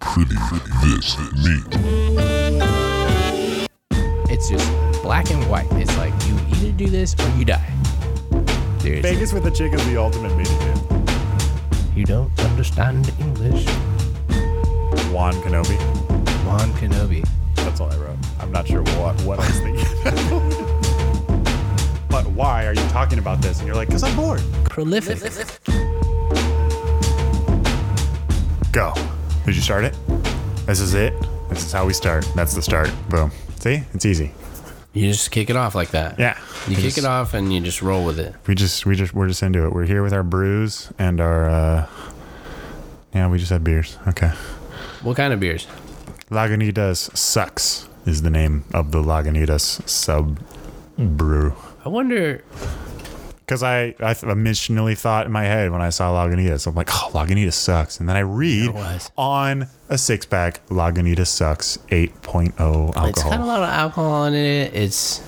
pretty this neat. It's just black and white. It's like you either do this or you die. Seriously. Vegas with a chick is the ultimate meeting game. You don't understand English. Juan Kenobi. Juan Kenobi. That's all I wrote. I'm not sure what what I was thinking. but why are you talking about this? And you're like, because I'm bored. Prolific. Go. Did you start it? This is it. This is how we start. That's the start. Boom. See, it's easy. You just kick it off like that. Yeah. You We kick just- it off and you just roll with it. We just we just we're just into it. We're here with our brews and our. uh Yeah, we just had beers. Okay. What kind of beers? Lagunitas sucks is the name of the Lagunitas sub brew. I wonder. Because I, I th- initially thought in my head when I saw Lagunitas, I'm like, oh, Lagunitas sucks. And then I read It was. on a six pack, Lagunitas sucks 8.0 alcohol. It's got a lot of alcohol in it. It's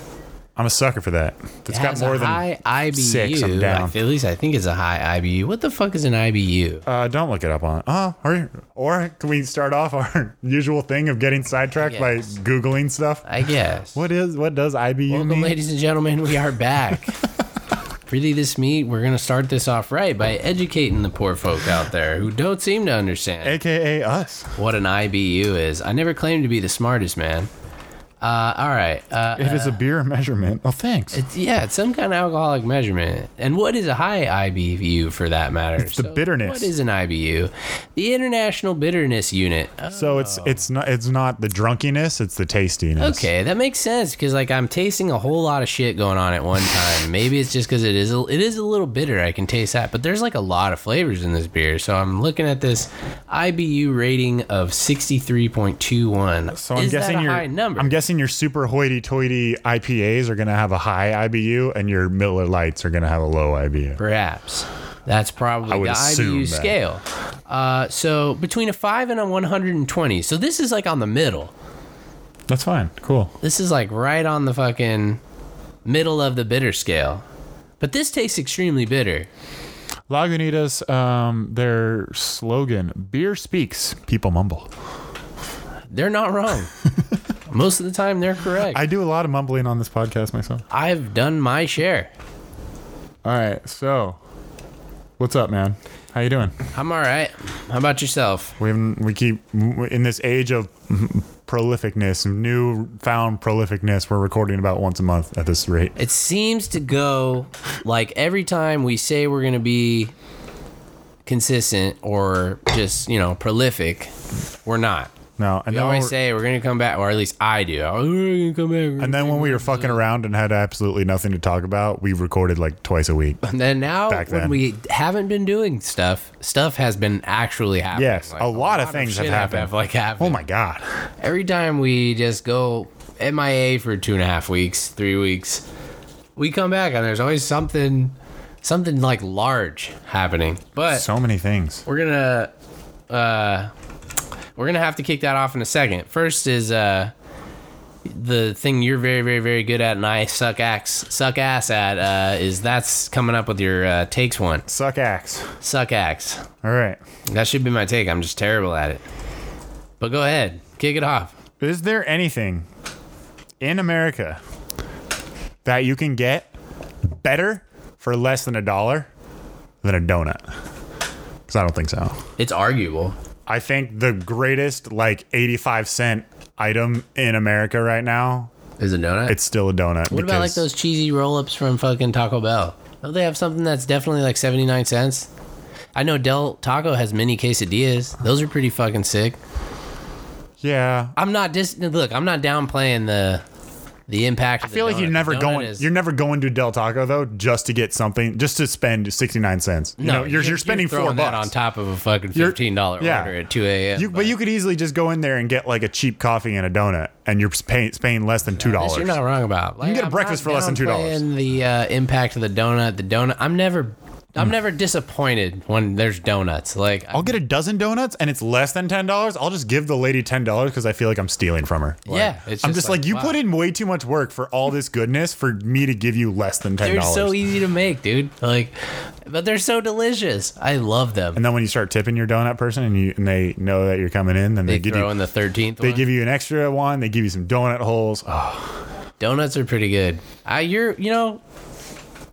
I'm a sucker for that. If It's it got has more a than high IBU. six. I'm down. Like, at least I think it's a high IBU. What the fuck is an IBU? Uh, don't look it up on. Oh, are you, or can we start off our usual thing of getting sidetracked by Yes. googling stuff? I guess. Uh, What is what does IBU Welcome, mean? ladies and gentlemen. We are back. Pretty this meat. We're gonna start this off right by educating the poor folk out there who don't seem to understand AKA us. what an IBU is. I never claimed to be the smartest man. Uh, all right. Uh, If it's a beer measurement, oh thanks. It's, yeah, it's some kind of alcoholic measurement. And what is a high IBU for that matter? It's the bitterness. What is an IBU? The International Bitterness Unit. Uh, so it's it's not it's not the drunkiness, it's the tastiness. Okay, that makes sense because like I'm tasting a whole lot of shit going on at one time. Maybe it's just because it is a, it is a little bitter. I can taste that, but there's like a lot of flavors in this beer. So I'm looking at this IBU rating of 63.21. So I'm is guessing that a your high number. I'm guessing your super hoity-toity IPAs are gonna have a high IBU, and your Miller Lights are gonna have a low IBU. Perhaps. That's probably I would the assume IBU that. scale. Uh, so between a 5 and a 120. So this is like on the middle. That's fine. Cool. This is like right on the fucking middle of the bitter scale. But this tastes extremely bitter. Lagunitas, um, their slogan: "Beer speaks, people mumble." They're not wrong. Most of the time, they're correct. I do a lot of mumbling on this podcast myself. I, have done my share. All right, so what's up, man? How you doing? I'm all right. How about yourself? We haven't, we keep in this age of prolificness, new found prolificness. We're recording about once a month at this rate. It seems to go like every time we say we're going to be consistent or just, you know, prolific, we're not. No, and We now always we're- say we're going to come back, or at least I do. Oh, We're going to come back. we're and gonna then when we were fucking around and had absolutely nothing to talk about, we recorded like twice a week. And then now Back when then. we haven't been doing stuff, stuff has been actually happening. Yes, a lot of things have shit happened. Have, like happened. Oh my god! Every time we just go MIA for two and a half weeks, three weeks, we come back and there's always something, something like large happening. But So many things. we're gonna, uh, we're gonna have to kick that off in a second. First is uh, the thing you're very, very, very good at, and I suck ass, suck ass at uh, is that's coming up with your uh, takes one. Suck axe. Suck axe. All right. That should be my take. I'm just terrible at it. But go ahead, kick it off. Is there anything in America that you can get better for less than a dollar than a donut? Because I don't think so. It's arguable. I think the greatest like 85 cent item in America right now, Is it donut? it's still a donut. what about like those cheesy roll-ups from fucking Taco Bell? Don't they have something that's definitely like 79 cents? I know Del Taco has mini quesadillas. Those are pretty fucking sick. Yeah. I'm not dis- look, I'm not downplaying the the impact. I feel like you're never going. you're never going to Del Taco though, just to get something, just to spend sixty nine cents. You know, you're, you're, spending throwing four that bucks on top of a fucking You're- fifteen dollar yeah. order at two a.m. You, but you could easily just go in there and get like a cheap coffee and a donut, and you're paying, paying less than two This dollars. you're not wrong about. Like, get a I'm breakfast not for less than $2. downplaying The uh, impact of the donut, the donut. I'm never I'm never disappointed when there's donuts. Like Hmm. I'll get a dozen donuts and it's less than ten dollars. I'll just give the lady ten dollars because I feel like I'm stealing from her. Like, Yeah, it's I'm just just like, like, you wow. put in way too much work for all this goodness for me to give you less than ten they're dollars. so e- easy to make, dude. Like, but they're so delicious. I love them. and then when you start tipping your donut person and you and they know that you're coming in, then they, They give throw you in the thirteenth. they one. give you an extra one. They give you some donut holes. Oh, donuts are pretty good. I you're you know,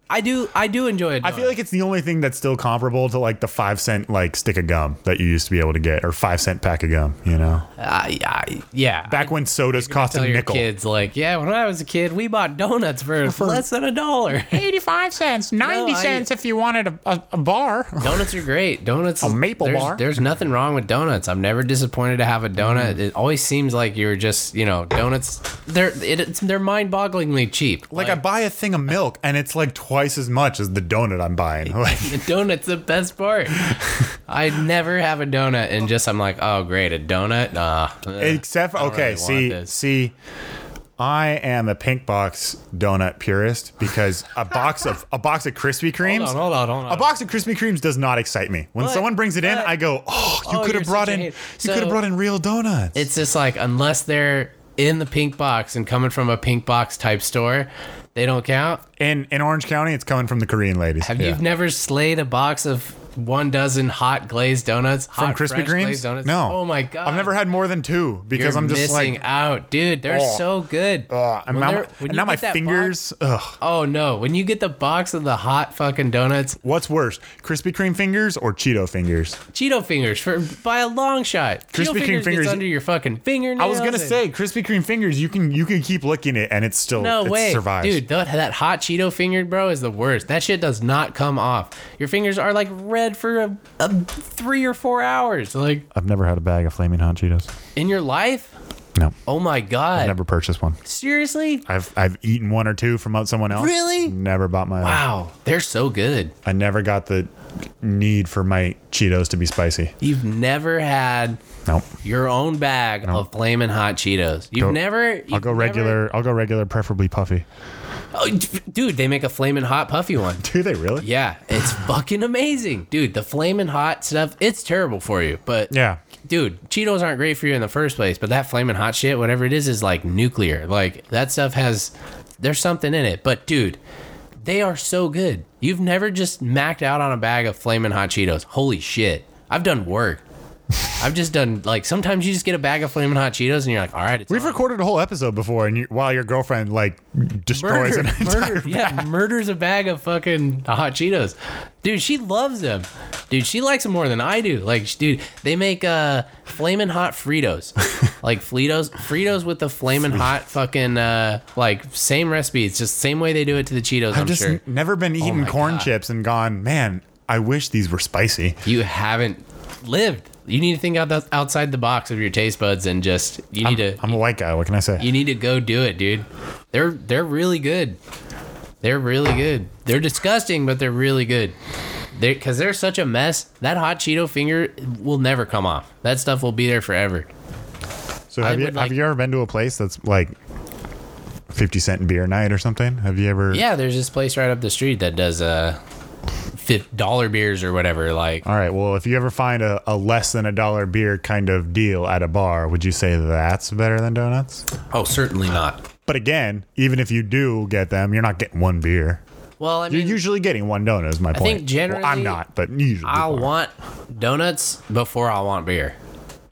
I do I do enjoy a donut. I feel like it's the only thing that's still comparable to like the five cent like stick of gum that you used to be able to get or five cent pack of gum. You know, I, I, yeah. back when sodas cost a tell your nickel. kids like, yeah, when I was a kid, we bought donuts for, less than a dollar. 85 cents, 90 I- cents if you wanted a, a, a bar. donuts are great. Donuts, A maple there's, bar. There's nothing wrong with donuts. I'm never disappointed to have a donut. Mm-hmm. It always seems like you're just, you know, donuts. They're it, it's, they're mind-bogglingly cheap. Like, I buy a thing of milk and it's like twice as much as the donut I'm buying. Like, the donut's the best part. I never have a donut and just I'm like, oh great, a donut. Nah. except for, I don't okay, really want see, this. see, I am a pink box donut purist because a box of a box of Krispy Kremes. Hold on, hold on, hold on. A box of Krispy Kremes does not excite me. When But- someone brings it in, but- I go, "Oh, you Oh, could you're have brought such a in, you hater. could have So- brought in real donuts." it's just like unless they're in the pink box and coming from a pink box type store, they don't count. in in Orange County, it's coming from the Korean ladies. Have Yeah. you never slayed a box of one dozen hot glazed donuts from hot Krispy fresh glazed Kremes? donuts? No. Oh my god. I've never had more than two because You're I'm just missing like, out, dude. They're Oh. so good. Ugh, and When now, they're- when and you now get my that box- fingers. Ugh. oh no! When you get the box of the hot fucking donuts, What's worse, Krispy Kreme fingers or Cheeto fingers? Cheeto fingers for by a long shot. Krispy Cheeto Kreme fingers, fingers- gets under your fucking fingernails. I was gonna and- say Krispy Kreme fingers. You can you can keep licking it and it's still No it way, survives. dude! That, that hot Cheeto finger, bro, is the worst. That shit does not come off. Your fingers are like red for a, a three or four hours, like I've never had a bag of flaming hot Cheetos. in your life. No, Oh my god! never purchased one. Seriously? I've I've eaten one or two from out someone else. Really? Never bought my. own. Wow, they're so good. I never got the need for my Cheetos to be spicy. You've never had Nope. your own bag of flaming hot Cheetos. You've Go- never. I'll you've go never- regular. I'll go regular, preferably puffy. Oh, d- dude, they make a flaming hot puffy one. Do they really? Yeah, it's fucking amazing, dude. The flaming hot stuff, it's terrible for you, but Yeah. dude, Cheetos aren't great for you in the first place. But that flaming hot shit, whatever it is, is like nuclear. Like that stuff has, there's something in it. But dude, they are so good. You've never just macked out on a bag of flaming hot Cheetos. Holy shit, I've done work. I've just done like sometimes you just get a bag of flaming hot Cheetos and you're like, all right, it's We've on. recorded a whole episode before, and you, while your girlfriend like destroys murder, an entire murder, yeah, murders a bag of fucking hot Cheetos, dude. She loves them, dude. She likes them more than I do. Like, sh- dude, they make uh flaming hot Fritos, like Fritos, Fritos with the flaming hot fucking uh like same recipe. It's just same way they do it to the Cheetos. I'm I've just sure Oh never been eating my corn God. chips and gone, man. I wish these were spicy. you haven't lived. You need to think out the, outside the box of your taste buds and just you need to I'm a white guy. What can I say? You need to go do it, dude. They're they're really good. They're really good. They're disgusting, but they're really good. They because they're such a mess. That hot Cheeto finger will never come off. That stuff will be there forever. so I have you would have like- you ever been to a place that's like fifty cent beer night or something? Have you ever? Yeah, there's this place right up the street that does uh, fifth dollar beers or whatever. Like, All right. Well, if you ever find a, a less than a dollar beer kind of deal at a bar, would you say that's better than donuts? oh, certainly not. But again, even if you do get them, you're not getting one beer. Well, I You're mean, usually getting one donut. Is my point. think Well, I'm generally, not, but you usually. I'll are. want donuts before I want beer.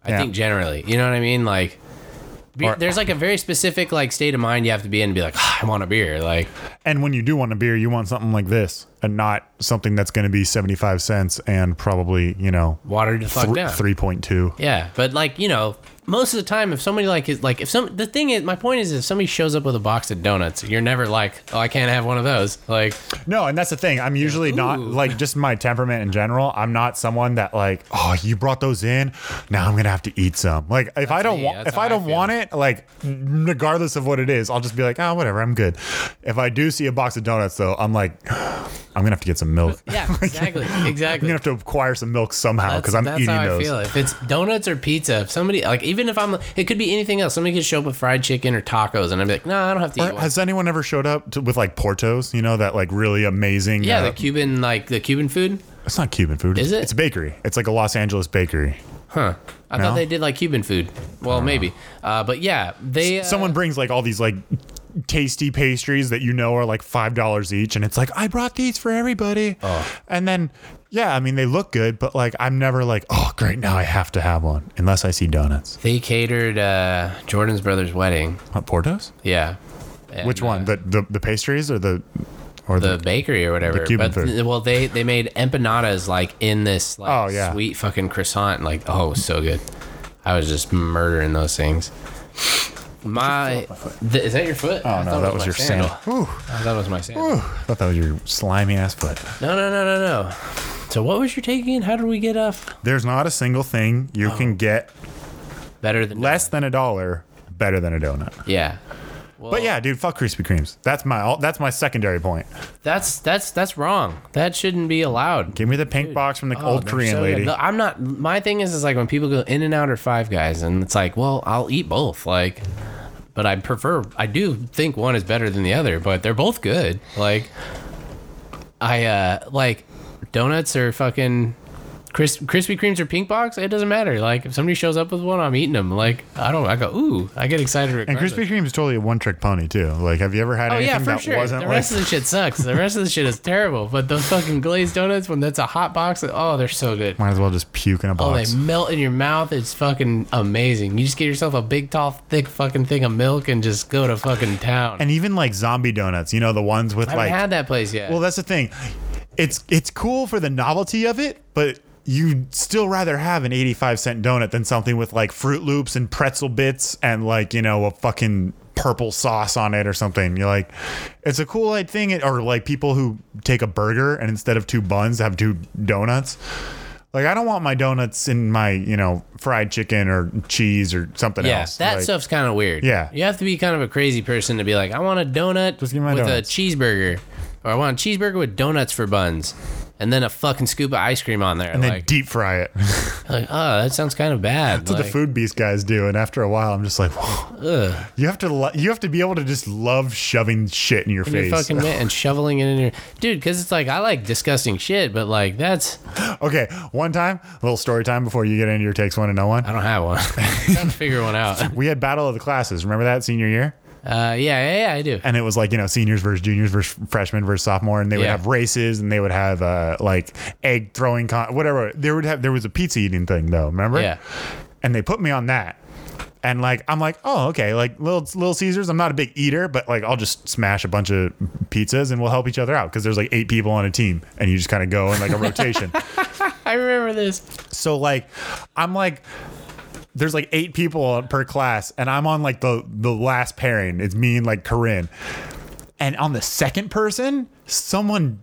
I Yeah. think generally, you know what I mean. Like, be- Or- there's like a very specific like state of mind you have to be in to be like, "Ah, I want a beer. Like, And when you do want a beer, you want something like this and not something that's going to be 75 cents and probably, you know, water to fuck thr- down. 3.2. Yeah, but like you know, most of the time, if somebody like is like if some the thing is, my point is, if somebody shows up with a box of donuts, you're never like, oh, I can't have one of those. Like, No, and that's the thing. I'm usually not Ooh. like just my temperament in general. I'm not someone that like, oh, you brought those in. Now I'm going to have to eat some. Like if I don't me. want That's if how I I don't feel. want it, like regardless of what it is, I'll just be like, "Oh, whatever. I'm I'm good. If I do see a box of donuts, though, I'm like, I'm gonna have to get some milk. Yeah, exactly, I'm gonna exactly. have to acquire some milk somehow because I'm that's eating how those. I feel. If it's donuts or pizza, if somebody like even if I'm, it could be anything else. Somebody could show up with fried chicken or tacos, and I'd be like, no, I don't have to eat Or one. has anyone ever showed up to, with like Portos? You know that like really amazing. Yeah, uh, the Cuban like the Cuban food, it's not Cuban food. Is it? It's a bakery. It's like a Los Angeles bakery. huh? I No. thought they did like Cuban food. Well, maybe, uh, but yeah, they uh, Someone brings like all these like tasty pastries that you know are like five dollars each, and it's like I brought these for everybody. And then yeah, I mean they look good, but like I'm never like oh great now I have to have one unless I see donuts. they catered uh, Jordan's brother's wedding. What Portos? Yeah, And, Which one? uh, The, the the pastries or the or the, the bakery or whatever. The Cuban but food. well, they they made empanadas like in this like Oh, yeah. sweet fucking croissant. Like oh, it was so good. I was just murdering those things. My, th- is that your foot? Oh, I no, thought it that was my your sandal. Whew. I thought it was my sandal. I thought that was your slimy ass foot. No, no, no, no, no. So what was your take again? How did we get off? There's not a single thing you Oh. can get Better than less than a dollar better than a donut. Yeah. But yeah, dude, fuck Krispy Kremes. That's my that's my secondary point. That's that's that's wrong. That shouldn't be allowed. Give me the pink box from the Oh, old they're Korean so good. lady. No, I'm not. My thing is, is like when people go In and Out or Five Guys, and it's like, well, I'll eat both. Like, but I prefer. I do think one is better than the other, but they're both good. Like, I uh like donuts or fucking. Cris- Krispy Kremes or Pink Box, it doesn't matter. Like if somebody shows up with one, I'm eating them. Like I don't, I go, ooh, I get excited. And regardless. Krispy Kreme is totally a one trick pony too. Like, have you ever had Oh anything yeah, for that sure. wasn't the like? rest of the shit sucks. The rest of the shit is terrible. But those fucking glazed donuts, when that's a hot box, oh, they're so good. might as well just puke in a Oh, they box. melt in your mouth. It's fucking amazing. You just get yourself a big, tall, thick fucking thing of milk and just go to fucking town. and even like zombie donuts, you know, the ones with I haven't like. had that place yet. well, that's the thing. It's it's cool for the novelty of it, but you'd still rather have an eighty-five cent donut than something with like Fruit Loops and pretzel bits and like you know a fucking purple sauce on it or something. You're like, it's a cool like thing, or like people who take a burger and instead of two buns have two donuts. Like I don't want my donuts in my you know fried chicken or cheese or something yeah, else. that Like, stuff's kind of weird. Yeah. you have to be kind of a crazy person to be like, I want a donut give me my with donuts. a cheeseburger, or I want a cheeseburger with donuts for buns, and then a fucking scoop of ice cream on there. And then like, deep fry it. That's like, oh, that sounds kind of bad. what the Like, food beast guys do. And after a while, I'm just like, whoa. ugh. You have to lo- you have to be able to just love shoving shit in your in face. your fucking mitt and shoveling it in your dude because it's like i like disgusting shit but like that's okay, one time, little story time before you get into your takes one and no one. i don't have one I'm trying to figure one out uh We had battle of the classes. Remember that senior year? yeah yeah, yeah i do And it was like you know seniors versus juniors versus freshmen versus sophomore, and they would Yeah. have races and they would have uh, like egg throwing con whatever. There would have there was a pizza eating thing though. Remember? Yeah. And they put me on that. And like I'm like, oh okay, like little little Caesars. I'm not a big eater, but like I'll just smash a bunch of pizzas and we'll help each other out because there's like eight people on a team, and you just kind of go in like a rotation. i remember this So like, I'm like, there's like eight people per class, and I'm on like the the last pairing. It's me and like Corinne, and on the second person, someone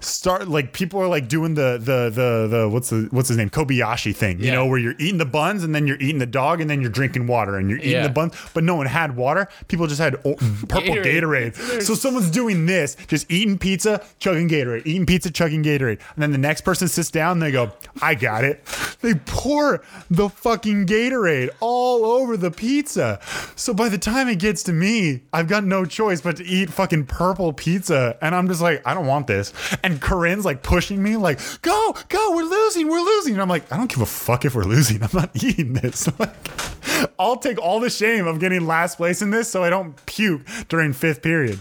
start like people are like doing the the the the what's the what's his name Kobayashi thing, you Yeah. know, where you're eating the buns and then you're eating the dog and then you're drinking water and you're eating Yeah. the buns, but no one had water. People just had o- purple Gatorade. Gatorade. So someone's doing this, just eating pizza, chugging Gatorade, eating pizza, chugging Gatorade. And then the next person sits down and they go, I got it. They pour the fucking Gatorade all over the pizza. So by the time it gets to me, I've got no choice but to eat fucking purple pizza. And I'm just like, I don't want this. And Corinne's like pushing me, like, go, go, we're losing, we're losing. And I'm like, I don't give a fuck if we're losing. I'm not eating this. Like, I'll take all the shame of getting last place in this so I don't puke during fifth period.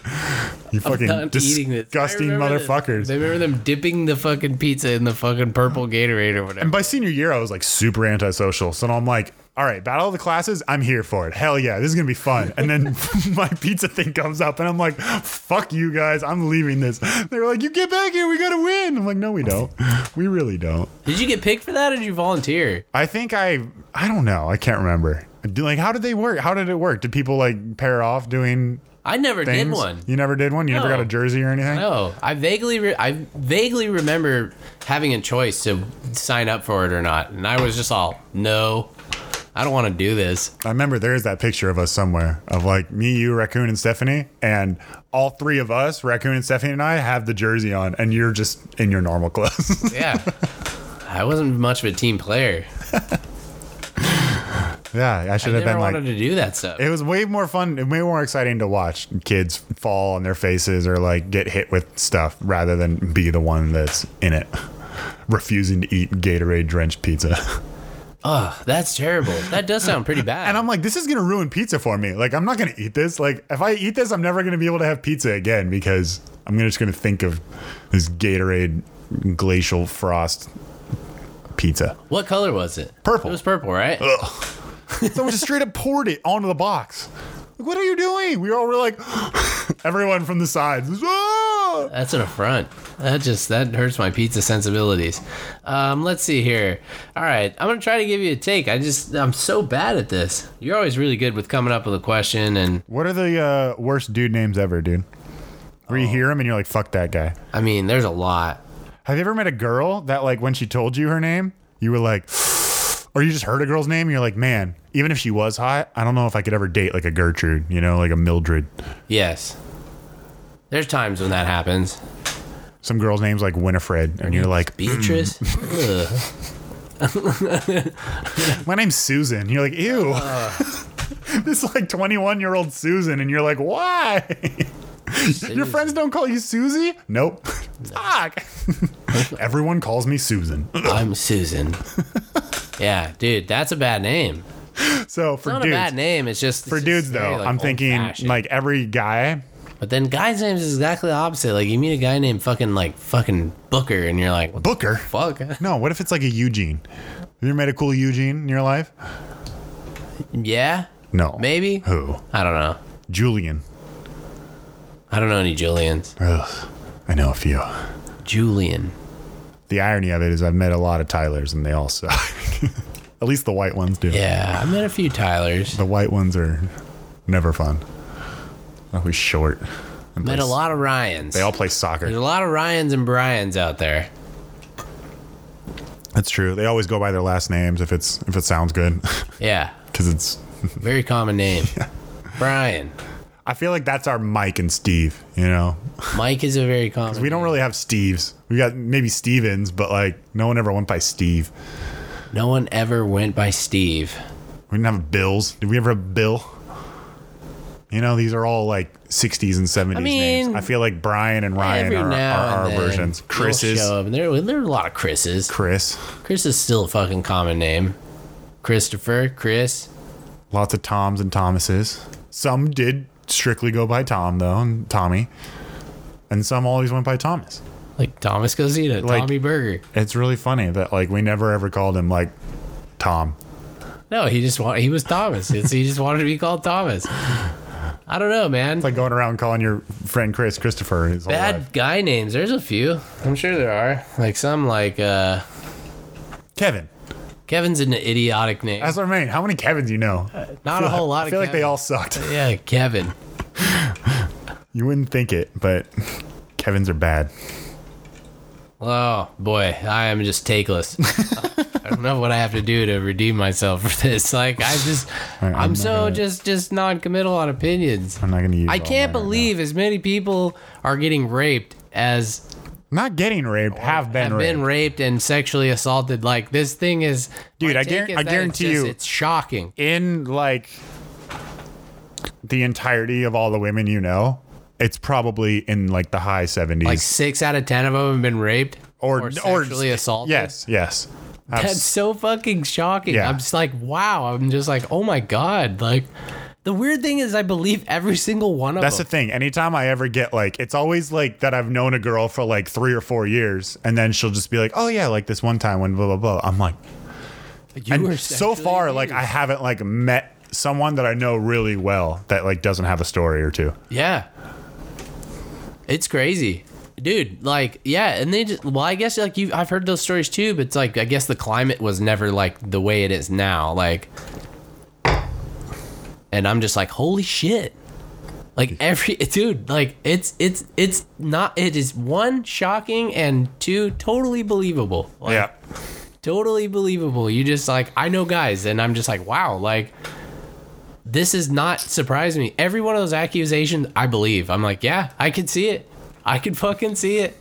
You fucking Not eating this. I disgusting remember this. motherfuckers. I remember them dipping the fucking pizza in the fucking purple Gatorade or And whatever. by senior year, I was like super antisocial. So I'm like, all right, battle of the classes, I'm here for it. Hell yeah, this is gonna be fun. And then my pizza thing comes up, and I'm like, fuck you guys, I'm leaving this. They were like, you get back here, we gotta win. I'm like, no, we don't. We really don't. Did you get picked for that or did you volunteer? I think I, I don't know, I can't remember. Do- Like, how did they work? How did it work? Did people like pair off doing I never things? did one. You never did one. You never No. got a jersey or anything. No, I vaguely re- I vaguely remember having a choice to sign up for it or not, and I was just all no. I don't want to do this. I remember there is that picture of us somewhere of like me, you, Raccoon, and Stephanie, and all three of us, Raccoon and Stephanie and I, have the jersey on, and you're just in your normal clothes. Yeah. I wasn't much of a team player. yeah, I should I never have been like. wanted to do that stuff. it was way more fun and way more exciting to watch kids fall on their faces or like get hit with stuff rather than be the one that's in it, refusing to eat Gatorade drenched pizza. Ugh, that's terrible. That does sound pretty bad. And I'm like, this is gonna ruin pizza for me. Like, I'm not gonna eat this. Like, if I eat this, I'm never gonna be able to have pizza again because I'm gonna- just gonna think of this Gatorade glacial frost pizza. what color was it? Purple. It was purple, right? Someone just straight up poured it onto the box. Like, what are you doing? We all were like, everyone from the sides. "Ah!" That's an affront. That just that hurts my pizza sensibilities. Um, let's see here. All right, I'm gonna try to give you a take. I just I'm so bad at this. You're always really good with coming up with a question, and What are the uh, worst dude names ever, dude? Where you hear them and you're like, fuck that guy. I mean, there's a lot. Have you ever met a girl that like when she told you her name, you were like or you just heard a girl's name, and you're like, man, even if she was hot, I don't know if I could ever date like a Gertrude, you know, like a Mildred. Yes, there's times when that happens. Some girl's name's like Winifred, and you're like, Beatrice. Mm. Ugh. my name's Susan. You're like, ew. this is like 21 year old Susan, and you're like, why? Your friends don't call you Susie? Nope. Fuck. Everyone calls me Susan. I'm Susan. Yeah, dude, that's a bad name. So for It's not dudes, a bad name. It's just for dudes though, I'm thinking like every guy But then guys' names is exactly the opposite. Like you meet a guy named fucking like fucking Booker, and you're like, what the Booker. fuck? No, what if it's like a Eugene? Have you ever met a cool Eugene in your life? yeah, No. maybe. Who? I don't know. Julian. I don't know any Julians. Ugh, I know a few. Julian. The irony of it is I've met a lot of Tylers and they all suck. At least the white ones do. Yeah, I met a few Tylers. The white ones are never fun. Always short. And Met play- a lot of Ryans. They all play soccer. There's a lot of Ryans and Bryans out there. That's true. They always go by their last names if it's if it sounds good, Yeah, because it's. very common name. Brian. I feel like that's our Mike and Steve. You know, Mike is a very common. we don't really have Steves. We got maybe Stevens, but like no one ever went by Steve. No one ever went by Steve. We didn't have bills. Did we ever have Bill? You know, these are all like 60s and 70s names. mean, I feel like Brian and Ryan Every are, now are our and then, versions. they'll Chris is show up, and There, there are a lot of Chris's. Chris. Chris is still a fucking common name. Christopher, Chris. Lots of Toms and Thomases. Some did strictly go by Tom though, and Tommy. And some always went by Thomas. Like Thomas Cosita, Like- Tommy Burger. It's really funny that like we never ever called him like Tom. No, he just wa- he was Thomas. It's, he just wanted to be called Thomas. I don't know, man. It's like going around calling your friend Chris Christopher. His whole Bad life. guy names. There's a few. I'm sure there are. Like some like uh Kevin. Kevin's an idiotic name. That's what I mean. How many Kevins you know? Not a whole lot I of feel like they Kevin. all sucked. Yeah, Kevin. You wouldn't think it, but Kevin's are bad. Oh boy, I am just takeless. I don't know what I have to do to redeem myself for this. Like I just right, I'm, I'm not so gonna- just just non-committal on opinions. I'm not going to use. I all can't mine right believe as many people are getting raped as now. Not getting raped. Have been have raped. been raped and sexually assaulted. Like this thing is, Dude, my I take guar- is I that guarantee it's just- you- it's shocking. In like the entirety of all the women you know, it's probably in like the high 70s. Like six out of ten of them have been raped or, sexually assaulted. Yes, yes. I've that's s- so fucking shocking. Yeah. I'm just like, wow. I'm just like, oh my god. Like, the weird thing is, I believe every single one of that's the them. thing. Anytime I ever get like, it's always like that I've known a girl for like three or four years, and then she'll just be like, oh yeah, like this one time when blah, blah, blah. I'm like, you were and so sexually far like abused. i haven't like met someone that i know really well that like doesn't have a story or two Yeah. It's crazy. Dude, like, yeah, and they just, well, I guess, like, you I've heard those stories too, but it's like, I guess the climate was never like the way it is now. Like, and I'm just like, holy shit. Like, every, dude, like, it's, it's, it's not, it is one, shocking, and two, totally believable. Like, yeah totally believable. You just like I know guys, and I'm just like, wow, like this is not surprising me. Every one of those accusations, I believe. I'm like, yeah, I could see it. I could fucking see it.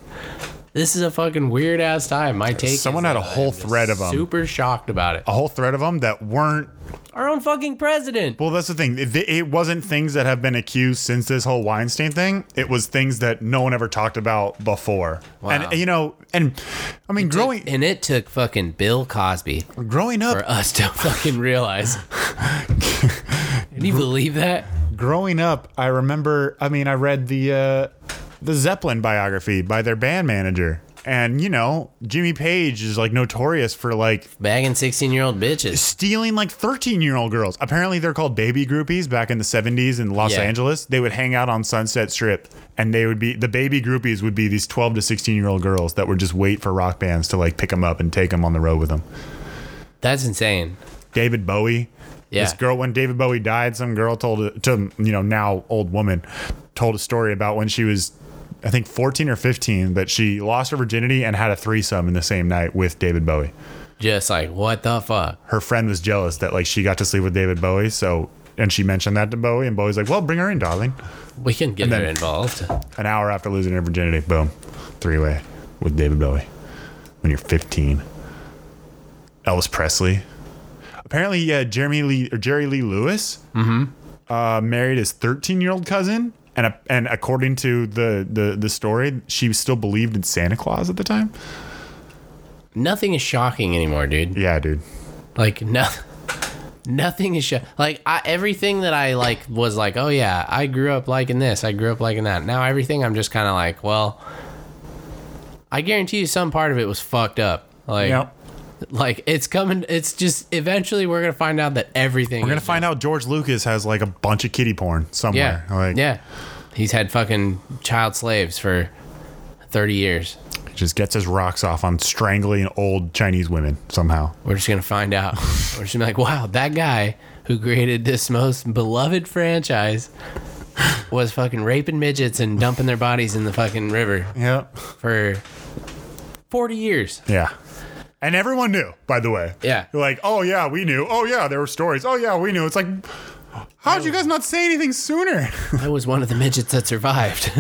This is a fucking weird ass time. My take. is Someone had a that whole I'm just thread of 'em. Super shocked about it. a whole thread of them that weren't. Our own fucking president. Well, that's the thing. It, it wasn't things that have been accused since this whole Weinstein thing. It was things that no one ever talked about before. Wow. And you know, and I mean, growing and it took fucking Bill Cosby growing up, for us to fucking realize. Can you believe that? growing up, I remember. I mean, I read the uh, the Zeppelin biography by their band manager, and you know, Jimmy Page is like notorious for like Bagging 16 year old bitches. stealing like 13 year old girls. Apparently, they're called baby groupies back in the 70s in Los Yeah. Angeles. They would hang out on Sunset Strip and they would be the baby groupies would be these 12 to 16 year old girls that would just wait for rock bands to like pick them up and take them on the road with them. That's insane. David Bowie. Yeah. This girl, when David Bowie died, some girl told to you know now old woman told a story about when she was, I think fourteen or fifteen, but she lost her virginity and had a threesome in the same night with David Bowie. Just like, what the fuck? Her friend was jealous that like she got to sleep with David Bowie, so and she mentioned that to Bowie, and Bowie's like, "Well, bring her in, darling." We can get her then- involved. An hour after losing her virginity, boom, three way with David Bowie when you're fifteen. Elvis Presley. Apparently, yeah, Jeremy Lee or Jerry Lee Lewis Mm-hmm. uh, married his 13 year old cousin, and a, and according to the, the the story, she still believed in Santa Claus at the time. Nothing is shocking anymore, dude. Yeah, dude. Like no, nothing is sho- like I, everything that I like was like, oh yeah, I grew up liking this, I grew up liking that. Now everything I'm just kind of like, well, I guarantee you some part of it was fucked up. Like, like it's coming. It's just eventually we're gonna find out that everything. We're gonna find out George Lucas has like a bunch of kitty porn Yeah, somewhere. like yeah. He's had fucking child slaves for thirty years. he just gets his rocks off on strangling old Chinese women somehow. We're just gonna find out. We're just gonna be like, wow, that guy who created this most beloved franchise was fucking raping midgets and dumping their bodies in the fucking river Yeah, for forty years. yeah. And everyone knew, by the way. Yeah. You're like, oh yeah, we knew. Oh yeah, there were stories. Oh yeah, we knew. It's like, how did you guys not say anything sooner? I was one of the midgets that survived.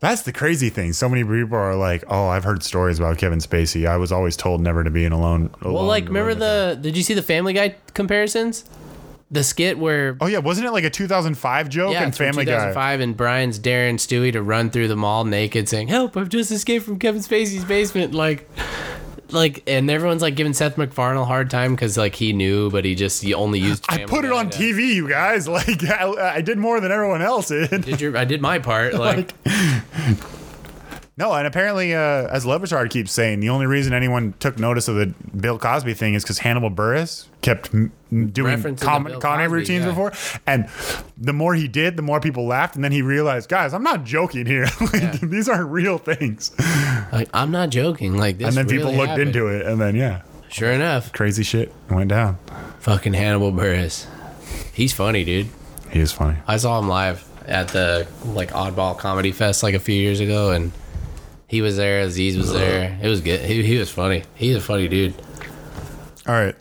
That's the crazy thing. So many people are like, "Oh, I've heard stories about Kevin Spacey. I was always told never to be in alone." well, alone like, room remember with him." the? Did you see the Family Guy comparisons? The skit where Oh yeah, wasn't it like a 2005 joke yeah, and it's from Family Guy? 2005, and Brian's daring Stewie to run through the mall naked, saying, "Help! I've just escaped from Kevin Spacey's basement." Like, like, and everyone's like giving Seth MacFarlane a hard time because like he knew, but he just he only used. I Family put it Guy on to- TV, you guys. Like I, I did more than everyone else did. Did your, I did my part. Like, No, and apparently, uh, as Levitard keeps saying, the only reason anyone took notice of the Bill Cosby thing is because Hannibal Burris kept m- m- doing Referencing the com- Bill comedy Cosby, routines yeah. before, and the more he did, the more people laughed, and then he realized, guys, I'm not joking here. like, These aren't real things. like I'm not joking. Like this. and then people really looked happened. into it, and then yeah, Sure enough, crazy shit went down. fucking Hannibal Burris. He's funny, dude. He is funny. I saw him live at the like Oddball Comedy Fest like a few years ago, and he was there. Aziz was there. It was good. He, he was funny. He's a funny dude. All right,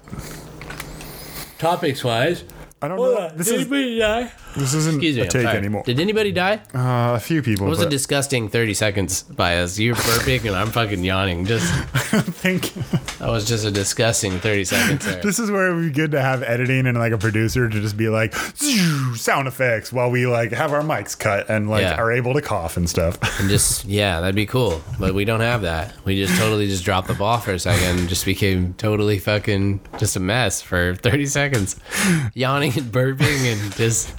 Topics wise, I don't know. This is die? this isn't Excuse me, a I'm take tired. anymore. Did anybody die? It Uh, a few people. was a but disgusting 30 seconds by us. You're burping and I'm fucking yawning. Just I think that was just a disgusting 30 seconds there. this is where it would be good to have editing and like a producer to just be like "Zzzz," sound effects while we like have our mics cut and like Yeah. are able to cough and stuff. And just yeah, that'd be cool. But we don't have that. We just totally just dropped the ball for a second and just became totally fucking just a mess for 30 seconds. Yawning and burping and just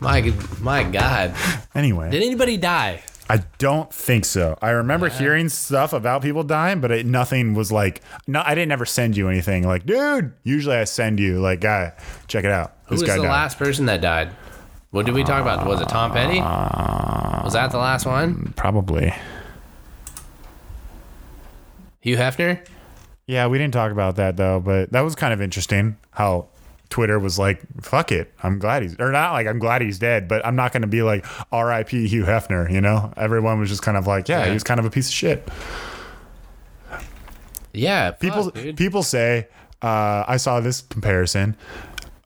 my my god. anyway, Did anybody die? I don't think so. I remember hearing stuff about people dying, but it, nothing was like no. I didn't ever send you anything like, dude. Usually I send you like, guy, check it out. Who this was guy the died. last person that died? What did we talk about? Was it Tom Petty? Was that the last Um, one? Probably. Hugh Hefner? Yeah, we didn't talk about that though, but that was kind of interesting how Twitter was like, fuck it. I'm glad he's, or not like, I'm glad he's dead, but I'm not going to be like, RIP Hugh Hefner, you know? Everyone was just kind of like, yeah, Yeah. he was kind of a piece of shit. Yeah, fuck, people dude. people say uh, I saw this comparison.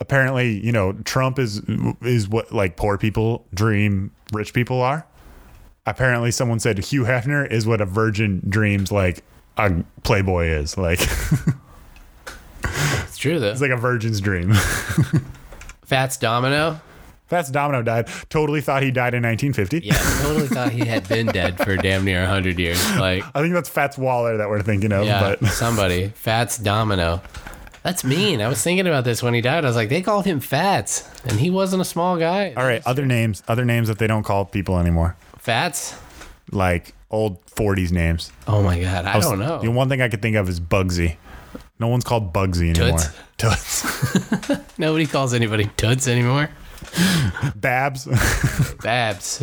Apparently, you know, Trump is is what like poor people dream rich people are. Apparently, someone said Hugh Hefner is what a virgin dreams like a playboy is. Like it's it's true though. like a virgin's dream. Fats Domino. Fats Domino died. Totally thought he died in 1950. Yeah, I totally thought he had been dead for damn near hundred years. Like, I think that's Fats Waller that we're thinking of, yeah, but somebody Fats Domino. That's mean. I was thinking about this when he died. I was like, they called him Fats, and he wasn't a small guy. all right, other names, other names that they don't call people anymore. Fats. Like old 40s names. Oh my god, I was- don't know. The one thing I could think of is Bugsy. No one's called Bugsy anymore. Toots. Toots. Nobody calls anybody Toots anymore. Babs. Babs.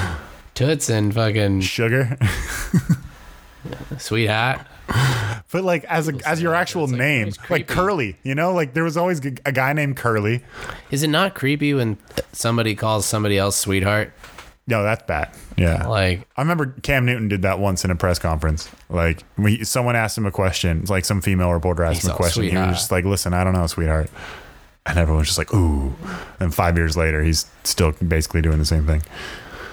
Toots and fucking Sugar. sweetheart. But like as a, as your actual It's like, name, it's like creepy. Curly, you know, like there was always g- a guy named Curly. Is it not creepy when somebody calls somebody else sweetheart? No, that's bad. Yeah. Like, I remember Cam Newton did that once in a press conference. Like we, someone asked him a question. It's like some female reporter asked He's him a all, question. He "Sweetheart." was just like, "Listen, I don't know, sweetheart." And everyone's just like, "Ooh!" And five years later, he's still basically doing the same thing.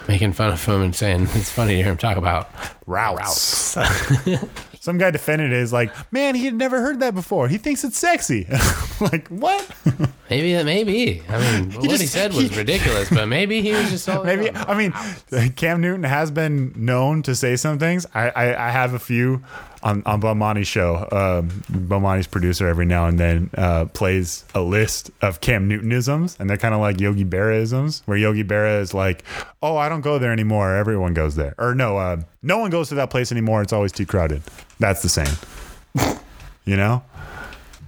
making fun of him and saying it's funny to hear him talk about. Routes. some guy defended it. Is like, man, he had never heard that before. He thinks it's sexy. like what? Maybe that maybe. I mean, what he just- said was ridiculous, but maybe he was just all Maybe I mean Cam Newton has been known to say some things. I I, I have a few on on Bomani's show. Um, Bomani's producer every now and then uh, plays a list of Cam Newtonisms, and they're kind of like Yogi Berraisms, where Yogi Berra is like, "Oh, I don't go there anymore. Everyone goes there." Or no, uh, no one goes to that place anymore. It's always too crowded. That's the same. you know.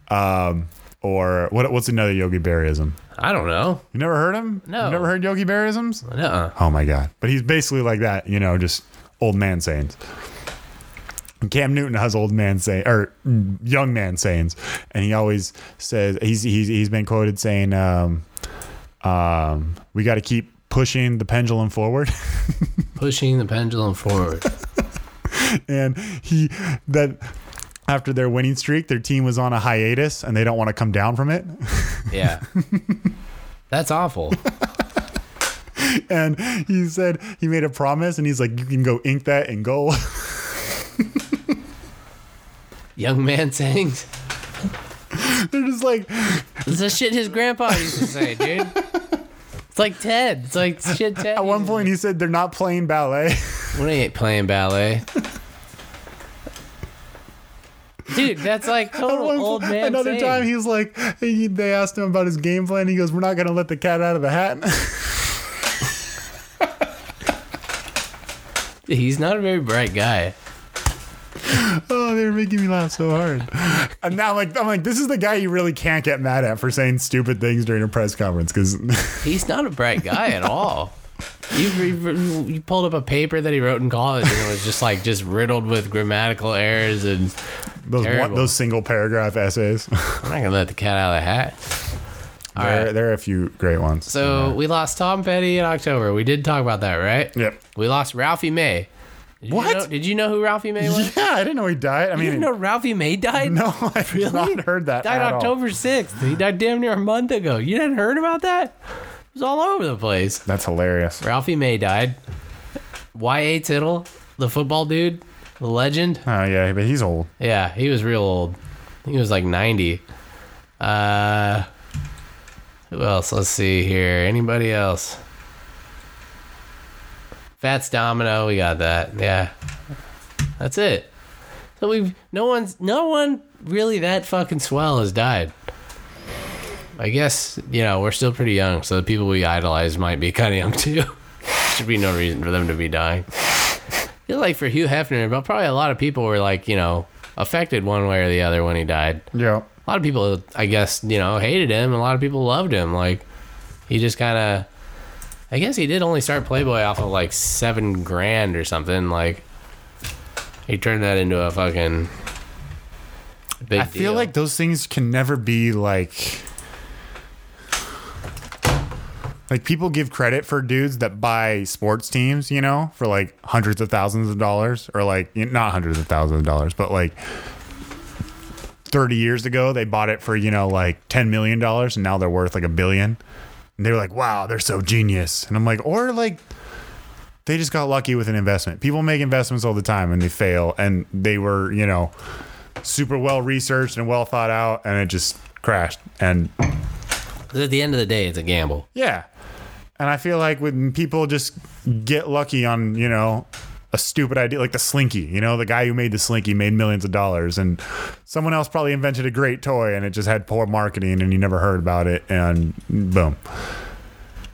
Um, or what? What's another Yogi Berraism? I don't know. You never heard him? No. You never heard Yogi Berraisms? Nuh-uh. Oh my god! But he's basically like that, you know, just old man sayings. Cam Newton has old man say or mm, young man sayings, and he always says he's he's he's been quoted saying, um, um, "We got to keep pushing the pendulum forward." Pushing the pendulum forward. and he that after their winning streak, their team was on a hiatus, and they don't want to come down from it. Yeah. That's awful. And he said he made a promise, and he's like, "You can go ink that and go." Young man saying They're just like, It's the shit his grandpa used to say, dude. It's like Ted. It's like shit Ted. At one point, he said they're not playing ballet. We ain't playing ballet. Dude, that's like At total one Oh, old po- man. another saying. time, he was like, he, they asked him about his game plan. He goes, "We're not going to let the cat out of the hat." he's not a very bright guy. oh, they were making me laugh so hard. and now, like, I'm like, this is the guy you really can't get mad at for saying stupid things during a press conference because He's not a bright guy at all. You, you, you pulled up a paper that he wrote in college and it was just like just riddled with grammatical errors and those one, Terrible. those single paragraph essays, I'm not gonna let the cat out of the hat. All there, right. there are a few great ones. So we lost Tom Petty in October. We did talk about that, right? yep. We lost Ralphie May. Did What? You know, did you know who Ralphie May was? Yeah, I didn't know he died. I You mean, didn't know Ralphie May died? no, I've not heard that. Died at all. October 6th. He died damn near a month ago. You didn't heard about that? It was all over the place. That's hilarious. Ralphie May died. Y.A. Tittle, the football dude, the legend. Oh yeah, but he's old. Yeah, he was real old. He was like 90. Uh, who else? Let's see here. Anybody else? Fats Domino, we got that. Yeah. That's it. So we've no one's no one really that fucking swell has died. I guess, you know, we're still pretty young, so the people we idolize might be kind of young too. Should be no reason for them to be dying. I feel like for Hugh Hefner, but probably a lot of people were like, you know, affected one way or the other when he died. Yeah. A lot of people, I guess, you know, hated him. A lot of people loved him. Like, he just kind of, I guess he did only start Playboy off of like seven grand or something. Like, he turned that into a fucking big I feel deal. like those things can never be like like people give credit for dudes that buy sports teams, you know, for like hundreds of thousands of dollars or like you not hundreds of thousands of dollars, but like 30 years ago they bought it for you know like 10 million dollars and now they're worth like a billion and they were like wow they're so genius and i'm like or like they just got lucky with an investment people make investments all the time and they fail and they were you know super well researched and well thought out and it just crashed and 'Cause at the end of the day, it's a gamble. yeah. And I feel like when people just get lucky on, you know, a stupid idea like the slinky, you know, the guy who made the slinky made millions of dollars and someone else probably invented a great toy and it just had poor marketing and you never heard about it and boom.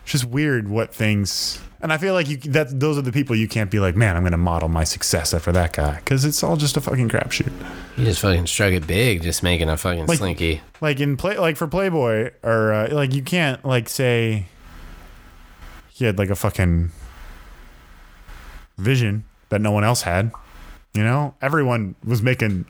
It's just weird what things and I feel like you that those are the people you can't be like, man, I'm going to model my success after that guy cuz it's all just a fucking crapshoot. You just fucking shrug it big, just making a fucking Like- slinky. like in play like for playboy or uh, like you can't like say he had like a fucking vision that no one else had you know everyone was making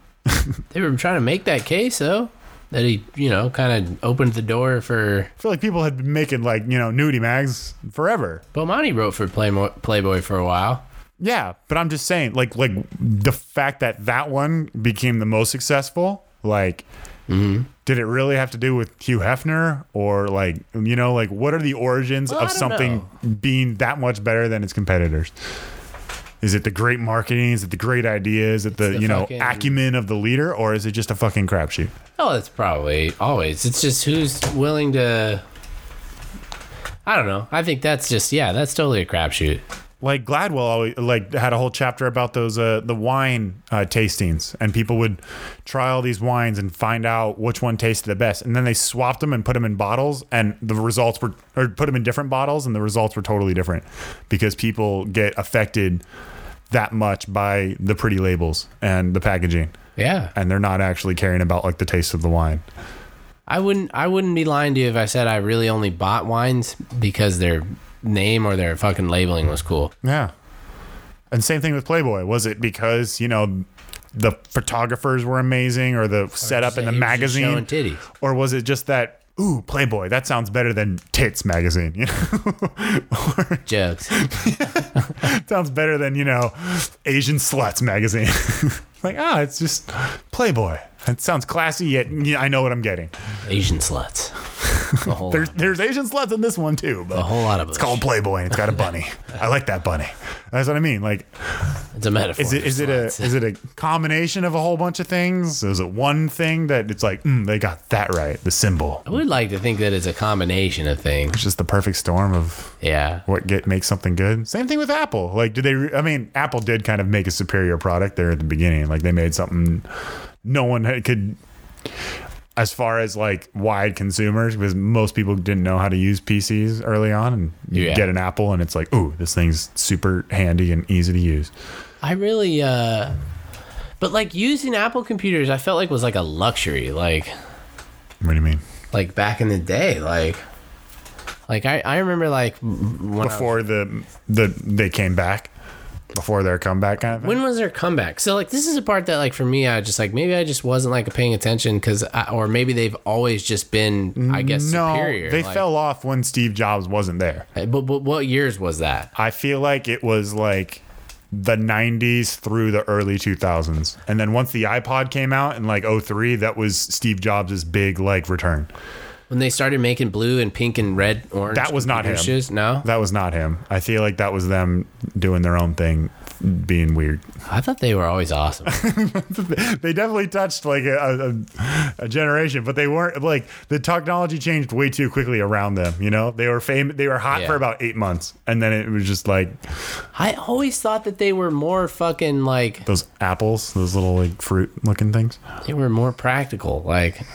They were trying to make that case though, that he, you know, kind of opened the door for. i feel like people had been making like you know nudie mags forever Bomani wrote for Playboy, Playboy for a while. yeah but i'm just saying like like the fact that that one became the most successful like Mm-hmm. did it really have to do with hugh hefner or like you know like what are the origins Well, I of don't something being that much better than its competitors is it the great marketing is it the great ideas is it the, the you know fucking- acumen of the leader or is it just a fucking crapshoot Oh, it's probably always. It's just who's willing to. I don't know. I think that's just yeah. That's totally a crapshoot. like Gladwell always, like had a whole chapter about those uh, the wine uh, tastings, and people would try all these wines and find out which one tasted the best, and then they swapped them and put them in bottles, and the results were or put them in different bottles, and the results were totally different because people get affected that much by the pretty labels and the packaging, Yeah, and they're not actually caring about like the taste of the wine. I wouldn't. I wouldn't be lying to you if I said I really only bought wines because their name or their fucking labeling was cool. Yeah. And same thing with Playboy. Was it because, you know, the photographers were amazing or the setup in He the Oh, was just magazine? showing titties. Or was it just that, ooh, Playboy, that sounds better than Tits magazine? You know, Jokes. it sounds better than, you know, Asian Sluts magazine. like, ah, it's just Playboy. It sounds classy, yet yeah, I know what I'm getting. Asian sluts. A whole, There's, lot, there's Asian sluts in this one too, a but whole lot of it's called Playboy and it's got a bunny. I like that bunny. That's what I mean. Like, It's a metaphor. Is it is it a is it a combination of a whole bunch of things? Is it one thing that it's like mm, they got that right? The symbol, I would like to think that it's a combination of things. it's just the perfect storm of Yeah. what get makes something good. Same thing with Apple. Like, did they? re- I mean, Apple did kind of make a superior product there at the beginning. Like, they made something no one had- could. As far as like wide consumers, because most people didn't know how to use PCs early on, and you Yeah. get an Apple, and it's like, ooh, this thing's super handy and easy to use. I really uh but like using Apple computers I felt like was like a luxury like What do you mean? like back in the day like like I, I remember like when, I- before the the they came back before their comeback kind of thing. when was their comeback so like this is a part that like for me I just like maybe I just wasn't like paying attention cuz or maybe they've always just been I guess no, superior they like- fell off when Steve Jobs wasn't there. but, but what years was that I feel like it was like the 90s through the early 2000s. And then once the iPod came out in like 03, that was Steve Jobs' big like return. when they started making blue and pink and red orange That was not him. shoes no That was not him. I feel like that was them doing their own thing, being weird. I thought they were always awesome they definitely touched like a, a, a generation, but they weren't like the technology changed way too quickly around them. You know, they were famous. They were hot Yeah. for about eight months, and then it was just like I always thought that they were more fucking like those apples, those little like fruit looking things. they were more practical like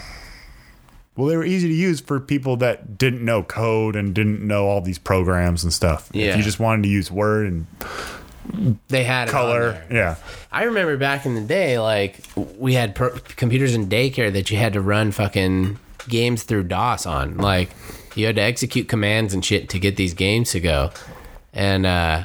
Well, they were easy to use for people that didn't know code and didn't know all these programs and stuff. Yeah. If you just wanted to use Word and they had it on color, there. yeah, I remember back in the day, like we had pro- computers in daycare that you had to run fucking games through DOS on. Like you had to execute commands and shit to get these games to go. And uh,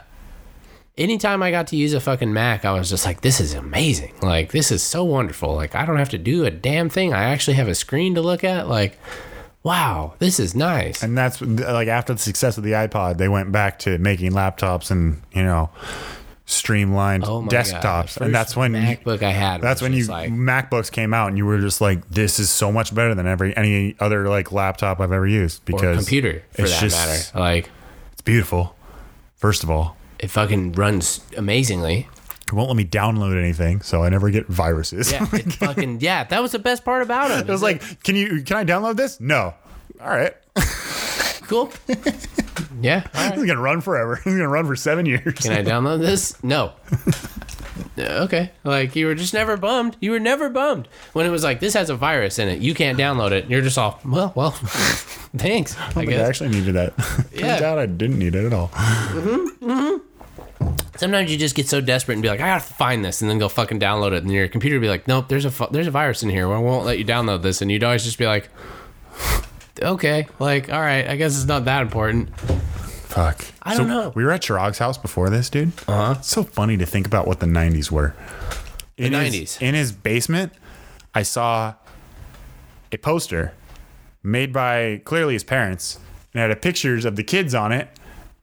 anytime I got to use a fucking Mac, I was just like, this is amazing. Like this is so wonderful. Like I don't have to do a damn thing. I actually have a screen to look at. Like. Wow, this is nice. and that's like after the success of the iPod, they went back to making laptops and you know streamlined Oh my God. desktops, The and that's first when you, MacBook I had. that's was when you just like, MacBooks came out, and you were just like, "This is so much better than every any other like laptop I've ever used or because computer for it's that just- matter. Like it's beautiful." First of all, it fucking runs amazingly. it won't let me download anything, so I never get viruses. Yeah, it fucking yeah. That was the best part about it. it was like, "Can you? Can I download this?" No. All right, cool. yeah. All right. it's gonna run forever. It's gonna run for seven years. Can I download this? No. Uh, okay. Like you were just never bummed. You were never bummed when it was like this has a virus in it. You can't download it. You're just all well, well. thanks. I I think I guess. actually needed that. Turns Yeah. out I didn't need it at all. Sometimes you just get so desperate and be like, I gotta find this, and then go fucking download it, and your computer be like, Nope, there's a fu- there's a virus in here. We won't let you download this, and you'd always just be like, Okay, like all right, I guess it's not that important. Fuck. I So don't know. We were at Chirag's house before this, dude. Uh huh. So funny to think about what the '90s were. In his- 90s. in his basement, I saw a poster made by clearly his parents, and it had pictures of the kids on it,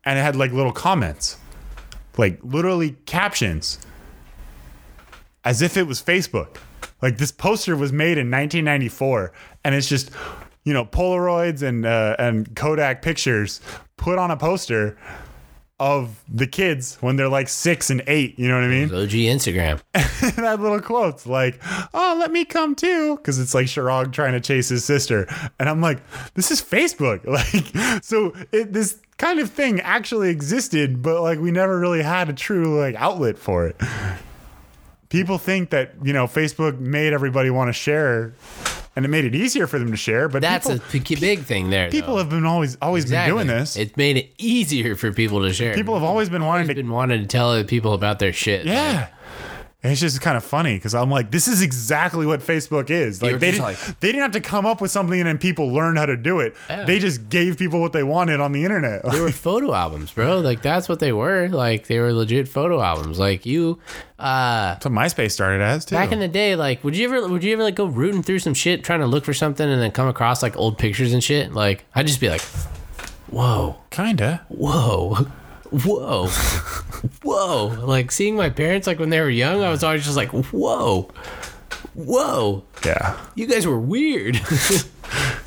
and it had like little comments, like literally captions, as if it was Facebook. Like this poster was made in 1994, and it's just you know Polaroids and uh, and Kodak pictures put on a poster of the kids when they're like six and eight. You know what I mean? OG Instagram. and had little quotes like, "Oh, let me come too," because it's like Chirag trying to chase his sister, and I'm like, "This is Facebook." Like, so it, this kind of thing actually existed, but like we never really had a true like outlet for it. People think that you know Facebook made everybody want to share, and it made it easier for them to share. But That's people, a p- big thing there. people have been always always been doing this. It made it easier for people to share. people have always been wanting to been wanting to tell other people about their shit. Yeah. And it's just kind of funny because I'm like, this is exactly what Facebook is. Like were they just didn't, like- they didn't have to come up with something and then people learned how to do it. Yeah. They just gave people what they wanted on the internet. they were photo albums, bro. Like that's what they were. Like they were legit photo albums. Like you, uh, That's what MySpace started as too. back in the day, like would you ever would you ever like go rooting through some shit trying to look for something and then come across like old pictures and shit? Like I'd just be like, whoa, Kinda. whoa. Whoa, whoa! Like seeing my parents, like when they were young, I was always just like, "Whoa, whoa! Yeah. You guys were weird."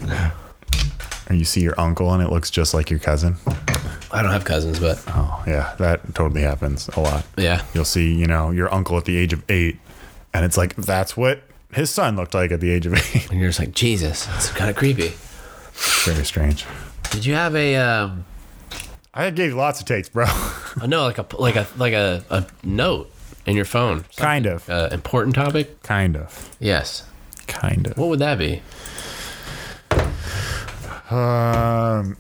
And you see your uncle and it looks just like your cousin. I don't have cousins, but Oh yeah, that totally happens a lot. yeah, You'll see, you know, your uncle at the age of eight, and it's like that's what his son looked like at the age of eight. and you're just like, Jesus, it's kind of creepy. Very strange. Did you have a um, I gave lots of takes, bro. oh, no, like a like a like a, a note in your phone? kind of. Uh, important topic? Kind of. Yes. Kind of. What would that be? Um,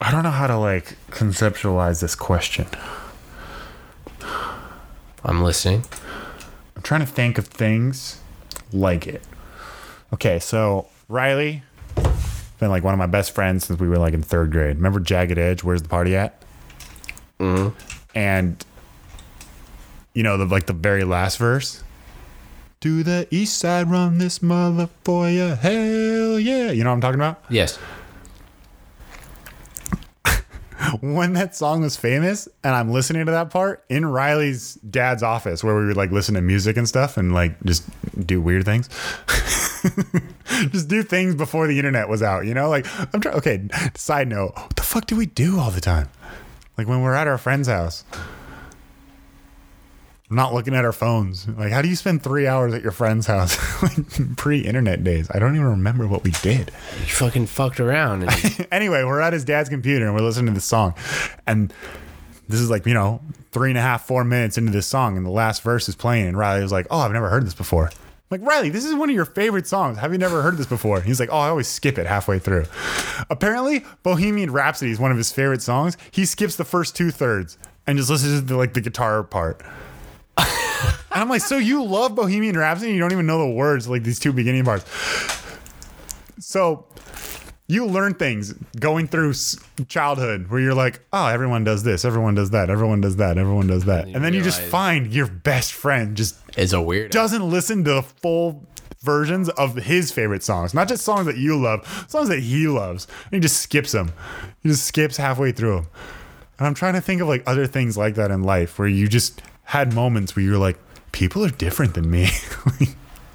I don't know how to like conceptualize this question. I'm listening. I'm trying to think of things like it. Okay, so Riley, been like one of my best friends since we were like in third grade. Remember Jagged Edge? Where's the party at? And you know the like the very last verse. Do the east side run this mother for ya? Hell yeah! You know what I'm talking about? Yes. when that song was famous and I'm listening to that part in Riley's dad's office where we would like listen to music and stuff and like just do weird things. just do things before the internet was out, you know? Like I'm trying okay, side note, what the fuck do we do all the time? Like when we're at our friend's house. I'm not looking at our phones. Like how do you spend 3 hours at your friend's house like pre-internet days? I don't even remember what we did You fucking fucked around. And anyway, we're at his dad's computer and we're listening to the song. And this is like, you know, three and a half, four minutes into this song, and the last verse is playing. And Riley was like, Oh, I've never heard this before. I'm like, Riley, this is one of your favorite songs. Have you never heard this before? He's like, Oh, I always skip it halfway through. Apparently, Bohemian Rhapsody is one of his favorite songs. He skips the first two thirds and just listens to the, like the guitar part. And I'm like, so you love Bohemian Rhapsody? and You don't even know the words, like these two beginning parts. So you learn things going through s- childhood where you're like, oh, everyone does this, everyone does that, everyone does that, everyone does that. And then you just realize- find your best friend just it's a weird. doesn't listen to the full versions of his favorite songs, not just songs that you love, songs that he loves. And he just skips them. He just skips halfway through them. And I'm trying to think of like other things like that in life where you just had moments where you were like, people are different than me.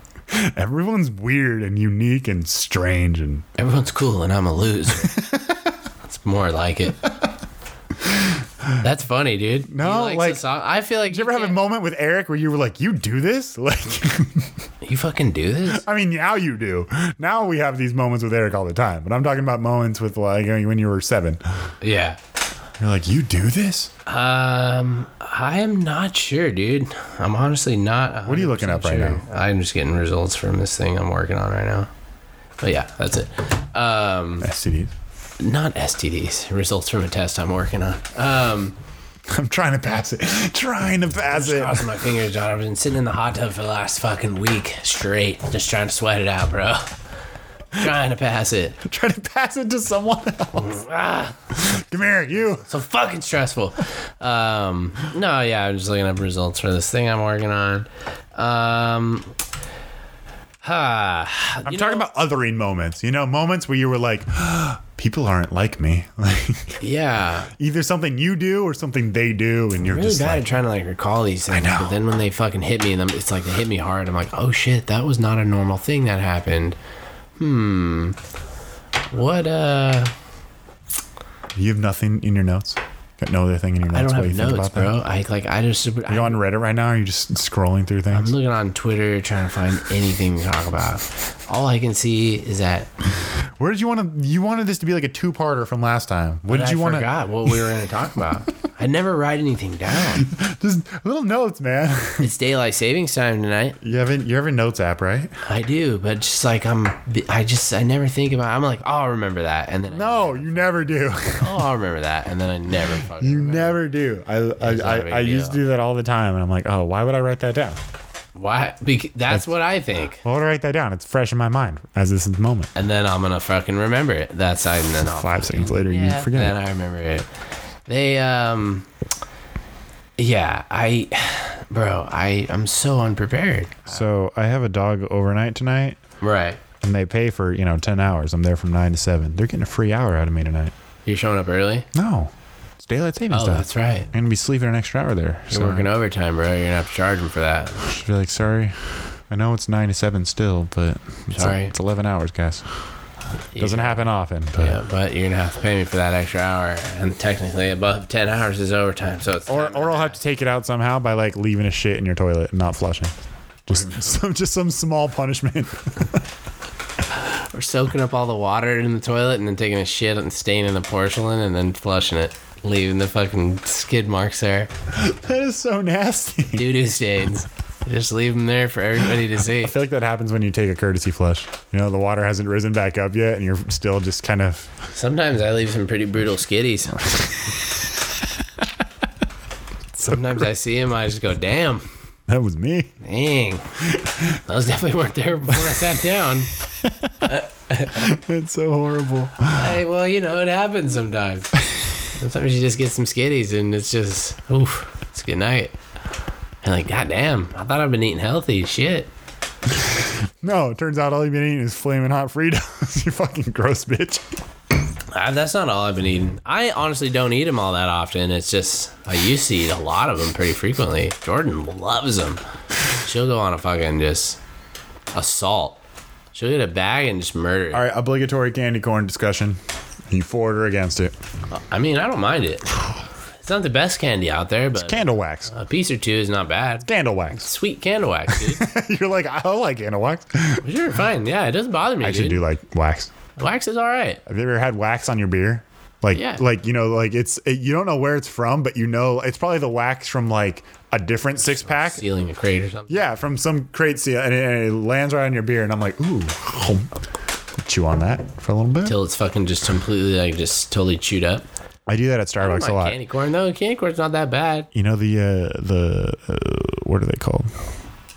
Everyone's weird and unique and strange and Everyone's cool and I'm a loser. That's more like it. That's funny, dude. No, He likes like- the song. I feel like Did you ever have a can't- moment with Eric where you were like, "You do this"? Like, you fucking do this. I mean, now you do. Now we have these moments with Eric all the time. But I'm talking about moments with like when you were seven. Yeah. You're like, "You do this?" Um, I am not sure, dude. I'm honestly not. What are you looking 100% up right sure. I'm just getting results from this thing I'm working on right now. But yeah, that's it. Um, STDs. not STDs. Results from a test I'm working on. Um, I'm trying to pass it. Trying to pass it. crossing my fingers, John. I've been sitting in the hot tub for the last fucking week straight, just trying to sweat it out, bro. trying to pass it. trying to pass it to someone else. Ah. Come here, you. so fucking stressful. Um, no, yeah, I'm just looking up results for this thing I'm working on. Um, ah, I'm talking about othering moments. You know, moments where you were like, "People aren't like me." Like yeah, either something you do or something they do, and you're really just bad like, at trying to like recall these things. know. But then when they fucking hit me, them it's like they hit me hard. I'm like, oh shit, that was not a normal thing that happened. Hmm, what? Uh, "You have nothing in your notes." Got no other thing in your notes. I don't What do have you think notes, about that? bro. I like I just super. You're on Reddit right now. Or you're just scrolling through I'm things. looking on Twitter trying to find anything to talk about. All I can see is that Where did you want to? You wanted this to be like a two-parter from last time. What did I you want to? forgot what we were going to talk about. I never write anything down. Just little notes, man. It's daylight savings time tonight. you haven't. You have a notes app, right? I do, but just like I'm, I just I never think about. I'm like, oh, I'll remember that, and then No, you never do. I, oh, I'll remember that, and then I never fucking. You remember. never do. I I, I, not a big I used deal. to do that all the time, and I'm like, oh, why would I write that down? Why? Because that's what I think, Why would I write that down? It's fresh in my mind as this moment. and then I'm gonna fucking remember it. That's I. And then I'll Five seconds later, you forget. Then it. I remember it. They um yeah, I bro, I I'm so unprepared. so I have a dog overnight tonight, Right. and they pay for you know ten hours. I'm there from nine to seven. They're getting a free hour out of me tonight. You're showing up early? No, it's daylight savings Oh, time. that's right. I'm gonna be sleeping an extra hour there. You're so working overtime, bro. You're gonna have to charge them for that. I should be like, sorry. I know it's nine to seven still, but it's, Sorry. it's eleven hours, guys. You- Doesn't happen often, but Yeah, but you're gonna have to pay me for that extra hour, and technically above ten hours is overtime, so it's or or I'll have to take it out somehow by like leaving a shit in your toilet and not flushing. Just some just some small punishment. or soaking up all the water in the toilet and then taking a shit and staining the porcelain and then flushing it, leaving the fucking skid marks there. that is so nasty. Doo doo stains. Just leave them there for everybody to see. I feel like that happens when you take a courtesy flush. You know, the water hasn't risen back up yet, and you're still just kind of. Sometimes I leave some pretty brutal skitties. Sometimes I see him, I just go, damn, That was me. dang. Those definitely weren't there before I sat down. It's so horrible. Hey, well, you know, it happens sometimes. Sometimes you just get some skitties and it's just, oof, it's good night. And like, god damn, I thought I've been eating healthy. Shit. No, it turns out all you've been eating is flaming hot Fritos. you fucking gross bitch. Uh, that's not all I've been eating. I honestly don't eat them all that often. It's just I used to eat a lot of them pretty frequently. Jordan loves them. She'll go on a fucking just assault. She'll get a bag and just murder. it. All right, obligatory candy corn discussion. You for it or against it? I mean, I don't mind it. It's not the best candy out there, but Candle wax. a piece or two is not bad. Candle wax. Sweet candle wax, dude. You're like, I don't like candle wax. I sure, fine. Yeah, it doesn't bother me, actually dude. do like wax. Wax is all right. Have you ever had wax on your beer? Like, Yeah. like you know, like it's it, you don't know where it's from, but you know it's probably the wax from like a different six pack. Stealing a crate or something. Yeah, from some crate seal, and it, and it lands right on your beer, and I'm like, ooh, chew on that for a little bit. Till it's fucking just completely like just totally chewed up. I do that at I Starbucks a like lot. candy corn though. Candy corn's not that bad. You know the uh, the uh, what are they called?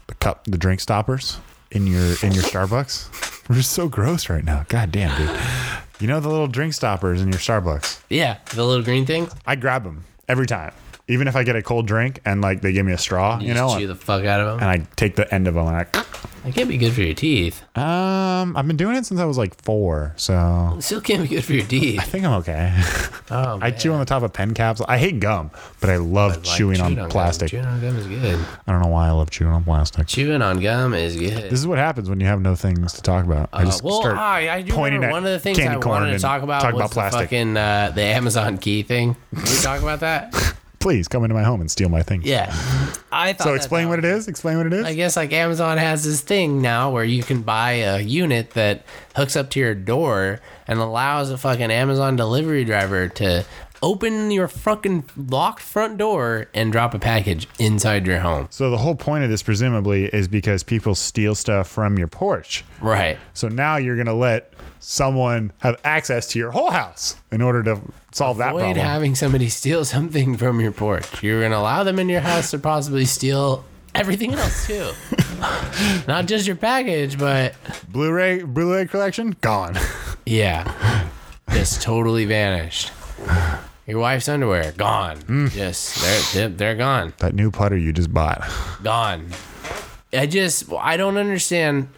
The cup, the drink stoppers in your in your Starbucks. We're just so gross right now. God damn, dude. You know the little drink stoppers in your Starbucks. Yeah, the little green thing. I grab them every time, even if I get a cold drink and like they give me a straw, you, You, know, just chew and, the fuck out of them. I take the end of them and I It can't be good for your teeth. Um, I've been doing it since I was like four, so It still can't be good for your I teeth. think I'm okay. Oh, I man. chew on the top of pen caps. I hate gum, but I love Like, chewing on gum. plastic. Chewing on gum is good. I don't know why I love chewing on plastic. Chewing on gum is good. This is what happens when you have no things to talk about. I Uh, just well, start I, I do pointing remember at one of the things candy I corn wanted to and talk about talk was about the plastic. fucking uh, the Amazon key thing. Did we talk about that? Please come into my home and steal my things. Yeah, I thought. So that explain that what it is. Explain what it is. I guess like Amazon has this thing now where you can buy a unit that hooks up to your door and allows a fucking Amazon delivery driver to open your fucking locked front door and drop a package inside your home. so the whole point of this presumably is because people steal stuff from your porch. Right. So now you're going to let someone have access to your whole house in order to solve that Avoid problem. having somebody steal something from your porch. You're gonna allow them in your house to possibly steal everything else too. Not just your package, but Blu-ray Blu-ray collection gone. yeah, just totally vanished. Your wife's underwear gone. Just they're, they're they're gone, that new putter you just bought. gone. I just I don't understand.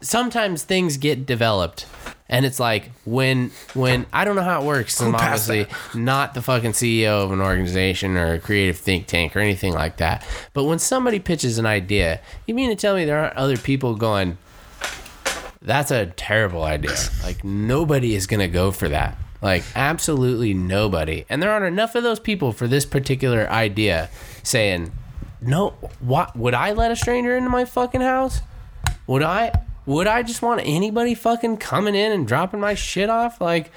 Sometimes things get developed. And it's like when when I don't know how it works. I'm passed obviously not the fucking CEO of an organization or a creative think tank or anything like that. But when somebody pitches an idea, you mean to tell me there aren't other people going, "That's a terrible idea." Like nobody is gonna go for that. Like absolutely nobody. And there aren't enough of those people for this particular idea saying, "No, what would I let a stranger into my fucking house?" Would I? Would I just want anybody fucking coming in and dropping my shit off, like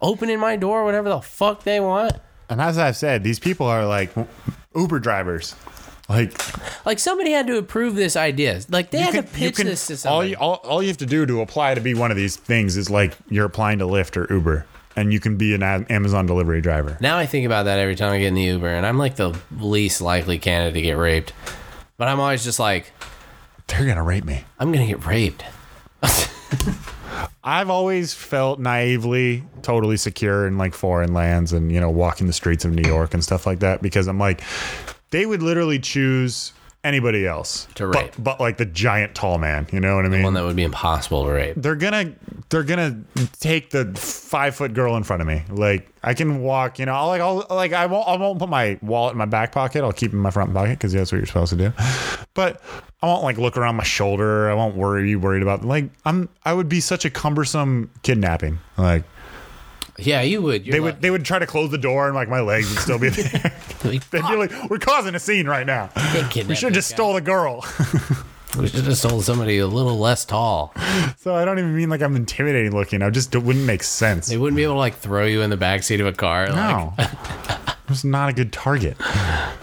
opening my door, whatever the fuck they want? And as I've said, these people are like Uber drivers. Like Like somebody had to approve this idea. Like they had to pitch this to all somebody. you all, all you have to do to apply to be one of these things is like you're applying to Lyft or Uber, and you can be an Am- Amazon delivery driver. now I think about that every time I get in the Uber, and I'm like the least likely candidate to get raped. But I'm always just like, They're gonna rape me. I'm gonna get raped. I've always felt naively totally secure in like foreign lands and you know walking the streets of New York and stuff like that because I'm like they would literally choose anybody else To but- rape. but, like the giant tall man. You know what I mean? One that would be impossible to rape. they're gonna they're gonna take the five foot girl in front of me. Like I can walk, you know. I'll, like I'll like I won't I won't put my wallet in my back pocket. I'll keep it in my front pocket because that's what you're supposed to do. But I won't like look around my shoulder. I won't worry you worried about like I'm I would be such a cumbersome kidnapping. Like Yeah, you would. You're they would they would try to close the door and like my legs would still be there. Like, They'd be like, we're causing a scene right now. We should have just stole the girl. We should have sold somebody a little less tall. so I don't even mean like I'm intimidating looking. I just it wouldn't make sense. They wouldn't be able to like throw you in the backseat of a car. Like, No. I'm just not a good target.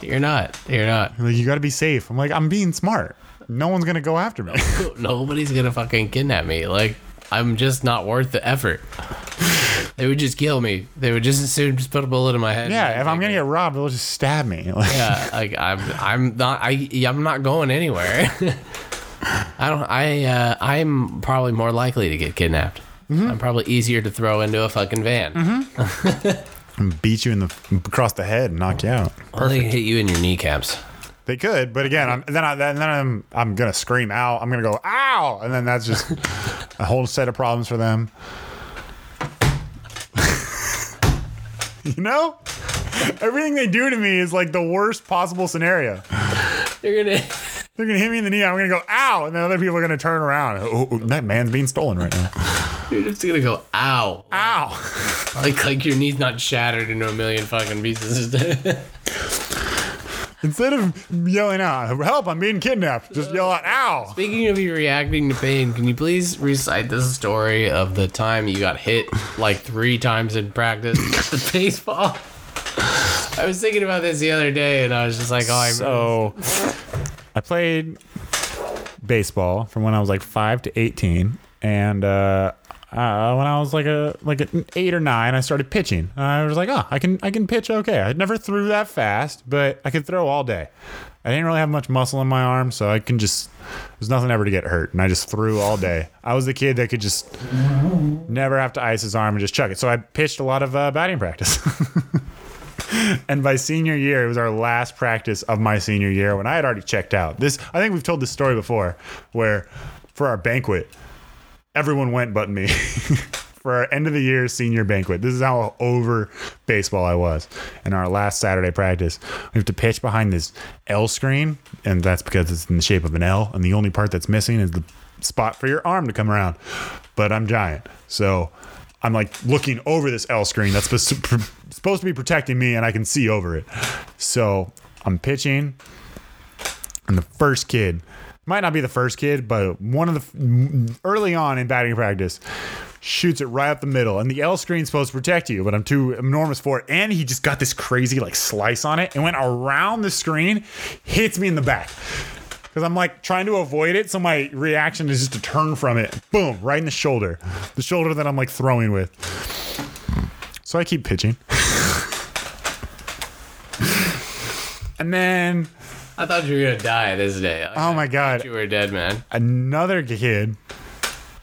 you're not. You're not. Like you got to be safe. I'm like I'm being smart. No one's gonna go after me. nobody's gonna fucking kidnap me. Like, I'm just not worth the effort. They would just kill me. They would just as soon just put a bullet in my head. yeah, if I'm gonna get robbed, they'll just stab me. Like, yeah, like I'm, I'm not, I, I'm not going anywhere. I don't, I, uh, I'm probably more likely to get kidnapped. I'm probably easier to throw into a fucking van. Beat you in the across the head and knock you out. Or they hit you in your kneecaps. They could, but again, I'm, then I, then I'm I'm gonna scream out. I'm gonna go ow, and then that's just a whole set of problems for them. you know, everything they do to me is like the worst possible scenario. They're gonna, They're gonna hit me in the knee. I'm gonna go ow, and then other people are gonna turn around. Oh, oh, that man's being stolen right now. you're just gonna go, ow. Ow! Like, like your knee's not shattered into a million fucking pieces. Instead of yelling out, "Help! I'm being kidnapped!" Just yell out, "Ow!" Speaking of you reacting to pain, can you please recite this story of the time you got hit like three times in practice with the baseball? I was thinking about this the other day, and I was just like, "Oh, I So, I played baseball from when I was like five to eighteen, and uh, uh, when I was like a like an eight or nine, I started pitching. And I was like, "Oh, I can I can pitch okay." I never threw that fast, but I could throw all day. I didn't really have much muscle in my arm, so I can just there's nothing ever to get hurt, and I just threw all day. I was the kid that could just never have to ice his arm and just chuck it. So I pitched a lot of uh, batting practice. And by senior year, it was our last practice of my senior year when I had already checked out. This I think we've told this story before, where for our banquet, everyone went but me. for our end of the year senior banquet. This is how over baseball I was. In our last Saturday practice, we have to pitch behind this L screen, and that's because it's in the shape of an L, and the only part that's missing is the spot for your arm to come around. But I'm giant, so I'm like looking over this L screen that's supposed supposed to be protecting me, and I can see over it. So I'm pitching, and the first kid. Might not be the first kid, but one of the early on in batting practice, shoots it right up the middle, and the L screen's supposed to protect you, but I'm too enormous for it. And he just got this crazy like slice on it and went around the screen, hits me in the back. Because I'm like trying to avoid it, so my reaction is just to turn from it. Boom, right in the shoulder. The shoulder that I'm like throwing with. So I keep pitching. and then I thought you were gonna die this day. Oh my god. You were a dead man. another kid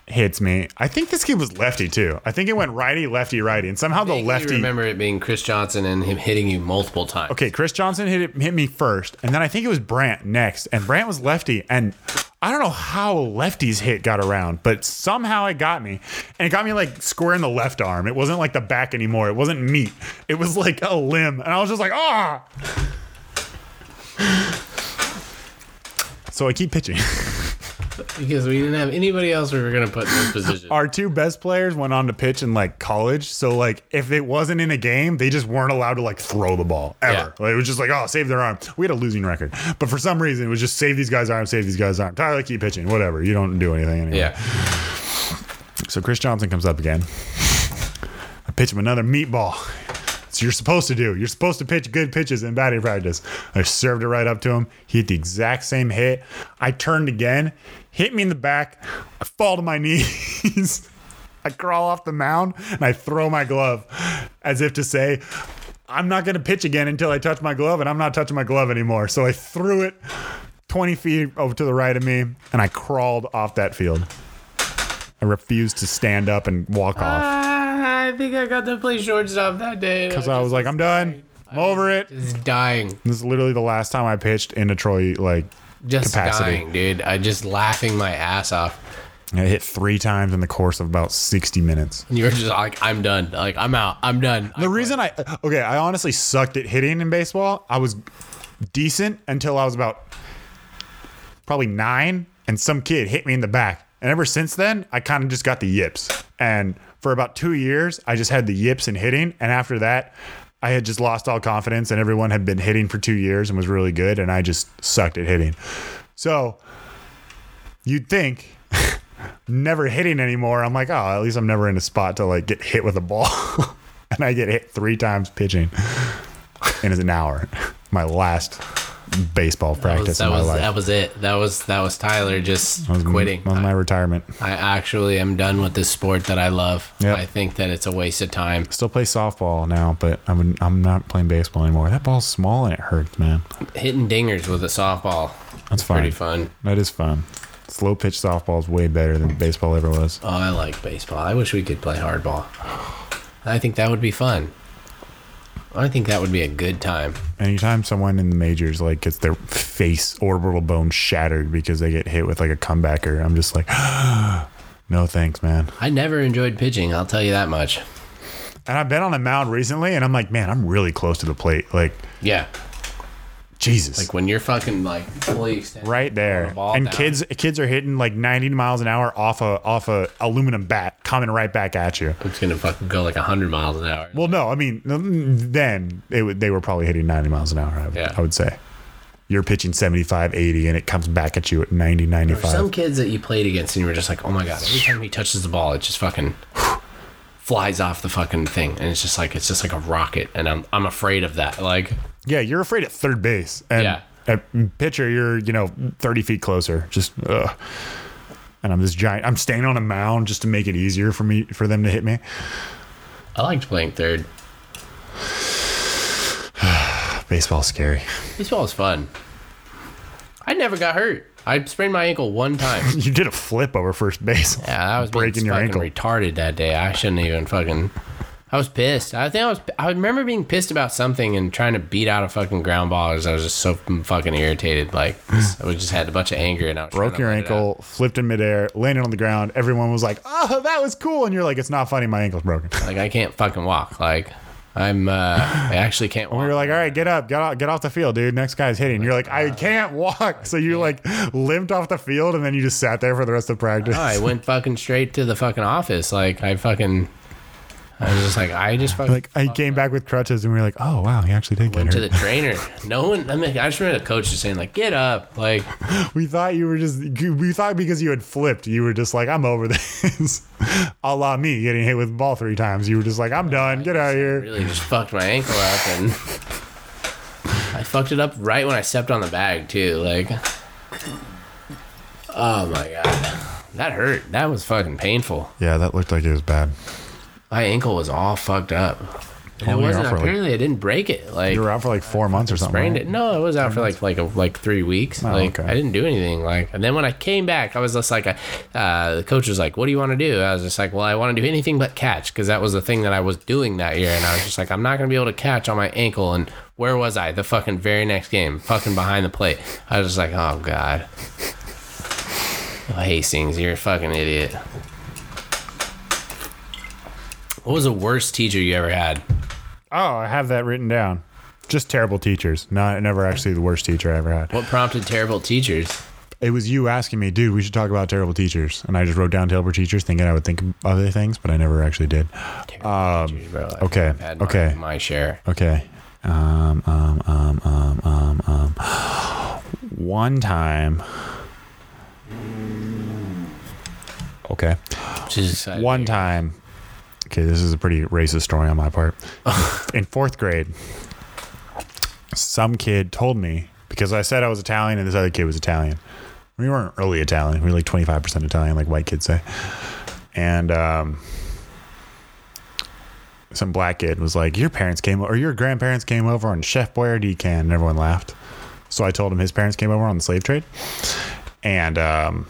hits me. I think this kid was lefty too. I think it went righty, lefty, righty, and somehow the I lefty. remember it being Chris Johnson and him hitting you multiple times. Okay, Chris Johnson hit it, hit me first, and then I think it was Brant next, and Brant was lefty, and I don't know how a lefty's hit got around, but somehow it got me, and it got me like square in the left arm. It wasn't like the back anymore. It wasn't meat. It was like a limb, and I was just like, ah. So I keep pitching. Because we didn't have anybody else we were gonna put in this position. our two best players went on to pitch in like college. So like if it wasn't in a game, they just weren't allowed to like throw the ball ever. Like, it was just like, oh, save their arm. We had a losing record. But for some reason it was just save these guys' arm, save these guys' arm. Tyler, keep pitching, whatever. You don't do anything anyway. yeah. So Chris Johnson comes up again. I pitch him another meatball. So you're supposed to do. You're supposed to pitch good pitches in batting practice. I served it right up to him. He hit the exact same hit. I turned again, hit me in the back. I fall to my knees. I crawl off the mound and I throw my glove as if to say, I'm not going to pitch again until I touch my glove, and I'm not touching my glove anymore. So I threw it 20 feet over to the right of me and I crawled off that field. I refused to stand up and walk off. Ah, I think I got to play shortstop that day. Because Uh, I was like, I'm done. I'm over it. just dying, This is literally the last time I pitched in Detroit. Like, just Capacity. dying, dude. I just laughing my ass off. I hit three times in the course of about 60 minutes. And you were just like, I'm done. Like I'm out. I'm done. The reason I, okay, I honestly sucked at hitting in baseball. I was decent until I was about probably nine, and some kid hit me in the back. And ever since then, I kind of just got the yips. And for about two years, I just had the yips in hitting. And after that, I had just lost all confidence, and everyone had been hitting for two years and was really good. And I just sucked at hitting. So you'd think never hitting anymore. I'm like, oh, at least I'm never in a spot to like get hit with a ball. and I get hit three times pitching in an hour. My last baseball that practice was, that in my was life. that was it. That was that was Tyler just That was m- quitting. that was my retirement. I actually am done with this sport that I love. Yep. I think that it's a waste of time. Still play softball now, but I'm I'm not playing baseball anymore. That ball's small and it hurts, man. Hitting dingers with a softball, That's fun. pretty fun. That is fun. Slow pitch softball is way better than baseball ever was. Oh, I like baseball. I wish we could play hardball. I think that would be fun. I think that would be a good time. Anytime someone in the majors like gets their face orbital bone shattered because they get hit with like a comebacker, I'm just like, no thanks, man. I never enjoyed pitching. I'll tell you that much. And I've been on a mound recently, and I'm like, man, I'm really close to the plate. Like, Yeah, Jesus, like when you're fucking like fully extended. right Throw there. the ball and down. kids kids are hitting like 90 miles an hour off a off a aluminum bat coming right back at you. It's gonna fucking go like hundred miles an hour. Well, no, I mean then they would they were probably hitting 90 miles an hour. I would, Yeah. I would say. You're pitching 75, 80, and it comes back at you at 90, 95. Some kids that you played against and you were just like, oh my god, every time he touches the ball, it just fucking flies off the fucking thing, and it's just like it's just like a rocket, and I'm I'm afraid of that. Like, yeah, you're afraid at third base, and Yeah. at pitcher, you're you know 30 feet closer. Just, ugh. and I'm this giant. I'm staying on a mound just to make it easier for me for them to hit me. I liked playing third. Baseball's scary. Baseball was fun. I never got hurt. I sprained my ankle one time. You did a flip over first base. Yeah, I was Breaking being your fucking ankle. retarded that day. I shouldn't even fucking. I was pissed. I think I was. I remember being pissed about something and trying to beat out a fucking ground ball. As I was just so fucking irritated. Like I was just had a bunch of anger and I was Hmm. Broke trying to your let it out. ankle, flipped in midair, landed on the ground. Everyone was like, "Oh, that was cool," and you're like, "It's not funny. My ankle's broken." Like I can't fucking walk. Like I'm. uh I actually can't walk. We were like, "All right, get up, get off, get off the field, dude. Next guy's hitting." You're like, "I can't walk," so you like limped off the field, and then you just sat there for the rest of practice. No, I went fucking straight to the fucking office. Like I fucking. I was just like, I just fucking Like I came back with crutches, and we were like, "Oh wow, he actually did get went to the hurt." trainer. No one. I mean, I just remember the coach just saying like, "Get up!" Like we thought you were just, we thought because you had flipped, you were just like, "I'm over this." a la me getting hit with the ball three times. You were just like, "I'm done. Get out of here." really just fucked my ankle up, and I fucked it up right when I stepped on the bag too. Like, oh my god, that hurt. That was fucking painful. Yeah, that looked like it was bad. My ankle was all fucked up. And Oh, it you're wasn't. out for, like- Apparently, I didn't break it. Like You were out for like four months or something. sprained right? it. No, I was out for like like a, like three weeks. Oh, like okay. I didn't do anything. Like, and then when I came back, I was just like, I, uh, the coach was like, "What do you want to do?" I was just like, "Well, I want to do anything but catch," because that was the thing that I was doing that year, and I was just like, "I'm not gonna be able to catch on my ankle." And where was I? The fucking very next game, fucking behind the plate. I was just like, "Oh god." Oh, Hastings, you're a fucking idiot. What was the worst teacher you ever had? Oh, I have that written down. Just terrible teachers. Not never actually the worst teacher I ever had. What prompted terrible teachers? It was you asking me, dude, we should talk about terrible teachers, and I just wrote down terrible teachers, thinking I would think of other things, but I never actually did. Terrible teachers, bro. I've- Um, okay, I've had my- okay. My share. Okay. Um, um, um, um, um, um. One time. Okay. Just, I- One time. Okay, this is a pretty racist story on my part. In fourth grade, some kid told me because I said I was Italian and this other kid was Italian. We weren't really Italian. We were like 25% Italian, like white kids say. And um, some black kid was like, Your parents came or your grandparents came over on Chef Boyardee can. And everyone laughed. So I told him his parents came over on the slave trade. And um,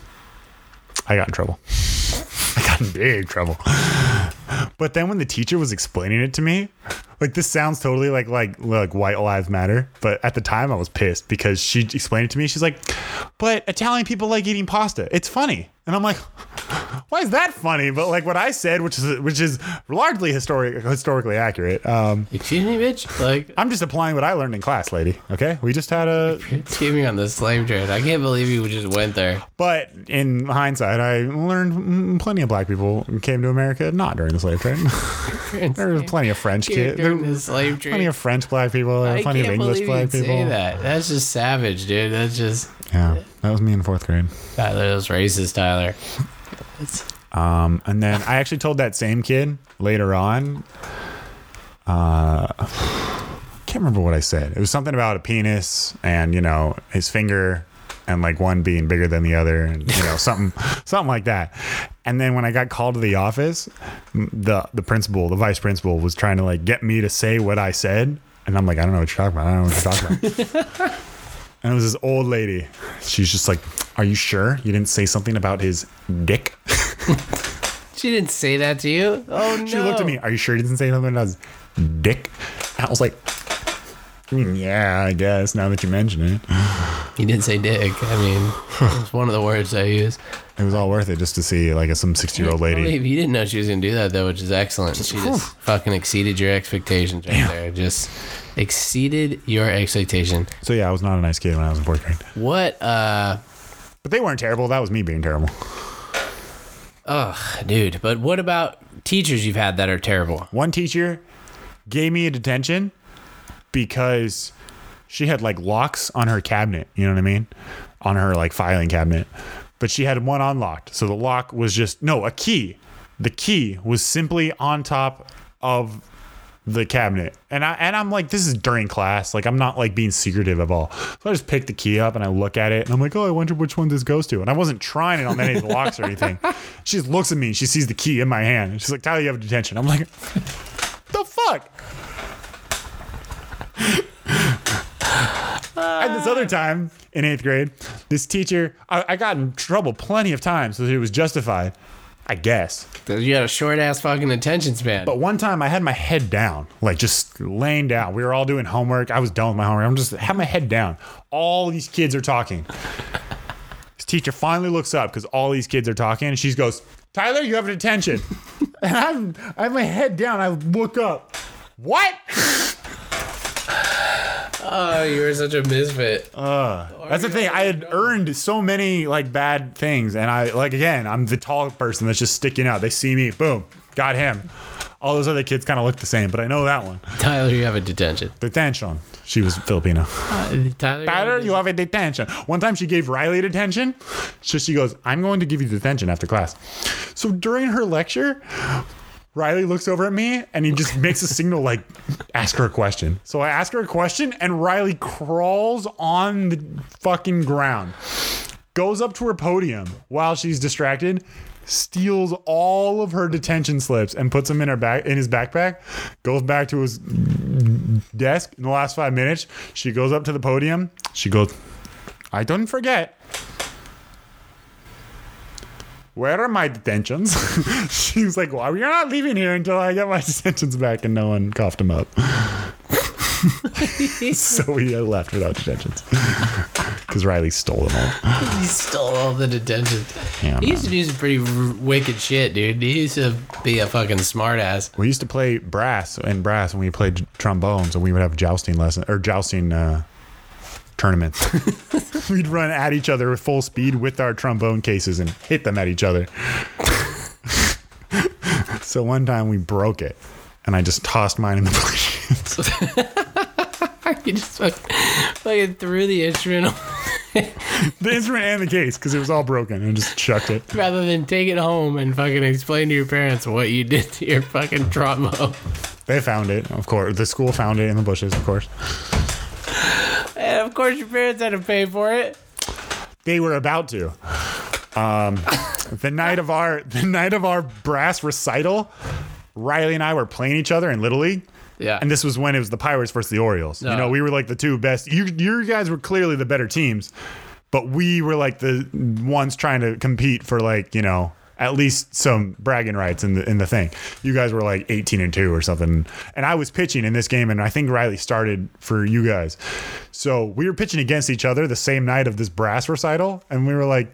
I got in trouble. I got in big trouble. But then when the teacher was explaining it to me, like this sounds totally like like like white lives matter, but at the time I was pissed because she explained it to me. She's like, "But Italian people like eating pasta. It's funny." And I'm like, "Why is that funny?" But like what I said, which is which is largely historic historically accurate. Um, Excuse me, bitch. Like, I'm just applying what I learned in class, lady. Okay, we just had a excuse me on the slave trade. I can't believe you just went there. But in hindsight, I learned mm, plenty of black people came to America not during the slave trade. there was plenty of French kids. There During were the slave trade. plenty of French black people. There were I plenty of can't English believe black you'd say people. that. That's just savage, dude. That's just Yeah, that was me in fourth grade. Tyler. That was racist, Tyler. It's, Um, and then I actually told that same kid later on. Uh, can't remember what I said. It was something about a penis and you know his finger, and like one being bigger than the other, and you know something, something like that. And then when I got called to the office, m- the the principal, the vice principal, was trying to like get me to say what I said, and I'm like, I don't know what you're talking about. I don't know what you're talking about. And it was this old lady. She's just like, Are you sure you didn't say something about his dick? she didn't say that to you. Oh no. She looked at me. Are you sure he didn't say nothing about his dick? And I was like, I mean, yeah, I guess. Now that you mention it, He didn't say dick. I mean, it's one of the words I use. it was all worth it just to see like a, some sixty-year-old lady. Believe you didn't know she was gonna do that though, which is excellent. She just fucking exceeded your expectations right there. Just exceeded your expectation. So yeah, I was not a nice kid when I was in fourth grade. What uh But they weren't terrible. That was me being terrible. dude, but what about teachers you've had that are terrible? One teacher gave me a detention because she had like locks on her cabinet. You know what I mean? On her like filing cabinet. But she had one unlocked. So the lock was just, no, a key. The key was simply on top of the cabinet. And I and I'm like, this is during class. Like I'm not like being secretive at all. So I just pick the key up and I look at it and I'm like, oh, I wonder which one this goes to. And I wasn't trying it on any of the locks or anything. She just looks at me. She sees the key in my hand. and She's like, Tyler, you have detention. I'm like, the fuck. At this other time in eighth grade, this teacher, I, I got in trouble plenty of times, so it was justified. I guess. You got a short ass fucking attention span. But one time I had my head down, like just laying down. We were all doing homework. I was done with my homework. I'm just had my head down. All these kids are talking. This teacher finally looks up because all these kids are talking, and she goes, "Tyler, you have an attention." and I'm, I have my head down. I look up. What? Oh, you were such a misfit. That's the thing. I had earned so many like bad things, and I like again, I'm the tall person that's just sticking out. They see me, boom, got him. All those other kids kind of look the same, but I know that one. Tyler, you have a detention. Detention. She was Filipino. Tyler, Tyler, you have a detention. One time she gave Riley detention. So she goes, I'm going to give you detention after class. So during her lecture, Riley looks over at me and he just makes a signal like, ask her a question. So I ask her a question and Riley crawls on the fucking ground, goes up to her podium while she's distracted, steals all of her detention slips and puts them in her back in his backpack, goes back to his desk in the last five minutes. She goes up to the podium. She goes, I don't forget. Where are my detentions? she was like, Well, you're not leaving here until I get my detentions back. And no one coughed him up. so we left without detentions. Because Riley stole them all. He stole all the detention. Yeah, he used to do some pretty r- wicked shit, dude. He used to be a fucking smartass. We used to play brass and brass when we played trombones, and we would have jousting lessons or jousting uh, tournaments. We'd run at each other with full speed with our trombone cases and hit them at each other. so one time we broke it, and I just tossed mine in the bush. He just fucking, fucking threw the instrument the instrument and the case because it was all broken, and just chucked it. rather than take it home and fucking explain to your parents what you did to your fucking trauma. They found it, of course. The school found it in the bushes, of course. And of course, your parents had to pay for it. They were about to. Um, the night of our the night of our brass recital, Riley and I were playing each other in Little League. Yeah. And this was when it was the Pirates versus the Orioles. You Yeah. know, we were like the two best. You you guys were clearly the better teams, but we were like the ones trying to compete for like you know at least some bragging rights in the in the thing. You guys were like eighteen and two or something, and I was pitching in this game, and I think Riley started for you guys. So we were pitching against each other the same night of this brass recital, and we were like,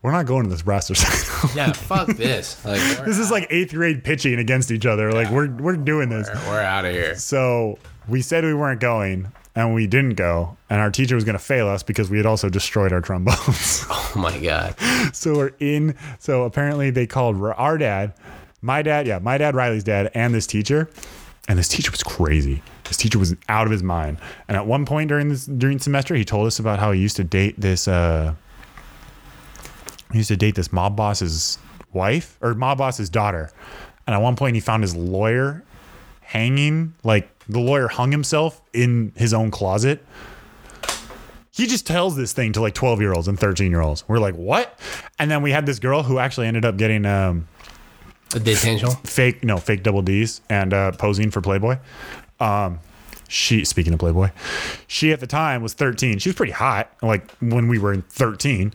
we're not going to this brass recital yeah, fuck this. Like, we're, this is like eighth grade pitching against each other. Like we're we're doing this. we're out of here. So we said we weren't going, and we didn't go, and our teacher was going to fail us because we had also destroyed our trombones. Oh my god. so we're in. So apparently they called r- our dad, my dad, yeah, my dad, Riley's dad, and this teacher, and this teacher was crazy. This teacher was out of his mind. And at one point during this during semester, he told us about how he used to date this. uh he used to date this mob boss's wife or mob boss's daughter. And at one point, he found his lawyer hanging, like the lawyer hung himself in his own closet. He just tells this thing to like 12 year olds and 13 year olds. We're like, what? And then we had this girl who actually ended up getting um, The detention. fake, no, fake double D's and uh, posing for Playboy. Um, she, speaking of Playboy, she at the time was 13. She was pretty hot, like when we were in 13.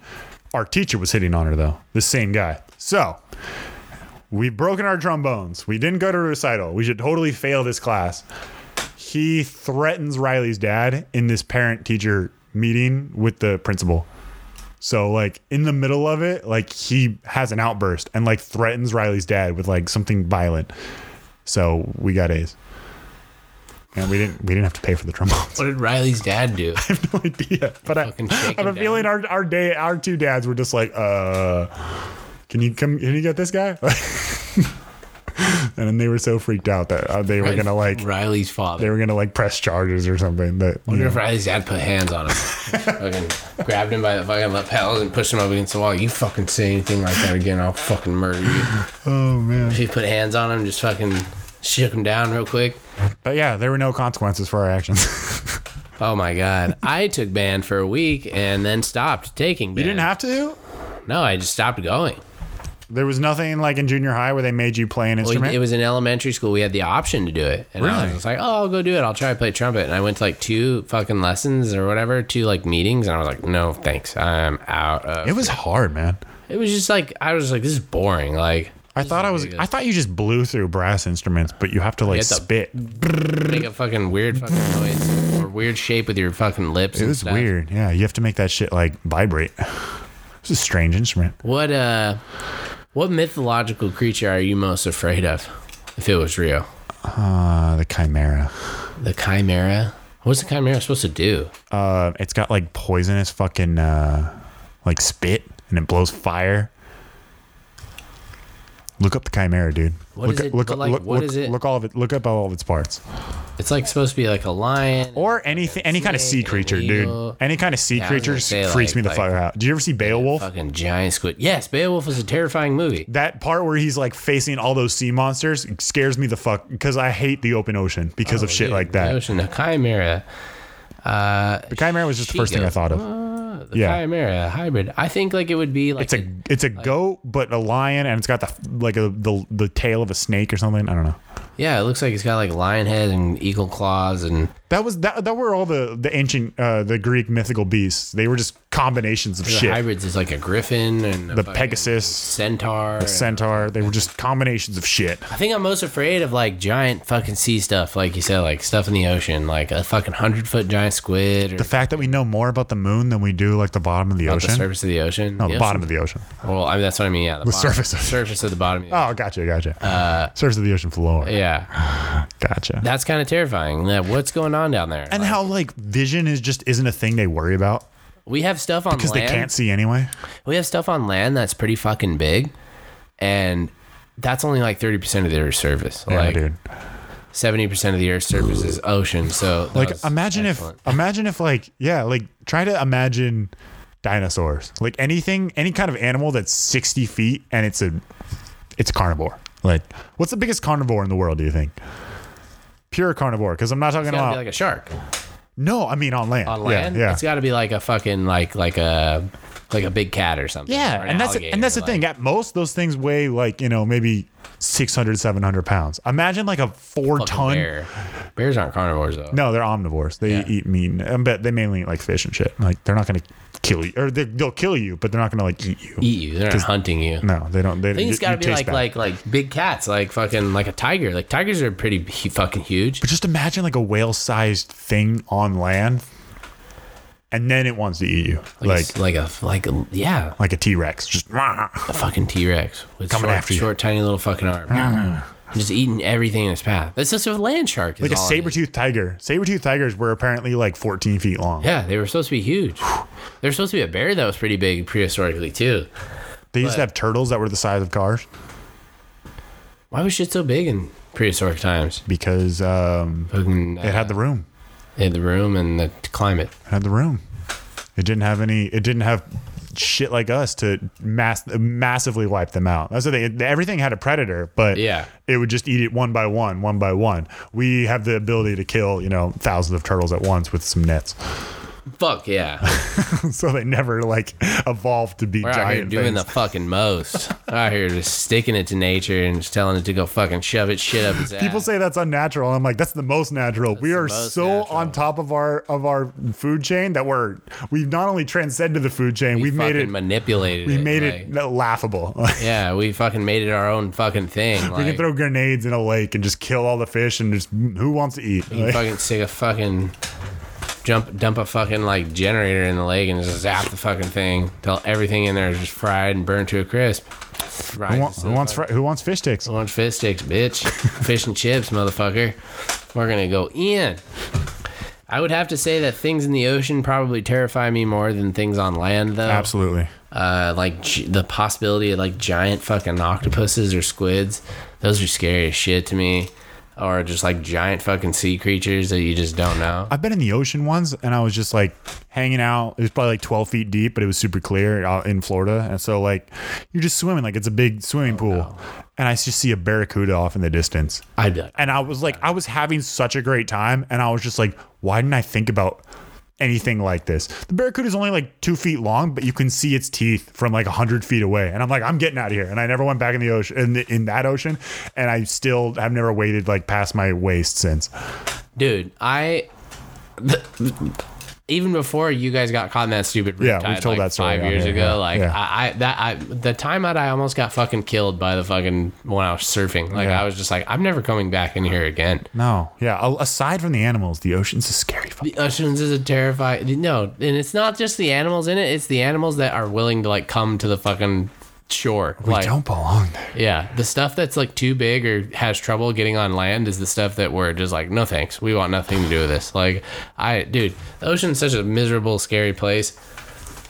Our teacher was hitting on her though, the same guy. So we've broken our trombones. We didn't go to recital. We should totally fail this class. He threatens Riley's dad in this parent teacher meeting with the principal. So like in the middle of it, like he has an outburst and like threatens Riley's dad with like something violent. So we got A's. And we didn't we didn't have to pay for the trombones. What did Riley's dad do? no idea. But I, Fucking I shake have a him feeling our our day our two dads were just like, uh can you come can you get this guy? and then they were so freaked out that uh, they were gonna like Riley's they father. were gonna like press charges or something. But I wonder if Riley's dad put hands on him. fucking grabbed him by the fucking lapels and pushed him up against the wall. You fucking say anything like that again, I'll fucking murder you. oh man. She put hands on him, just fucking shook him down real quick. But yeah, there were no consequences for our actions. Oh my god. I took band for a week and then stopped taking band. you didn't have to? No, I just stopped going. There was nothing like in junior high where they made you play an Well, instrument. it was in elementary school. We had the option to do it, and I was Really? just like, "Oh, I'll go do it. I'll try to play trumpet." And I went to like two fucking lessons or whatever, two like meetings, and I was like, "No, thanks. I'm out." Of It was hard, man. It was just like I was like, this is boring. Like I thought I was. I thought you just blew through brass instruments, but you have to like have to- spit. make a fucking weird fucking noise or weird shape with your fucking lips. It and was stuff. weird. Yeah, you have to make that shit like vibrate. It's a strange instrument. What uh, what mythological creature are you most afraid of? If it was real, Uh, the chimera. the chimera. What's the chimera supposed to do? Uh, it's got like poisonous fucking uh, like spit, and it blows fire. Look up the chimera, dude. What look, is it- Look, but, like, look, what look, is it? look all of it. Look up all of its parts, It's like supposed to be like a lion. or anything, any kind of sea Snake, an creature, eagle. dude. Any kind of sea Yeah, I was creature gonna say, freaks like- me the like- fuck out. Do you ever see Beowulf? Fucking giant squid. Yes, Beowulf was a terrifying movie. that part where he's like facing all those sea monsters scares me the fuck because I hate the open ocean because of shit Oh, Dude, like The that. ocean, the chimera. Uh, The chimera was just the first thing I Chico. thought of. uh, the Yeah. chimera hybrid. I think like it would be like It's a it's a goat, but a lion, and it's got the like a, the the tail of a snake or something. I don't know. yeah. It looks like it's got like lion head and eagle claws and That was that that were all the the ancient uh, the Greek mythical beasts. They were just combinations of the shit. hybrids is like a griffin and a the fucking Pegasus, centaur. and- centaur. They were just combinations of shit. I think I'm most afraid of like giant fucking sea stuff, like you said, like stuff in the ocean, like a fucking hundred foot giant squid or The fact that we know more about the moon than we do like the bottom of the about the ocean. surface of the ocean. no, the bottom of the ocean. Well, I mean, that's what I mean. Yeah, the, bottom- surface of- surface of the bottom. of the- Oh, gotcha, gotcha. surface of the ocean floor. Uh, Yeah. Gotcha. That's kind of terrifying. That what's going on down there? and Like, how like vision is just isn't a thing they worry about we have stuff on because land. they can't see anyway. We have stuff on land that's pretty fucking big, and that's only like thirty percent of the Earth's surface. Yeah, like dude. seventy percent of the Earth's surface is ocean. So that Like was imagine excellent. if imagine if like yeah, like try to imagine dinosaurs. Like anything any kind of animal that's 60 feet and it's a it's a carnivore. Like what's the biggest carnivore in the world, do you think? Pure carnivore, because I'm not talking it's gotta about be like a shark no, I mean on land. on land. Yeah. It's yeah. got to be like a fucking like like a like a big cat or something. Yeah, or an and that's alligator, and that's the like- thing. At most, those things weigh like you know maybe 600, 700 pounds. Imagine like a four Fucking ton bear. Bears aren't carnivores though. No, they're omnivores. They eat meat. I bet they mainly eat like fish and shit. Like they're not gonna kill you, or they, they'll kill you, but they're not gonna like eat you. Eat you. They're not hunting you. No, they don't. They, I think it's you- got to you be taste like bad. like like big cats, like fucking like a tiger. Like tigers are pretty hu- fucking huge. But just imagine like a whale-sized thing on land, and then it wants to eat you, like Like like a like a yeah, like a T-Rex. Just rah. a fucking T Rex with Coming short, after you. short, tiny little fucking arm, just eating everything in its path. That's just a land shark. is like a all it is. saber-toothed tiger. Saber-toothed tigers were apparently like 14 feet long. Yeah, they were supposed to be huge. They're supposed to be a bear that was pretty big prehistorically too. they used to have turtles that were the size of cars Why was shit so big in prehistoric times? because um, Fucking, it uh, had the room. they had the room and the climate. had the room. It didn't have any. It didn't have shit like us to mass massively wipe them out. That's the thing. Everything had a predator, but Yeah. it would just eat it one by one, one by one. We have the ability to kill you know thousands of turtles at once with some nets, Fuck yeah, so they never like evolved to be we're out here giant. doing things. the fucking most. out here just sticking it to nature and just telling it to go fucking shove its shit up its ass. People say that's unnatural. I'm like, that's the most natural. we are most so natural. on top of our of our food chain that we're we've not only transcended the food chain, we have made fucking it manipulated. we it, made like- it laughable. Yeah, we fucking made it our own fucking thing. Like, We can throw grenades in a lake and just kill all the fish and just who wants to eat? You Like, fucking stick a fucking jump dump a fucking like generator in the lake and just zap the fucking thing till everything in there is just fried and burned to a crisp. who, Right. wants, who wants fr- who wants fish sticks? want fish sticks, bitch? Fish and chips, motherfucker. We're gonna go in. I would have to say that things in the ocean probably terrify me more than things on land, though. Absolutely. Uh, like gi- the possibility of like giant fucking octopuses or squids, those are scary as shit to me. Or just like giant fucking sea creatures that you just don't know. I've been in the ocean once and I was just like hanging out. It was probably like 12 feet deep, but it was super clear out in Florida. And so, like, you're just swimming, like, it's a big swimming pool. And I just see a barracuda off in the distance. I'd be like, And I was like, I was having such a great time. And I was just like, why didn't I think about anything like this? The barracuda is only like two feet long, but you can see its teeth from like 100 feet away. And I'm like, I'm getting out of here. And I never went back in the ocean, in, the, in that ocean. And I still have never waded like past my waist since. dude, I. even before you guys got caught in that stupid Yeah, riptide, we've told like, that story five on years here, ago. yeah, Like yeah. I, I that I the time out I almost got fucking killed by the fucking when I was surfing. Like Yeah. I was just like, I'm never coming back in here again. No, yeah. a- Aside from the animals, the ocean's a scary. Fuck. The oceans is a terrifying no, and it's not just the animals in it. It's the animals that are willing to like come to the fucking shore. We like, don't belong there. yeah, the stuff that's like too big or has trouble getting on land is the stuff that we're just like, no thanks, we want nothing to do with this. Like, I, dude, the ocean's such a miserable, scary place.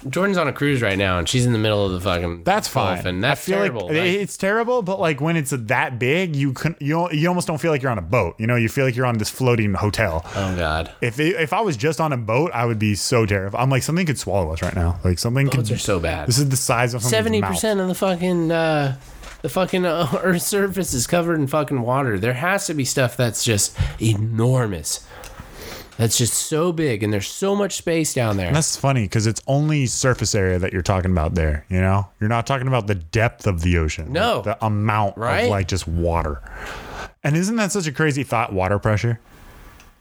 Jordan's on a cruise right now, and she's in the middle of the fucking. That's fine. dolphin. That's I feel terrible. Like, Like, it's terrible, but like when it's that big, you can you don't- you almost don't feel like you're on a boat. You know, you feel like you're on this floating hotel. oh god, If it, if I was just on a boat, I would be so terrified. I'm like something could swallow us right now. Like something could. boats are so bad. This is the size of Seventy seventy percent of the fucking uh, the fucking uh, Earth's surface is covered in fucking water. There has to be stuff that's just enormous. That's just so big, and there's so much space down there. That's funny because it's only surface area that you're talking about there. You know, you're not talking about the depth of the ocean. No. like, the amount Right? of like just water. And isn't that such a crazy thought? Water pressure.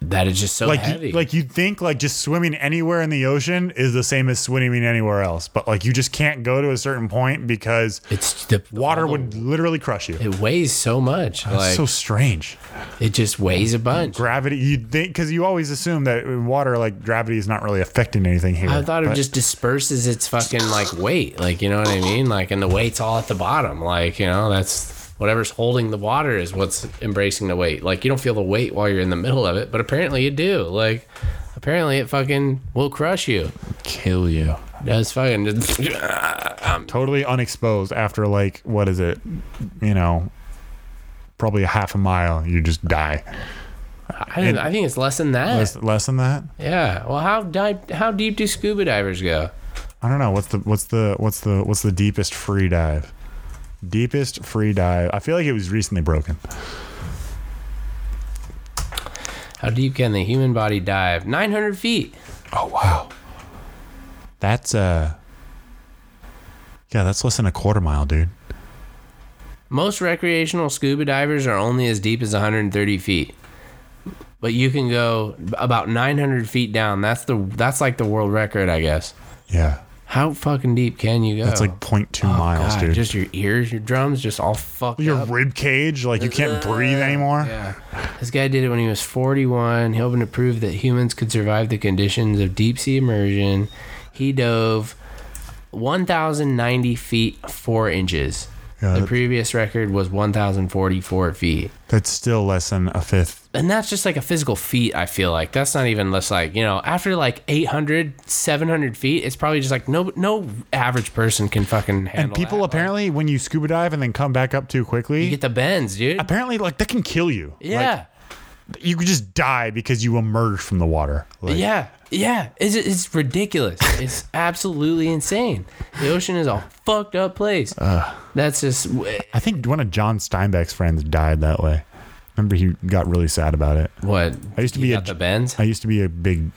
That is just so like heavy. You, like you'd think like just swimming anywhere in the ocean is the same as swimming anywhere else, but like you just can't go to a certain point because it's the water all the- would literally crush you. It weighs so much. It's Like so strange. it just weighs a bunch. Gravity, you'd think because you always assume that in water, like gravity, is not really affecting anything here. I thought it but just disperses its fucking like weight. Like you know what I mean? Like and the weight's all at the bottom. Like you know that's whatever's holding the water is what's embracing the weight. Like you don't feel the weight while you're in the middle of it, but apparently you do. Like apparently it fucking will crush you, kill you. That's fucking. totally unexposed after like what is it? You know, probably a half a mile. You just die. I, don't, I think it's less than that. Less, less than that. yeah. Well, how dive, how deep do scuba divers go? I don't know what's the what's the what's the what's the deepest free dive. Deepest free dive. I feel like it was recently broken. How deep can the human body dive? Nine hundred feet. Oh wow. That's uh Yeah, that's less than a quarter mile, dude. Most recreational scuba divers are only as deep as 130 feet, but you can go about 900 feet down. That's the that's like the world record, I guess. Yeah. How fucking deep can you go? That's like 0.2 miles, God, dude. Just your ears, your drums, just all fucked your up. rib cage, like you can't breathe anymore. Yeah. This guy did it when he was 41, hoping to prove that humans could survive the conditions of deep sea immersion. He dove 1,090 feet 4 inches. Yeah, the that- previous record was 1,044 feet. That's still less than a fifth. and that's just like a physical feat i feel like that's not even less like you know after like 800 700 feet it's probably just like no no average person can fucking handle And people that. apparently when you scuba dive and then come back up too quickly, you get the bends dude apparently like that can kill you. yeah Like, you could just die because you emerge from the water. Like, yeah yeah it's, it's ridiculous it's absolutely insane the ocean is a fucked up place that's just I think one of John Steinbeck's friends died that way. Remember he got really sad about it. what I used to You be a got the bends I used to be a big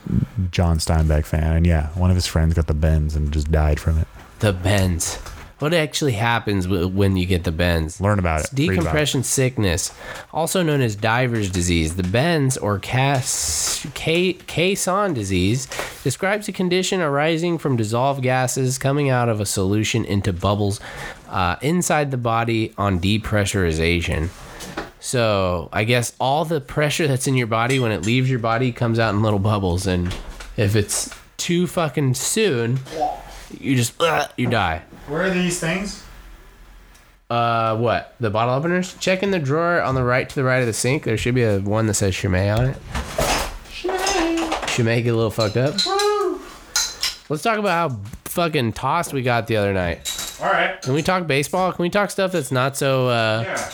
John Steinbeck fan, and yeah, one of his friends got the bends and just died from it. the bends what actually happens w- when you get the bends Learn about it. read about it. Decompression sickness, also known as diver's disease, the Benz or Cas- Ca- Caisson disease, describes a condition arising from dissolved gases coming out of a solution into bubbles uh, inside the body on depressurization. So I guess all the pressure that's in your body when it leaves your body comes out in little bubbles, and if it's too fucking soon, you just uh, you die. Where are these things? Uh, what? The bottle openers? Check in the drawer on the right to the right of the sink. There should be a one that says Chimay on it. Chimay get a little fucked up. Let's talk about how fucking tossed we got the other night. All right. Can we talk baseball? Can we talk stuff that's not so? Uh, Yeah.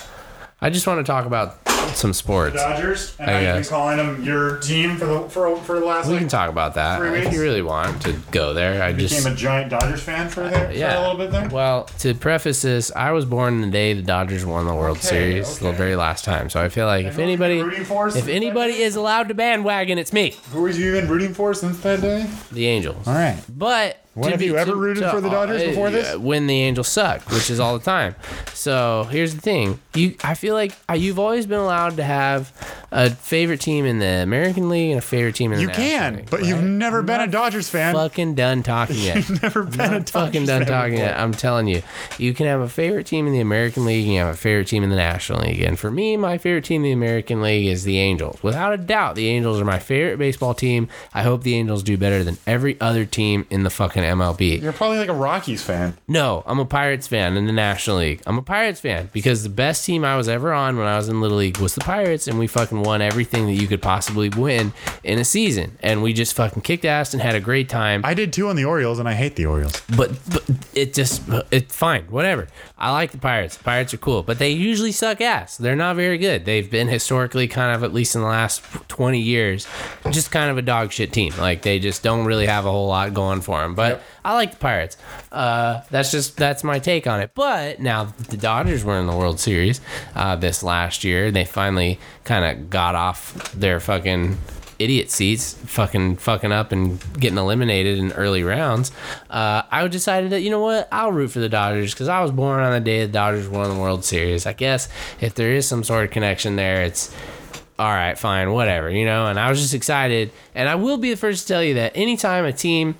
I just want to talk about some sports. Dodgers, and I I've been guess. calling them your team for the for, for the last. We Like, can talk about that Three if weeks? you really want to go there. I just became a giant Dodgers fan for there. For a little bit there. Well, to preface this, I was born the day the Dodgers won the World Series, the okay. very last time. So I feel like if know who you're anybody, rooting for if since anybody that is allowed to bandwagon, it's me, Who were you even rooting for since that day? the Angels. All right. But When to have be- you ever to- rooted to- for the Dodgers uh, before this? uh, When the Angels suck, which is all the time. So here's the thing: you, I feel like uh, you've always been allowed to have a favorite team in the American League and a favorite team in You the National can, League, but you've right? never been a Dodgers fan. fucking done talking yet. Never been a Dodgers fucking done fan talking before. yet. I'm telling you, you can have a favorite team in the American League, and you have a favorite team in the National League. And for me, my favorite team in the American League is the Angels. Without a doubt, the Angels are my favorite baseball team. I hope the Angels do better than every other team in the fucking MLB. You're probably like a Rockies fan. No, I'm a Pirates fan in the National League. I'm a Pirates fan because the best team I was ever on when I was in Little League was the Pirates, and we fucking won everything that you could possibly win in a season. And we just fucking kicked ass and had a great time. I did too on the Orioles, and I hate the Orioles. But, but it just, it's fine, whatever. I like the Pirates. Pirates are cool, but they usually suck ass. They're not very good. They've been historically kind of, at least in the last 20 years, just kind of a dog shit team. Like they just don't really have a whole lot going for them. But I like the Pirates. Uh, that's just, that's my take on it. But now that the Dodgers were in the World Series uh, this last year. They finally kind of got off their fucking idiot seats, fucking fucking up and getting eliminated in early rounds, uh, I decided that you know what, I'll root for the Dodgers because I was born on the day the Dodgers won the World Series. I guess if there is some sort of connection there, it's all right, fine, whatever, you know. And I was just excited, and I will be the first to tell you that anytime a team.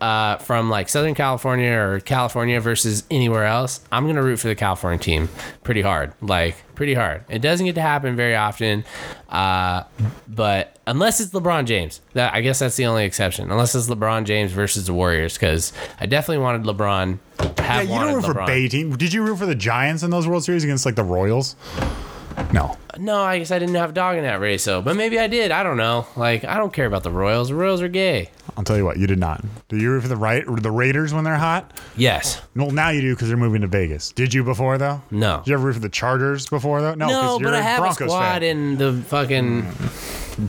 Uh, from like Southern California or California versus anywhere else, I'm gonna root for the California team pretty hard. Like pretty hard. It doesn't get to happen very often, uh, but unless it's LeBron James, that I guess that's the only exception. Unless it's LeBron James versus the Warriors, because I definitely wanted LeBron. Yeah, Have you don't wanted root for LeBron. Bay team. Did you root for the Giants in those World Series against like the Royals? No. No, I guess I didn't have a dog in that race, though. But maybe I did. I don't know. Like I don't care about the Royals. The Royals are gay. I'll tell you what, you did not. Do you root for the right the Raiders when they're hot? Yes. Well, now you do because they're moving to Vegas. Did you before though? No. Did you ever root for the Chargers before though? No, No, 'cause you're but I a have Broncos a squad fan. in the fucking.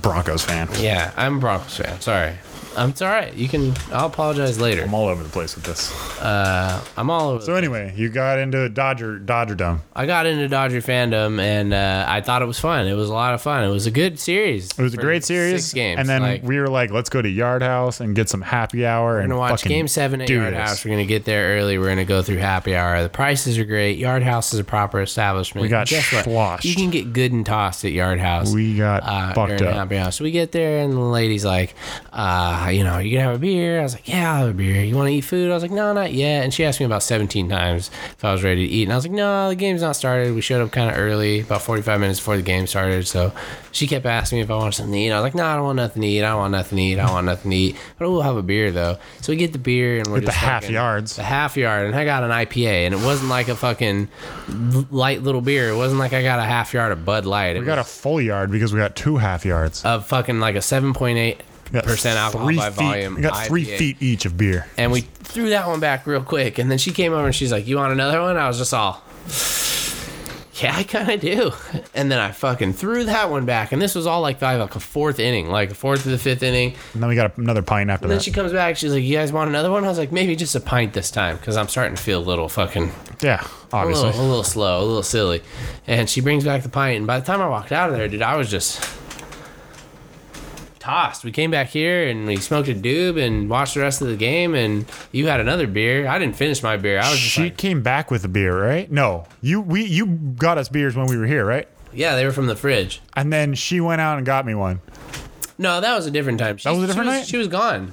Broncos fan. Mm. Yeah, I'm a Broncos fan. Sorry. I'm it's all right. You can. I'll apologize later. I'm all over the place with this. I'm all over. So anyway, you got into Dodger Dodgerdom. I got into Dodger fandom and uh, I thought it was fun. It was a lot of fun. It was a good series. It was a great series. Six games. And then like, we were like, let's go to Yard House and get some happy hour We're and gonna watch fucking Game Seven at do Yard this. House. We're gonna get there early. We're gonna go through happy hour. The prices are great. Yard House is a proper establishment. We got Guess what? sloshed. You can get good and tossed at Yard House. We got uh, fucked during up. happy hour. So we get there and the lady's like, uh, you know, you gonna have a beer? I was like, yeah, I'll have a beer. You want to eat food? I was like, no, not yet. And she asked me about 17 times if I was ready to eat, and I was like, no, the game's not started. We showed up kind of early, about 45 minutes before the game started. So she kept asking me if I wanted something to eat. I was like, no, I don't want nothing to eat. I don't want nothing to eat. I don't want nothing to eat. But we'll have a beer though. So we get the beer and we're the just half fucking- yards. a half yard and I got an IPA and it wasn't like a fucking l- light little beer. It wasn't like I got a half yard of Bud Light. It We got a was full yard because we got two half yards. of fucking like a 7.8 We got Uh, percent alcohol three by feet- volume. We got three IPA. feet each of beer. And we threw that one back real quick and then she came over and she's like, "You want another one?" I was just all yeah, I kind of do. And then I fucking threw that one back. And this was all like by like a fourth inning, like the fourth or the fifth inning. And then we got another pint after And then that. she comes back. She's like, You guys want another one? I was like, Maybe just a pint this time because I'm starting to feel a little fucking yeah, obviously. a little, a little slow, a little silly. And she brings back the pint, and by the time I walked out of there, dude, I was just tossed. We came back here and we smoked a doob and watched the rest of the game, and you had another beer. I didn't finish my beer. I was just she like, came back with a beer, right? No, you we you got us beers when we were here, right? yeah, they were from the fridge. And then she went out and got me one. No, that was a different time. She, That was a she different night? She was gone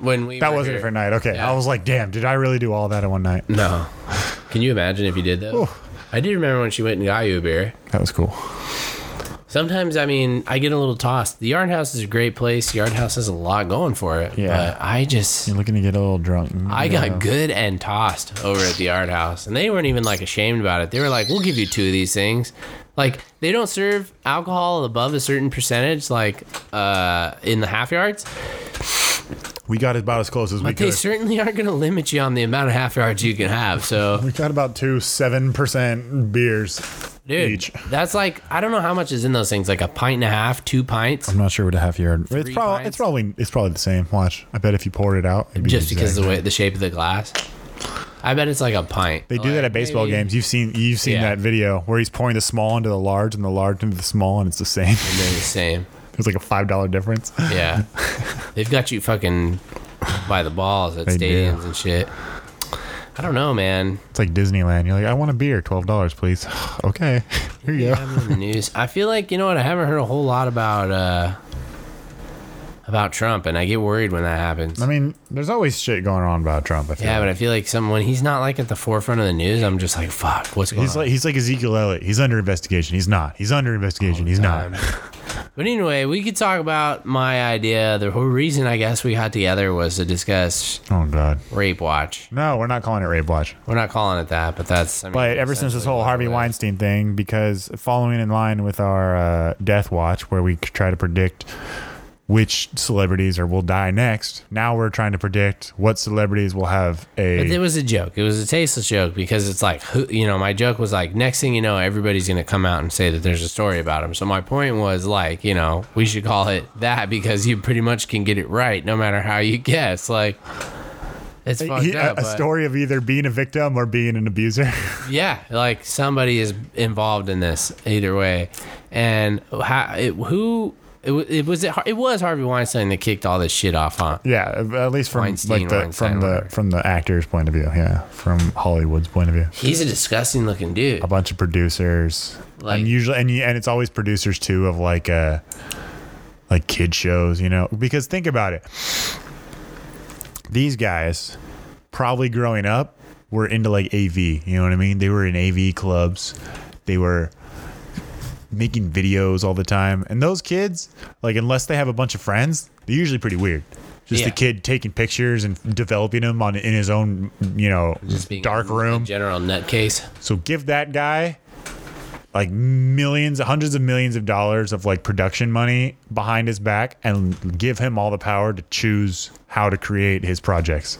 when we. That were was a here. different night. Okay, Yeah. I was like, damn, did I really do all that in one night? No, can you imagine if you did that? I do remember when she went and got you a beer. That was cool. Sometimes I mean I get a little tossed. The Yard House is a great place. The Yard House has a lot going for it. Yeah. But I just You're looking to get a little drunk. Mm-hmm. I got good and tossed over at the art house, and they weren't even like ashamed about it. They were like, "We'll give you two of these things." Like they don't serve alcohol above a certain percentage, like uh, in the half yards. We got about as close as we They could. certainly aren't going to limit you on the amount of half yards you can have. So, We got about two seven percent beers. dude, Each. that's like I don't know how much is in those things, like a pint and a half, two pints, I'm not sure what a half yard. It's probably pints? it's probably it's probably the same. Watch, I bet if you poured it out, it'd be just because exact. of the way the shape of the glass. I bet it's like a pint. They do that at baseball games. You've seen you've seen Oh, Yeah. that video where he's pouring the small into the large and the large into the small, and it's the same. They're the same. There's like a five dollar difference. Yeah. They've got you fucking by the balls at They do. stadiums and shit. I don't know, man. It's like Disneyland. You're like, I want a beer, twelve dollars, please. okay, here you go. I'm in the news. I feel like you know what? I haven't heard a whole lot about uh, about Trump, and I get worried when that happens. I mean, there's always shit going on about Trump. I feel Yeah, like. but I feel like someone he's not like at the forefront of the news. I'm just like, fuck, what's going He's on? like he's like Ezekiel Elliott. He's under investigation. He's not. He's under Oh, investigation. He's not. but anyway, we could talk about my idea. The whole reason I guess we got together was to discuss Oh God. rape watch. No, we're not calling it rape watch. We're not calling it that, but that's. I mean, But ever since this essentially whole what Harvey it is. Weinstein thing, because following in line with our uh, Death Watch, where we try to predict which celebrities are will die next, now we're trying to predict what celebrities will have But it a. was a joke. It was a tasteless joke because it's like, who, you know, my joke was like, next thing you know, everybody's going to come out and say that there's a story about him. So my point was like, you know, we should call it that because you pretty much can get it right no matter how you guess. Like, it's fucked he- a, up. a but- story of either being a victim or being an abuser. yeah, like somebody is involved in this either way, and how, it, who it, wa- it was it, Har- it was Harvey Weinstein that kicked all this shit off, huh? yeah, at least from Weinstein, like the Weinstein, from the whatever. from the actor's point of view. Yeah, from Hollywood's point of view. He's a disgusting looking dude. a bunch of producers. Like- and usually, and you, and it's always producers too of like uh like kid shows, you know. Because think about it, these guys probably growing up were into like AV. You know what I mean? They were in AV clubs. They were making videos all the time. And those kids, like unless they have a bunch of friends, they're usually pretty weird. Just Yeah. a kid taking pictures and developing them on in his own, you know, Just being dark a room. general nutcase. So give that guy like millions, hundreds of millions of dollars of like production money behind his back and give him all the power to choose how to create his projects.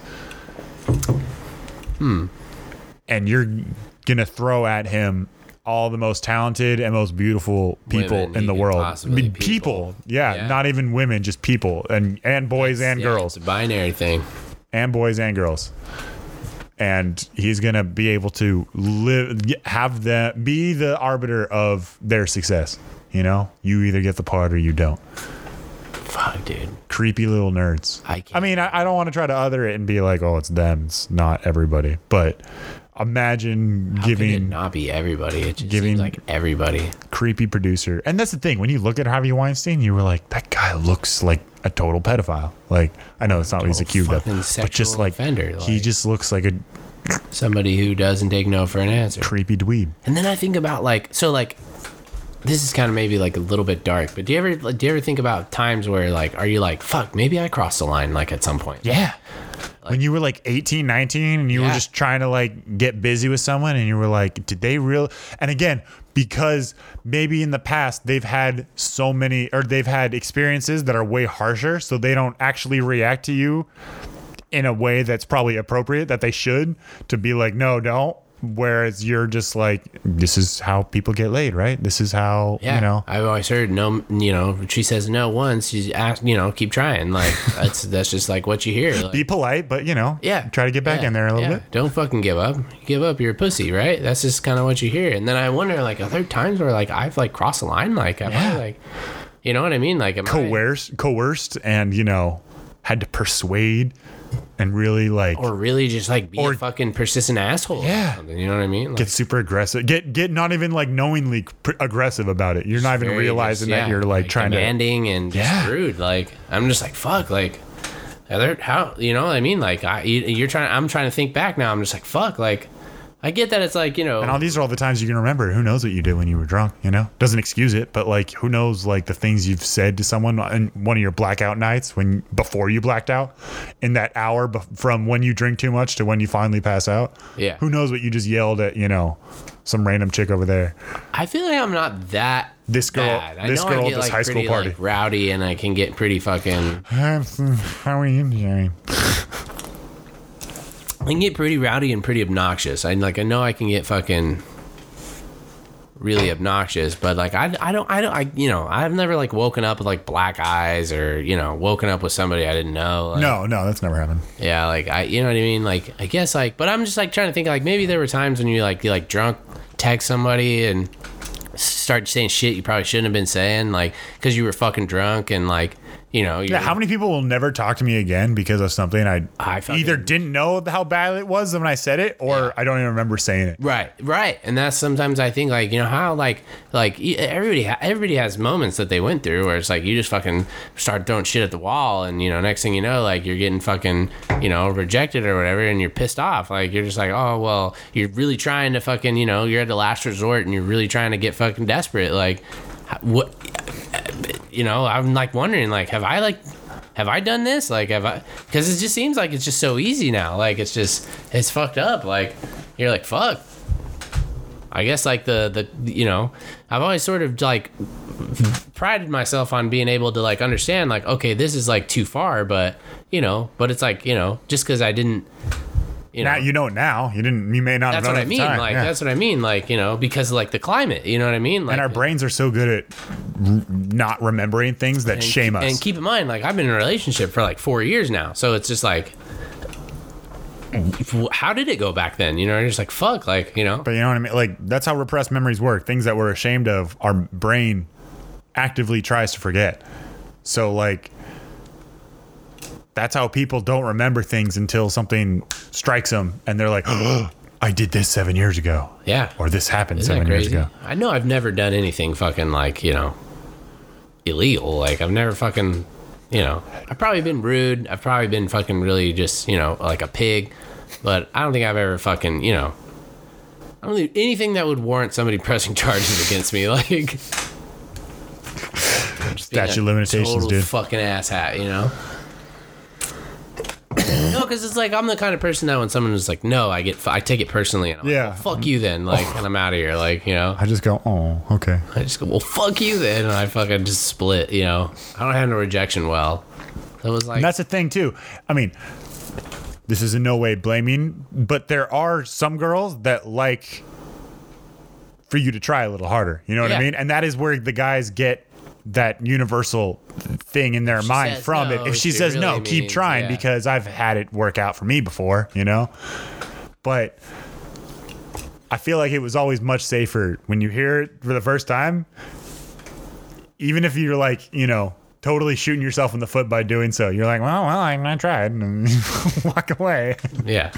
Hmm. Hmm. And you're going to throw at him all the most talented and most beautiful people Women, in the even world. I possibly mean, people. people. Yeah, Yeah. not even women, just people and and boys and Yeah, girls It's a binary thing. and boys and girls. And he's gonna be able to live, have the be the arbiter of their success. You know, you either get the part or you don't. Fuck, dude. Creepy little nerds. I can't- I mean, I, I don't want to try to other it and be like, oh, it's them. It's not everybody. But imagine How could it giving not be everybody. It just giving- seems like everybody. creepy producer. And that's the thing. When you look at Harvey Weinstein, you were like, that guy looks like a total pedophile. Like, I know it's not what he's accused of, fucking but just sexual like offender, he like- just looks like a Somebody who doesn't take no for an answer. creepy dweeb. And then I think about like so like this is kind of maybe like a little bit dark, but do you ever like, do you ever think about times where like are you like fuck maybe I crossed the line like at some point? Yeah. when you were like 18, 19 and you Yeah. were just trying to like get busy with someone and you were like, did they real and again, because maybe in the past they've had so many or they've had experiences that are way harsher, so they don't actually react to you in a way that's probably appropriate that they should to be like, no, don't. Whereas you're just like, this is how people get laid, right? This is how Yeah, you know. I've always heard no. You know, she says no once. You ask, you know, keep trying. Like that's that's just like what you hear. Like, Be polite, but you know, yeah, Try to get back yeah, in there a little yeah. bit. Don't fucking give up. You give up, you're a pussy, right? That's just kind of what you hear. And then I wonder, like, are there times where like I've like crossed the line? Like, am I Yeah. like, you know what I mean? Like, am I- coerced, coerced, and you know, had to persuade, and really like or really just like be Or- a fucking persistent asshole? or Yeah. something, you know what I mean? Like, get super aggressive. Get get not even like knowingly pr- aggressive about it. You're not even very realizing just- that yeah, you're like, trying demanding and just Yeah. rude. Like I'm just like fuck. Like are there- how you know what I mean? Like I you- you're trying. I'm trying to think back now. I'm just like fuck. Like I get that it's like you know. to. And all these are all the times you can remember. Who knows what you did when you were drunk? You know, doesn't excuse it, but like, who knows like the things you've said to someone on one of your blackout nights when before you blacked out, in that hour bef- from when you drink too much to when you finally pass out. Yeah. Who knows what you just yelled at? You know, some random chick over there. I feel like I'm not that. This girl- bad. I this know I girl get, at this like, high school pretty, party. like, rowdy, and I can get pretty fucking. How are you doing? I can get pretty rowdy and pretty obnoxious. I like I know I can get fucking really obnoxious, but like I, I don't I don't I you know I've never like woken up with like black eyes or you know woken up with somebody I didn't know. Like, No, no, that's never happened. Yeah, like I, you know what I mean. Like I guess like, but I'm just like trying to think like maybe there were times when you like you like drunk text somebody and start saying shit you probably shouldn't have been saying, like because you were fucking drunk and like you know. Yeah, you're- how many people will never talk to me again because of something I, I fucking- either didn't know how bad it was when I said it, or I don't even remember saying it. Right, right, and that's sometimes I think like you know how like like e- everybody ha- everybody has moments that they went through where it's like you just fucking start throwing shit at the wall, and you know next thing you know like you're getting fucking you know rejected or whatever, and you're pissed off. Like you're just like oh well, you're really trying to fucking you know you're at the last resort, and you're really trying to get fucking desperate. Like h- what you know I'm like wondering like have I like have I done this like have I because it just seems like it's just so easy now. Like it's just it's fucked up. Like you're like fuck. I guess like the the you know, I've always sort of like prided myself on being able to like understand like okay, this is like too far, but you know, but it's like you know, just because I didn't, you know, Now you know it now. You didn't. You may not. that's have known what it I at the mean. time. Like Yeah. that's what I mean. Like you know, because like the climate, you know what I mean. Like, and our brains are so good at r- not remembering things that and shame keep- us. And keep in mind, like I've been in a relationship for like four years now, so it's just like. How did it go back then? You know, you're just like fuck, like you know. but you know what I mean? Like that's how repressed memories work. Things that we're ashamed of, our brain actively tries to forget. So like that's how people don't remember things until something strikes them and they're like, I did this seven years ago. Yeah. Or this happened Isn't seven that years crazy? ago. I know I've never done anything fucking like, you know, illegal. Like, I've never fucking, you know, I've probably been rude. I've probably been fucking really just, you know, like a pig. But I don't think I've ever fucking, you know, I don't think anything that would warrant somebody pressing charges against me. Like, being Statute a of limitations, total dude. Fucking asshat, you know. no, because it's like I'm the kind of person that when someone is like, "No," I get, I take it personally, and I'm Yeah. Oh. like, well, "Fuck you," then, like, and I'm out of here, like, you know. I just go, oh, okay. I just go, well, fuck you then, and I fucking just split. You know, I don't handle rejection well. So it was like, And that's the thing too. I mean, this is in no way blaming, but there are some girls that like for you to try a little harder. You know what I Yeah. mean? And that is where the guys get that universal thing in their mind says from no, it. If she, she says no, really keep means- trying yeah. because I've had it work out for me before, you know? But I feel like it was always much safer when you hear it for the first time even if you're like, you know, totally shooting yourself in the foot by doing so, you're like, well, well, I, I tried, and walk away. yeah,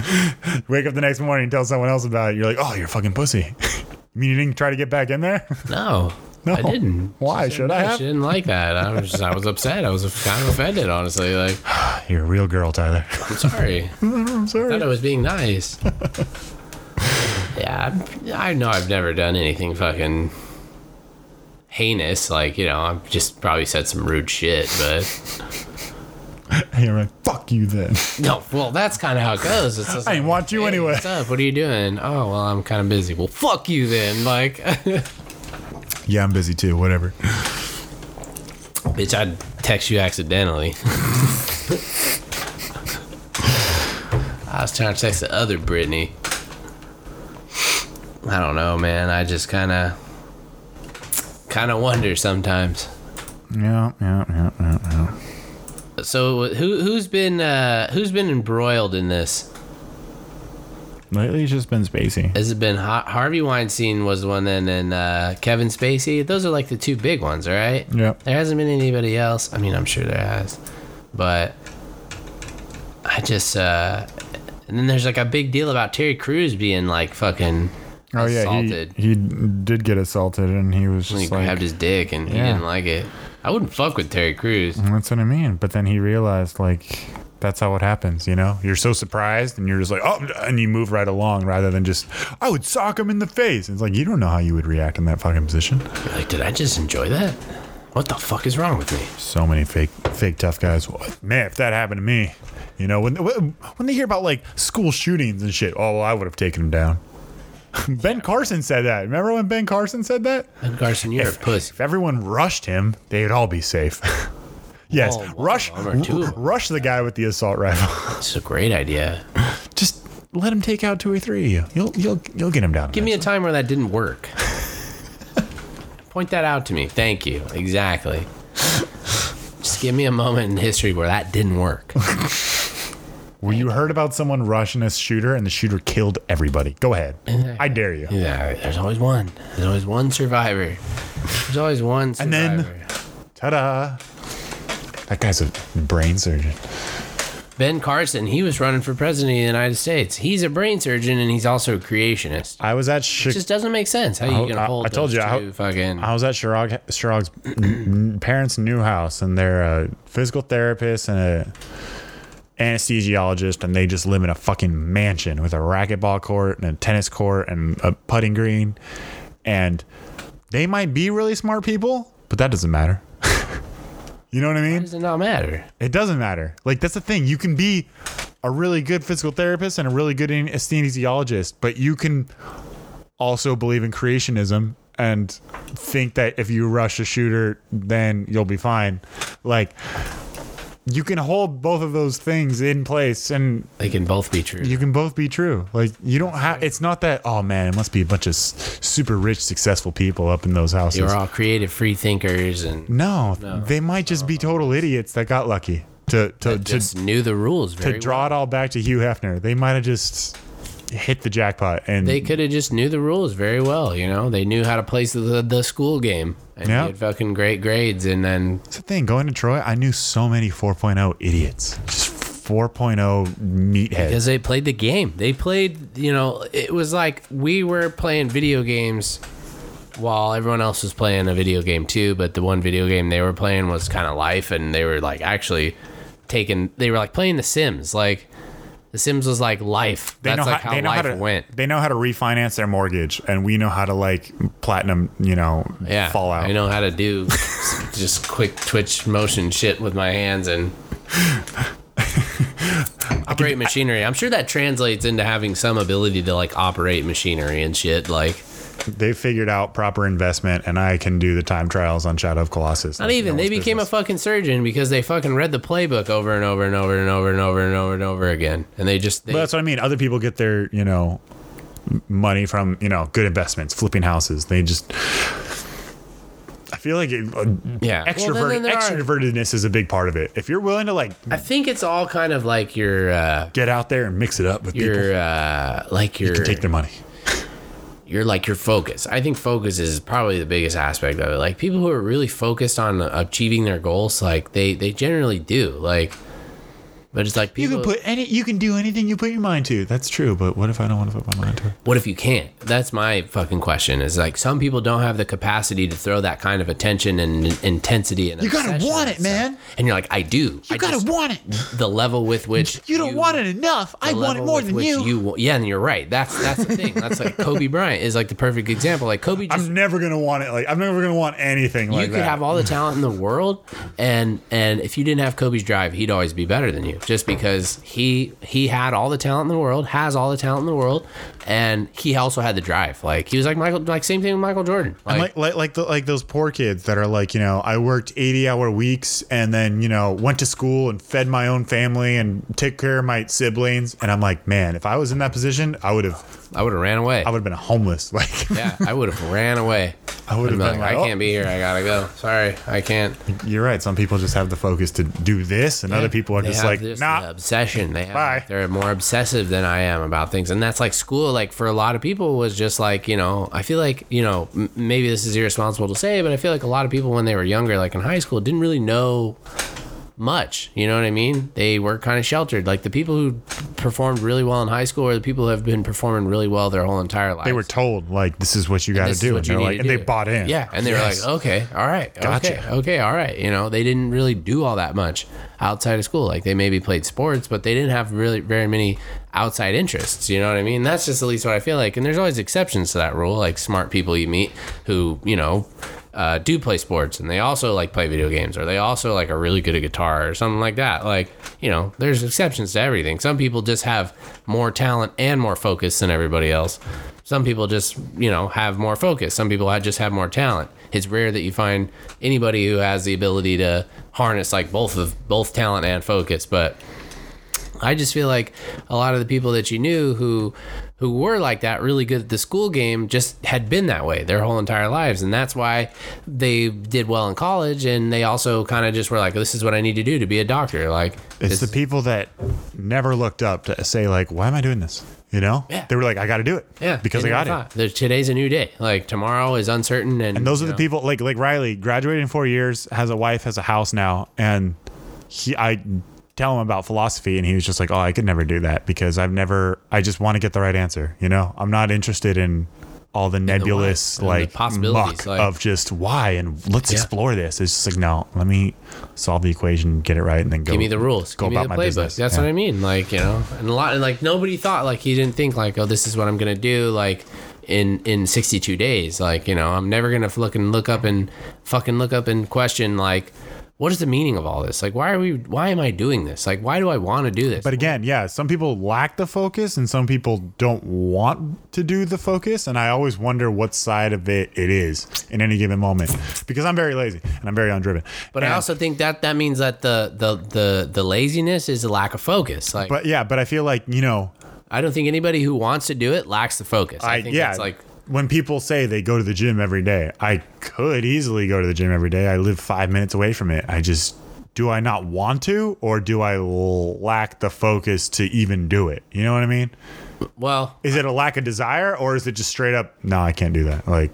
Wake up the next morning and tell someone else about it. You're like, oh, you're a fucking pussy. you mean you didn't try to get back in there? no, No. I didn't. Why should I I have? didn't like that. I was, just, I was upset. I was kind of offended, honestly. Like, You're a real girl, Tyler. I'm sorry. I'm I sorry. thought I was being nice. yeah, I I know I've never done anything fucking heinous. Like, you know, I've just probably said some rude shit, but You're like, fuck you then. no. Well, that's kind of how it goes. It's just I like, didn't want you Hey, anyway. What's up? What are you doing? Oh, well, I'm kind of busy. Well, fuck you then. Like, Yeah, I'm busy too. Whatever. bitch, I'd text you accidentally. I was trying to text the other Brittany. I don't know, man. I just kind of, kind of wonder sometimes. Yeah, yeah, yeah, yeah, yeah. So who who's been uh, who's been embroiled in this? Lately, it's just been spacey. Has it been Har- Harvey Weinstein was the one, then and uh, Kevin Spacey? Those are like the two big ones, all right? Yep. There hasn't been anybody else. I mean, I'm sure there has, but I just uh, and then there's like a big deal about Terry Crews being like fucking Oh yeah, he, assaulted. he did get assaulted, and he was he just like, grabbed his dick and he Yeah. didn't like it. I wouldn't fuck with Terry Crews. That's what I mean. But then he realized, like, that's how it happens, you know? You're so surprised and you're just like, oh, and you move right along rather than just, I would sock him in the face. It's like, you don't know how you would react in that fucking position. Like, did I just enjoy that? What the fuck is wrong with me? So many fake, fake tough guys. Man, if that happened to me, you know, when, when they hear about like school shootings and shit, oh, well, I would have taken him down. ben Carson said that. Remember when Ben Carson said that? Ben Carson, you're a pussy. If everyone rushed him, they'd all be safe. yes, Whoa, whoa, rush, one Oh, or two. rush the guy with the assault rifle. It's a great idea. just let him take out two or three of you. You'll you'll you'll get him down. Give me a time where that didn't work. Point that out to me. Thank you. Exactly. Just give me a moment in history where that didn't work. where you heard about someone rushing a shooter and the shooter killed everybody. Go ahead. I dare you. Yeah, there's always one. There's always one survivor. There's always one And survivor. then- Ta da. That guy's a brain surgeon. Ben Carson, he was running for president of the United States. He's a brain surgeon and he's also a creationist. I was at It Chicago. just doesn't make sense. How you hope- gonna I- hold? I told those you, I two hope- fucking. I was at Chirag, Chirag's n- parents' new house, and they're a physical therapist and a anesthesiologist, and they just live in a fucking mansion with a racquetball court and a tennis court and a putting green. And they might be really smart people, but that doesn't matter. you know what I mean? does it not matter? It doesn't matter. Like that's the thing. You can be a really good physical therapist and a really good anesthesiologist, but you can also believe in creationism and think that if you rush a shooter, then you'll be fine. Like you can hold both of those things in place and They can both be true. you can both be true. Like you don't have it's not that oh man, it must be a bunch of s- super rich successful people up in those houses. They were all creative free thinkers and no, they might just be total idiots that got lucky to to, to just knew the rules very to draw it all back to Hugh Hefner, they might have just hit the jackpot and They could have just knew the rules very well, you know. They knew how to play the, the school game and Yeah. get fucking great grades, and then that's the thing going to Troy I knew so many 4.0 idiots just 4.0 meatheads because they played the game, they played. You know, it was like we were playing video games while everyone else was playing a video game too. But the one video game they were playing was kind of life, and they were like actually taking. They were like playing The Sims. Like The Sims was like life. they That's know like how, how, they know how life to went. they know how to refinance their mortgage and we know how to like platinum you know Yeah, fall out I know how to do just quick twitch motion shit with my hands and operate machinery. I'm sure that translates into having some ability to like operate machinery and shit. Like, they figured out proper investment and I can do the time trials on Shadow of Colossus not even they became a fucking surgeon because they fucking read the playbook over and over and over and over and over and over and over again, and they just they, But that's what I mean. Other people get their, you know, m- money from, you know, good investments, flipping houses. They just. I feel like it, uh, yeah. Well, then- extrovert, then there are- extrovertedness is a big part of it. If you're willing to, like, I think it's all kind of like your uh, get out there and mix it up with people, your uh, like your you can take their money. you're like your focus. I think focus is probably the biggest aspect of it. Like people who are really focused on achieving their goals, like they they generally do. Like, but it's like You people. can put any, you can do anything you put your mind to. That's true. But what if I don't want to put my mind to it? what if you can't? That's my fucking question. Is like some people don't have the capacity to throw that kind of attention and in- intensity and You gotta obsession on want it, stuff. man. And you're like, I do. You I gotta just- want it. the level with which You don't want it enough. I the want it level more with than which you. wa- yeah, and you're right. That's that's the thing. That's like Kobe Bryant is like the perfect example. Like Kobe just I'm never gonna want it. Like I'm never gonna want anything like you that. could have all the talent in the world, and and if you didn't have Kobe's drive, he'd always be better than you, just because he he had all the talent in the world, has all the talent in the world, and he also had the drive. Like he was like Michael, like same thing with Michael Jordan. Like, like like like, the, like those poor kids that are like you know I worked eighty hour weeks and then you know went to school and fed my own family and took care of my siblings and I'm like man if I was in that position I would have I would have ran away. I would have been homeless like yeah, I would have ran away. I would have I'd be been like, like, I oh." can't be here. I gotta go. Sorry, I can't. you're right some people just have the focus to do this and other people are They just have like this nah obsession. They have, Bye. they're more obsessive than I am about things, and that's like school. Like for a lot of people, was just like you know. I feel like you know m- maybe this is irresponsible to say, but I feel like a lot of people when they were younger, like in high school, didn't really know much. You know what I mean? They were kind of sheltered. Like the people who performed really well in high school, or the people who have been performing really well their whole entire life. they were told like this is what you got to This is do what and you they're need like to and they do. bought in Yeah, and they Yes. were like, oh, okay, all right, Gotcha. okay, okay, all right. You know, they didn't really do all that much outside of school. Like they maybe played sports, but they didn't have really very many outside interests. You know what I mean? That's just at least what I feel like. And there's always exceptions to that rule, like smart people you meet who you know. Uh, do play sports and they also like play video games or they also like are really good at guitar or something like that like you know there's exceptions to everything some people just have more talent and more focus than everybody else some people just you know have more focus some people ha- just have more talent it's rare that you find anybody who has the ability to harness like both of both talent and focus but i just feel like a lot of the people that you knew who who were like that really good at the school game just had been that way their whole entire lives and that's why they did well in college and they also kind of just were like this is what I need to do to be a doctor like this- It's the people that never looked up to say like, why am I doing this? You know, Yeah. they were like, I got to do it. yeah because I they got never it. thought. There- today's a new day like tomorrow is uncertain and, And those are you the know. people like like Riley graduated in four years, has a wife, has a house now, and he I tell him about philosophy, and he was just like, "Oh, I could never do that because I've never. I just want to get the right answer. You know, I'm not interested in." All the nebulous and the like possibilities, muck like- of just why and let's Yeah. explore this. It's just like no, let me solve the equation, get it right, and then go. Give me the rules. Go Give me about the my playbook. business. That's Yeah. what I mean. Like you know, and a lot and like nobody thought like he didn't think like oh this is what I'm gonna do like in in 62 days. Like you know I'm never gonna look and look up and fucking look up and question like what is the meaning of all this? Like why are we? Why am I doing this? Like why do I want to do this? But again, yeah, some people lack the focus and some people don't want to do the focus. And I always wonder what side of it it is in any given moment because I'm very lazy and I'm very undriven. but I And- also think that that means that the the the the laziness is a lack of focus. Like but yeah, but I feel like, you know, I don't think anybody who wants to do it lacks the focus. I, I, think yeah, it's like when people say they go to the gym every day, I could easily go to the gym every day. I live five minutes away from it. I just, do I not want to or do I lack the focus to even do it? You know what I mean? well Is it a lack of desire or is it just straight up, no, I can't do that? Like,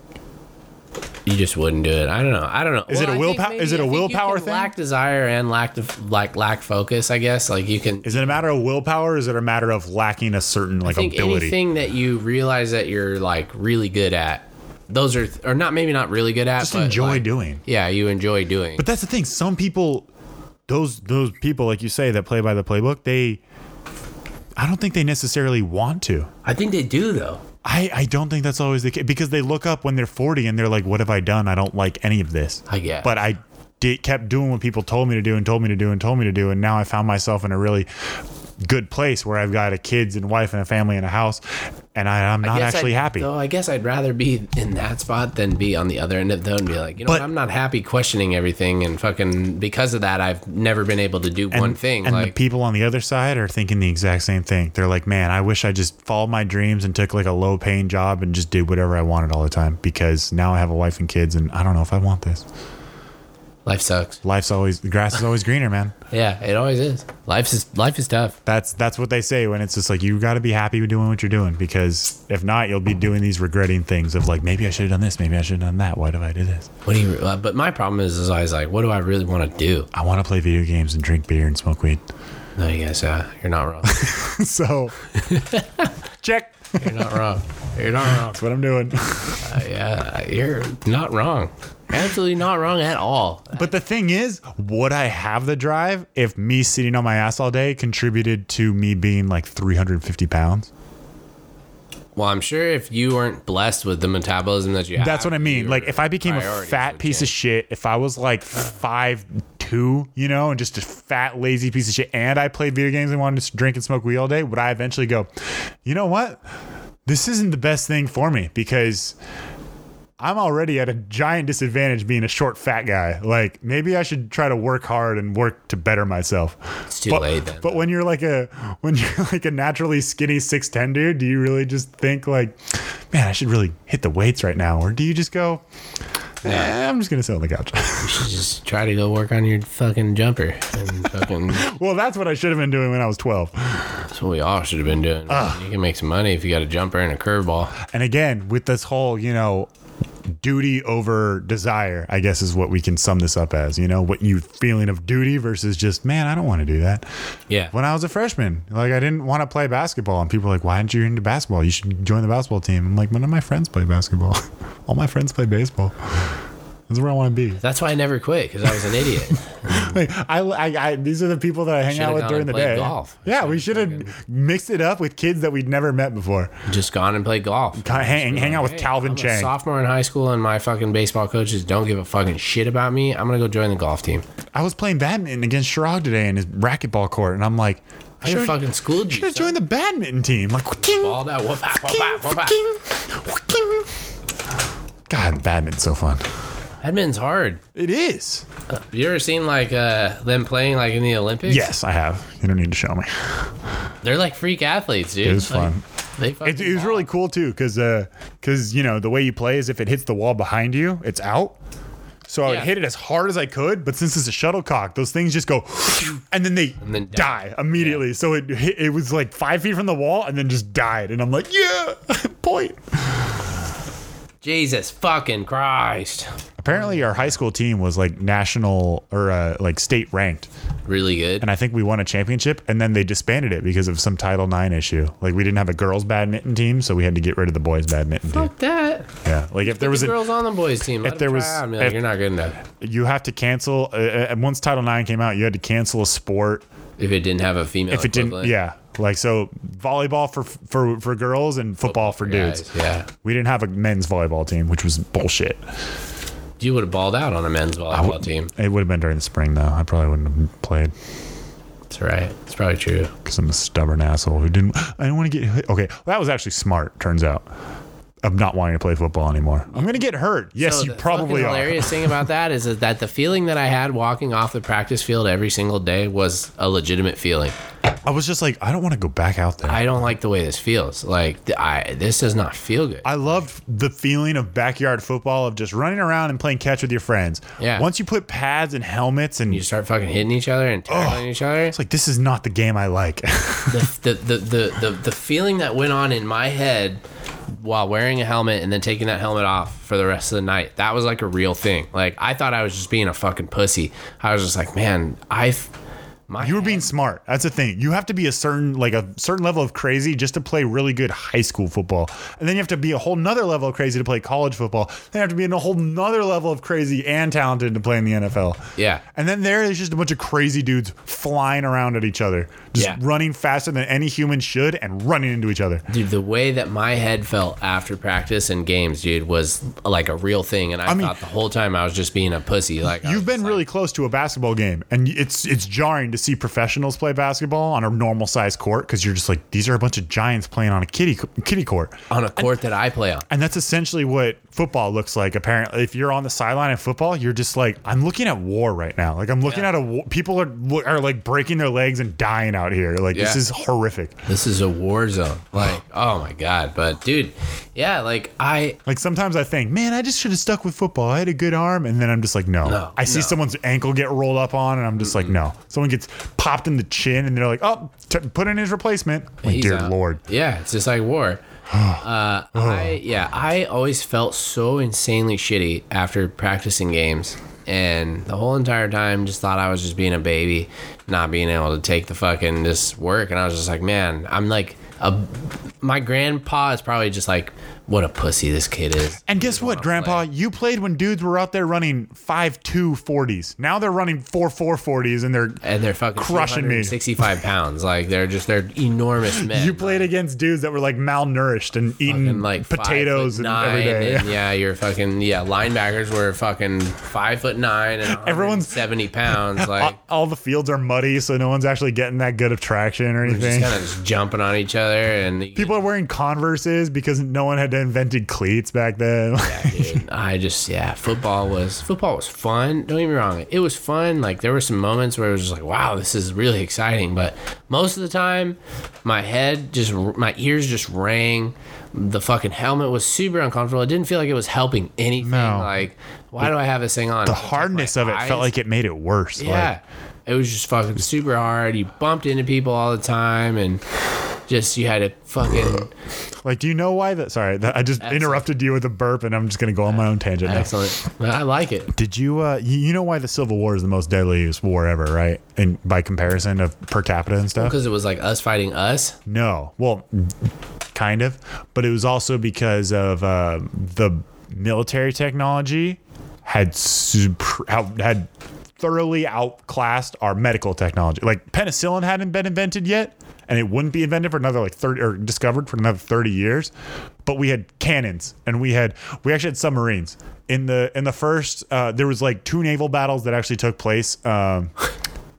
You just wouldn't do it. I don't know. I don't know. Is it a I think willpow- maybe- is it a I think you willpower can thing? Lack desire and lack of like lack focus. I guess like you can. Is it a matter of willpower? Or is it a matter of lacking a certain like I think ability? anything that you realize that you're like really good at, those are or not maybe not really good at. Just but, enjoy like, doing. Yeah, you enjoy doing. But that's the thing. Some people, those those people, like you say, that play by the playbook, they, I don't think they necessarily want to. I think they do though. I I don't think that's always the case because they look up when they're forty and they're like, what have I done? I don't like any of this. I guess. But I did kept doing what people told me to do and told me to do and told me to do, and now I found myself in a really good place where I've got a kids and wife and a family and a house, and I, I'm not Guess actually I'd- happy. Though I guess I'd rather be in that spot than be on the other end of the and be like, you know, But- what, I'm not happy questioning everything and fucking because of that I've never been able to do one thing. And like the people on the other side are thinking the exact same thing. They're like, man, I wish I just followed my dreams and took like a low paying job and just did whatever I wanted all the time because now I have a wife and kids and I don't know if I want this. life sucks. Life's always the grass is always greener, man. Yeah, it always is. Life's is life is tough. That's that's what they say when it's just like you got to be happy with doing what you're doing because if not, you'll be doing these regretting things of like maybe I should have done this, maybe I should have done that. Why did I do this? What do you? Uh, but my problem is, is always like, what do I really want to do? I want to play video games and drink beer and smoke weed. No, you guys, uh, you're not wrong. so check. That's You're not wrong. You're not wrong. what I'm doing. Uh, yeah, you're not wrong. Absolutely not wrong at all. But the thing is, would I have the drive if me sitting on my ass all day contributed to me being like 350 pounds? Well, I'm sure if you weren't blessed with the metabolism that you have, That's what I mean. your Like, if I became a priorities fat would piece of change. shit, if I was like five two, you know, and just a fat lazy piece of shit, and I played video games and wanted to drink and smoke weed all day, would I eventually go, you know what? This isn't the best thing for me because I'm already at a giant disadvantage being a short fat guy. Like maybe I should try to work hard and work to better myself. it's too but, late then. But when you're like a when you're like a naturally skinny six ten dude, do you really just think like, man, I should really hit the weights right now, or do you just go, eh, I'm just gonna sit on the couch? you should just try to go work on your fucking jumper. And fucking, well, that's what I should have been doing when I was twelve. that's what we all should have been doing. You can make some money if you got a jumper and a curveball. And again, with this whole you know. Duty over desire, I guess, is what we can sum this up as. You know, what you feeling of duty versus just, man, I don't want to do that. Yeah. When I was a freshman, like I didn't want to play basketball, and people were like, "Why aren't you into basketball? You should join the basketball team." I'm like, "None of my friends play basketball. All my friends play baseball. That's where I want to be." That's why I never quit because I was an idiot. Like, I, I, I, these are the people that I hang Should've out with gone during and the played day. golf. Yeah, we should have mixed it up with kids that we'd never met before. just gone and played golf. Ca- Hang, hang out with Hey, Calvin I'm a Chang. sophomore in high school, and my fucking baseball coaches don't give a fucking shit about me. I'm gonna go join the golf team. I was playing badminton against Chirag today in his racquetball court, and I'm like, I should have fucking schooled should you. have joined the badminton team. Like, All that whoop, whoop, whoop, whoop, whoop. God, badminton's so fun. Badminton's hard. It is. Have you ever seen like uh, them playing like in the Olympics? Yes, I have. You don't need to show me. They're like freak athletes, dude. It was Like, fun. They It, fucking it was ball. really cool too, because you know the way you play is if it hits the wall behind you, it's out. So I would Yeah. hit it as hard as I could, but since it's a shuttlecock, those things just go and then they then die. die. immediately. So it hit, it was like five feet from the wall and then just died. And I'm like, yeah, point. Jesus fucking Christ. Apparently, our high school team was like national or uh, like state ranked, Really good. and I think we won a championship. And then they disbanded it because of some Title IX issue. Like we didn't have a girls badminton team, so we had to get rid of the boys badminton team. Fuck that. Yeah, like if there was the a girls on the boys team. Let if if there there was- out. and be like, if- you're not good enough. you have to cancel uh, uh, and once title ix came out you had to cancel a sport If it didn't have a female, if it didn't yeah like so volleyball for for for girls and football, for dudes yeah. we didn't have a men's volleyball team which was bullshit You would have balled out on a men's volleyball team. it would have been during the spring though i probably wouldn't have played That's right. It's probably true. because i'm a stubborn asshole who didn't i didn't want to get hit okay well, that was actually smart turns out of not wanting to play football anymore i'm gonna get hurt yes So you the probably fucking are hilarious thing about that is that the feeling that I had walking off the practice field every single day was a legitimate feeling. i was just like i don't want to go back out there I don't like the way this feels. Like th- I, this does not feel good. I loved the feeling of backyard football of just running around and playing catch with your friends. Yeah. Once you put pads and helmets and you start fucking hitting each other and tackling each other. it's like this is not the game I like. the, the, the, the, the feeling that went on in my head while wearing a helmet and then taking that helmet off for the rest of the night, that was like a real thing. Like I thought I was just being a fucking pussy. I was just like, man, I've my you were being smart. That's the thing. You have to be a certain like a certain level of crazy just to play really good high school football. And then you have to be a whole nother level of crazy to play college football. Then you have to be in a whole nother level of crazy and talented to play in the NFL. Yeah. And then there is just a bunch of crazy dudes flying around at each other. Just Yeah. running faster than any human should and running into each other. Dude, the way that my head felt after practice and games, dude, was like a real thing, and I, mean- thought the whole time I was just being a pussy. Like I was You've been just really close to a basketball game, and it's it's jarring to see professionals play basketball on a normal size court because you're just like these are a bunch of giants playing on a kitty kitty court, like, uh, on a court that I play on. and that's essentially what football looks like. Apparently, if you're on the sideline in football, you're just like I'm looking at war right now. Like I'm looking at a war. people are lo- are like breaking their legs and dying out here. Like this Yeah. is horrific. This is a war zone. Like, oh my god! But dude, yeah, like I Like sometimes I think, man, I just should have stuck with football. I had a good arm, and then I'm just like, no. No, I see no. someone's ankle get rolled up on, and I'm just like, no. Someone gets popped in the chin, and they're like, oh, t- put in his replacement. I'm like, He's dear out. lord. Oh. Yeah, it's just like war. Uh, I yeah, I always felt so insanely shitty after practicing games, and the whole entire time just thought I was just being a baby, not being able to take the fucking this work, and I was just like, man, I'm like a. My grandpa is probably just like, what a pussy this kid is. And guess what, Grandpa? You played when dudes were out there running 5'2 40s. Now they're running 4'4 40s, and they're. And they're fucking Crushing me. 65 pounds. Like they're just they're enormous men. You played against dudes that were like malnourished and eating and uh, like five Mm. potatoes foot and nine, every day. and yeah, you're fucking yeah. Linebackers were fucking five foot nine, and Everyone's- everyone's seventy pounds. Like All, all the fields are muddy, so no one's actually getting that good of traction or just anything. kind of just jumping on each other, and People are wearing Converses because no one had invented cleats back then. dude, I just yeah, football was football was fun. Don't get me wrong, it was fun. Like there were some moments where it was just like, wow, this is really exciting. But most of the time, my head just my ears just rang. The fucking helmet was super uncomfortable. It didn't feel like it was helping anything. No. Like, why do I have this thing on? the hardness of it felt like it made it worse. Yeah. it was just fucking super hard. You bumped into people all the time and just you had to fucking Like, like, do you know why that? Sorry, that, I just interrupted you with a burp, and I'm just gonna go on my own tangent now. excellent. Well, I like it. Did you? Uh, you, you know why the Civil War is the most deadliest war ever, right? And by comparison of per capita and stuff. Because it was like us fighting us. No, well, kind of, but it was also because of uh, the military technology had super, out- had thoroughly outclassed our medical technology. Like penicillin hadn't been invented yet, and it wouldn't be invented for another like thirty or discovered for another thirty years. But we had cannons, and we had we actually had submarines. In the in the first, uh, there was like two naval battles that actually took place. Um,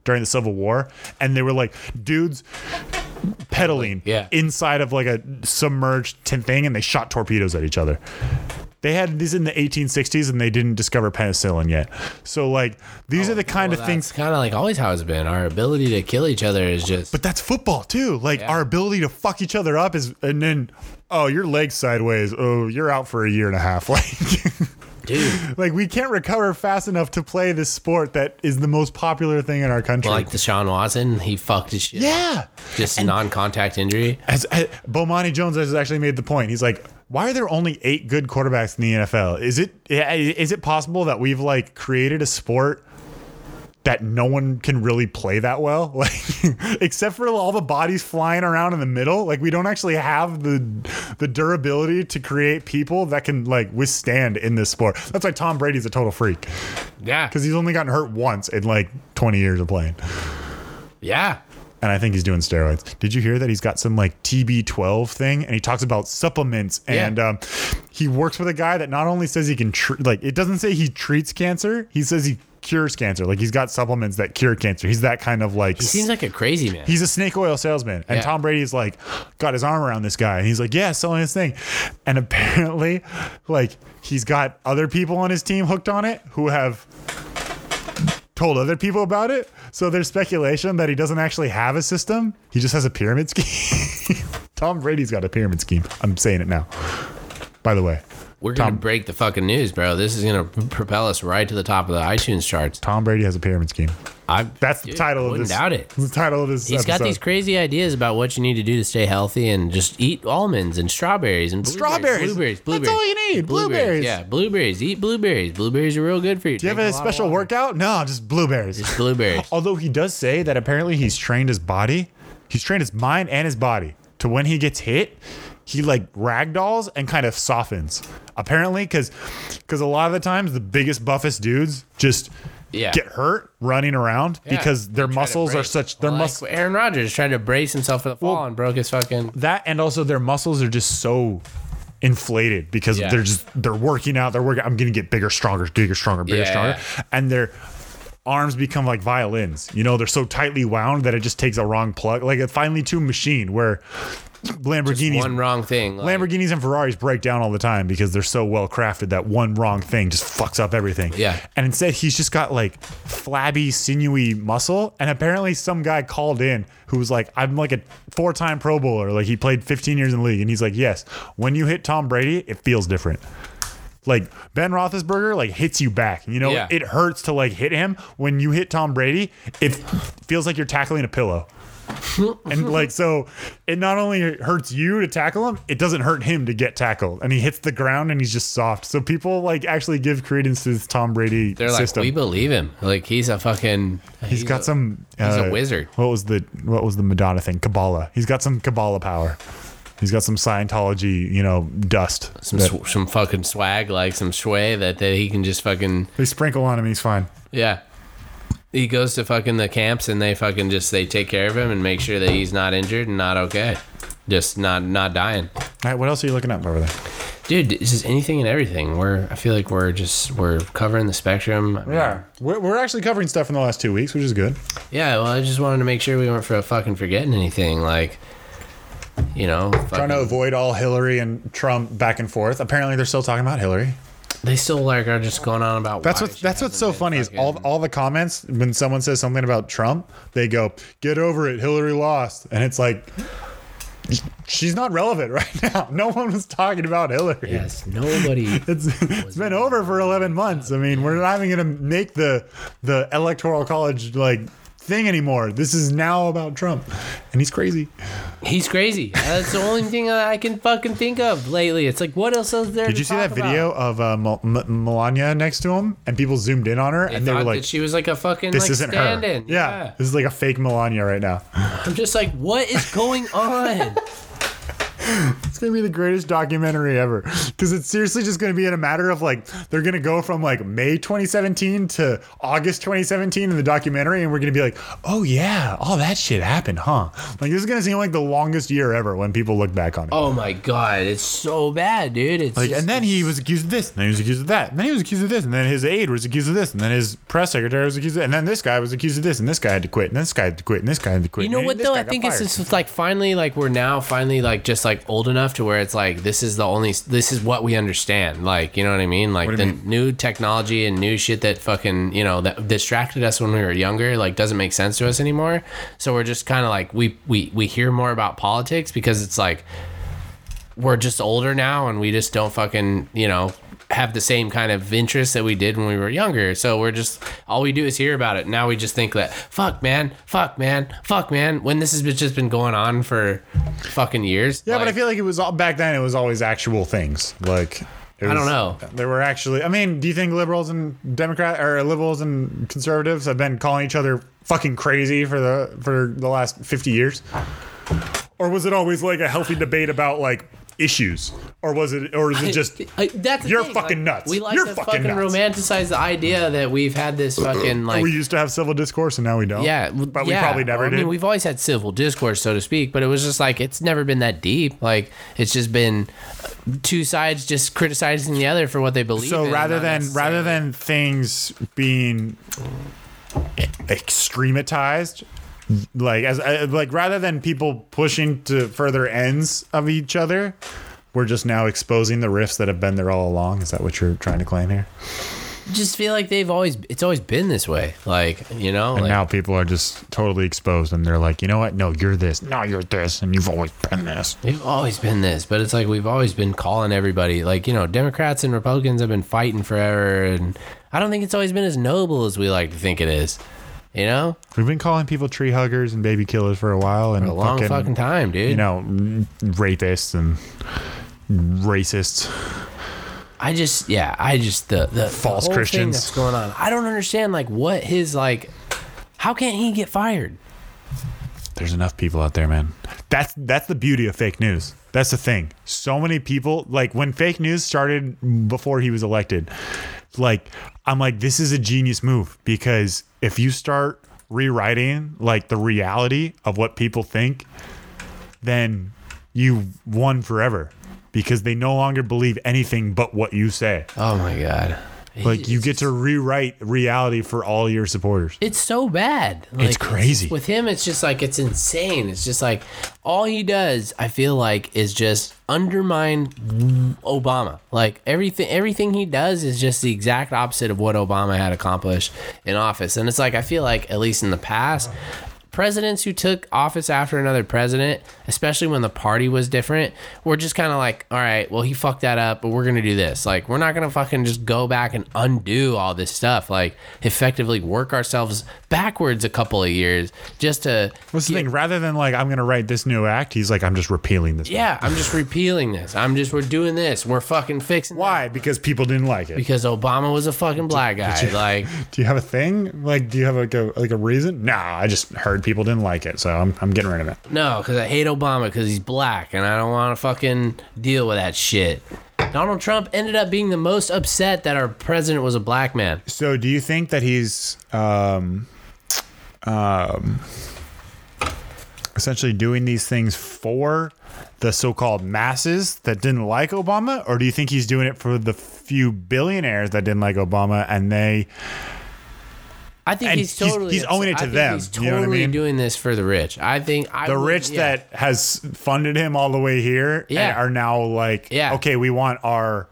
during the Civil War, and they were like dudes pedaling Yeah. inside of like a submerged tin thing, and they shot torpedoes at each other. They had these in the 1860s and they didn't discover penicillin yet. So like these are the kind Oh, Well, of that's things. kind of like always how it's been. Our ability to kill each other is just. But that's football too. Like our ability to fuck each other up is, and then oh, your leg sideways. Oh, you're out for a year and a half. Like, Dude. like we can't recover fast enough to play this sport that is the most popular thing in our country. like Deshaun Watson, he fucked his shit. yeah. Just non contact injury. As, as Bomani Jones has actually made the point. He's like, why are there only eight good quarterbacks in the NFL? Is it yeah, is it possible that we've like created a sport that no one can really play that well? Like except for all the bodies flying around in the middle, like we don't actually have the the durability to create people that can like withstand in this sport. That's why Tom Brady's a total freak Yeah. cuz he's only gotten hurt once in like 20 years of playing. Yeah. and I think he's doing steroids. Did you hear that he's got some like TB12 thing, and he talks about supplements, Yeah. and um, he works with a guy that not only says he can tr- like it doesn't say he treats cancer, he says he cures cancer. Like he's got supplements that cure cancer. He's that kind of like. He seems like a crazy man. He's a snake oil salesman, and Yeah. Tom Brady's like got his arm around this guy, and he's like, "Yeah, selling his thing," and apparently, like he's got other people on his team hooked on it who have told other people about it. So there's speculation that he doesn't actually have a system; he just has a pyramid scheme. Tom Brady's got a pyramid scheme. I'm saying it now. By the way, We're going Tom- to break the fucking news, bro. This is going to propel us right to the top of the iTunes charts. Tom Brady has a pyramid scheme. I, That's the Dude, title of wouldn't this. doubt it. The title of this. He's episode. got these crazy ideas about what you need to do to stay healthy and just eat almonds and strawberries and Strawberries. blueberries. Blueberries. That's blueberries. all you need, blueberries. Yeah, blueberries. Eat blueberries. Blueberries are real good for you. Do you have a special Oh, workout? No, just blueberries. Blueberries. Although he does say that apparently he's trained his body, he's trained his mind and his body to when he gets hit, he like ragdolls and kind of softens. Apparently, because because a lot of the times the biggest buffest dudes just Yeah. get hurt running around Yeah, because their they try to muscles are brace. such their like muscles Aaron Rodgers tried to brace himself for the fall and broke his fucking. that and also their muscles are just so inflated because Yeah. they're just they're working out they're working i'm gonna get bigger stronger bigger stronger bigger Yeah. stronger and their arms become like violins you know they're so tightly wound that it just takes a wrong plug like a finely tuned machine where lamborghinis One wrong thing. Like, lamborghinis and ferraris break down all the time because they're so well crafted that one wrong thing just fucks up everything Yeah. and instead he's just got like flabby sinewy muscle and apparently some guy called in who was like i'm like a four-time pro bowler like he played 15 years in the league and he's like yes when you hit tom brady it feels different like Ben Roethlisberger, like hits you back. You know, Yeah. it hurts to like hit him. When you hit Tom Brady, it feels like you're tackling a pillow. and like so, it not only hurts you to tackle him, it doesn't hurt him to get tackled. And he hits the ground, and he's just soft. So people like actually give credence to this Tom Brady They're like, system. we believe him. Like he's a fucking. he's got some. he's a uh, wizard. What was the what was the Madonna thing? Kabbalah. He's got some Kabbalah power. He's got some Scientology, you know, dust. Some, that sw- some fucking swag, like some sway that, that he can just fucking. they sprinkle on him, and he's fine. Yeah. He goes to fucking the camps and they fucking just they take care of him and make sure that he's not injured and not okay. Just not not dying. All right, what else are you looking up over there? Dude, this is anything and everything. We're I feel like we're just we're covering the spectrum. Yeah, we're, we're actually covering stuff in the last two weeks, which is good. Yeah, well I just wanted to make sure we weren't for fucking forgetting anything, like you know, Trying to fucking- avoid all Hillary and Trump back and forth. Apparently, they're still talking about Hillary. they still like are just going on about That's why what she that's what's so hasn't funny been is all fucking- all the comments when someone says something about Trump, they go, "Get over it, Hillary lost," and it's like. She's not relevant right now. No one was talking about Hillary. Yes, nobody It's it's been over for 11 months. I mean, we're not even going to make the the electoral college like thing anymore. This is now about Trump, and he's crazy. He's crazy. That's the only thing that I can fucking think of lately. It's like what else is there Did to you see talk that video of uh, Mel- M- Melania next to him, and people zoomed in on her, They and they were thought like, that she was like a fucking "This like isn't her." stand-in. Yeah. this is like a fake Melania right now. I'm just like, what is going on? It's gonna be the greatest documentary ever, because it's seriously just gonna be in a matter of like they're gonna go from like May 2017 to August 2017 in the documentary, and we're gonna be like, "Oh yeah, all that shit happened, huh?" Like this is gonna seem like the longest year ever when people look back on it. oh my god, it's so bad, dude. It's Like, just- and then he was accused of this, and then he was accused of that, and then he was accused of this, and then his aide was accused of this, and then his press secretary was accused of, and then this guy was accused of this, and this guy had to quit, and this guy had to quit, and this guy had to quit. you know and what this though? guy I got think it's fired. just like finally, like we're now finally like just like like old enough to where it's like this is the only this is what we understand. Like you know what I mean? Like What do the you mean? new technology and new shit that fucking you know that distracted us when we were younger like doesn't make sense to us anymore. So we're just kind of like we we we hear more about politics because it's like we're just older now and we just don't fucking you know have the same kind of interest that we did when we were younger so we're just all we do is hear about it now we just think that fuck man fuck man fuck man when this has been- just been going on for fucking years Yeah, but I feel like it was all back then. It was always actual things. Like it was, don't know. There were actually. I mean, do you think liberals and Democrat or liberals and conservatives have been calling each other fucking crazy for the for the last fifty years? Or was it always like a healthy debate about like issues? Or was it? Or is it just? I- that's the You're thing, fucking like, nuts. we like You're to fucking fucking, nuts. romanticize the idea that we've had this fucking like we used to have civil discourse and now we don't. Yeah, w- but we yeah. probably Well, never I did. Mean, we've always had civil discourse, so to speak, but it was just like it's never been that deep. Like it's just been uh, two sides just criticizing the other for what they believe. so in, rather not than rather than things being extrematized like as uh, like rather than people pushing to further ends of each other we're just now exposing the rifts that have been there all along is that what you're trying to claim here necessarily- just feel like they've always it's always been this way. Like you know, and like, now people are just totally exposed and they're like you know what no you're this no you're this and you've always been this We've always been this, but it's like we've always been calling everybody. Like, you know, Democrats and Republicans have been fighting forever. And I don't think it's always been as noble as we like to think it is. You know? we've been calling people tree huggers and baby killers for a while and A long fucking, fucking, time, dude. you know rapists and racists I just, yeah, I just, the, the False the whole thing Christians. that's going on. I don't understand, like, what his, like, how can't he get fired? There's enough people out there, man. That's that's the beauty of fake news. That's the thing. So many people like when fake news started before he was elected. Like I'm like this is a genius move because if you start rewriting like the reality of what people think, then you won forever because they no longer believe anything but what you say. Oh my God. Like you get to rewrite reality for all your supporters. It's so bad. Like, It's crazy. With him, it's just like it's insane. It's just like all he does, I feel like, is just undermine Obama. Like everything, everything he does is just the exact opposite of what Obama had accomplished in office. And it's like I feel like, at least in the past, presidents who took office after another president, especially when the party was different, were just kind of like, all right, well, he fucked that up, but we're going to do this. Like, we're not going to fucking just go back and undo all this stuff. Like, effectively work ourselves backwards a couple of years just to. What's the thing? Rather than like I'm gonna write this new act, he's like I'm just repealing this. Yeah, I'm just repealing this. I'm just, we're doing this. We're fucking fixing that." Why? Because people didn't like it. Because Obama was a fucking black guy. Like, do you have a thing? Like, do you have like a like a reason? Nah, I just heard people didn't like it, so I'm I'm getting rid of it. No, because I hate Obama because he's black and I don't want to fucking deal with that shit. Donald Trump ended up being the most upset that our president was a black man. So, do you think that he's um, um, essentially doing these things for the so-called masses that didn't like Obama, or do you think he's doing it for the few billionaires that didn't like Obama and they? I think And he's he's- totally he's owning it I to think them, He's you totally know what I mean? doing this for the rich. I think I the would- rich yeah. that has funded him all the way here Yeah. and are now like Yeah. okay we want our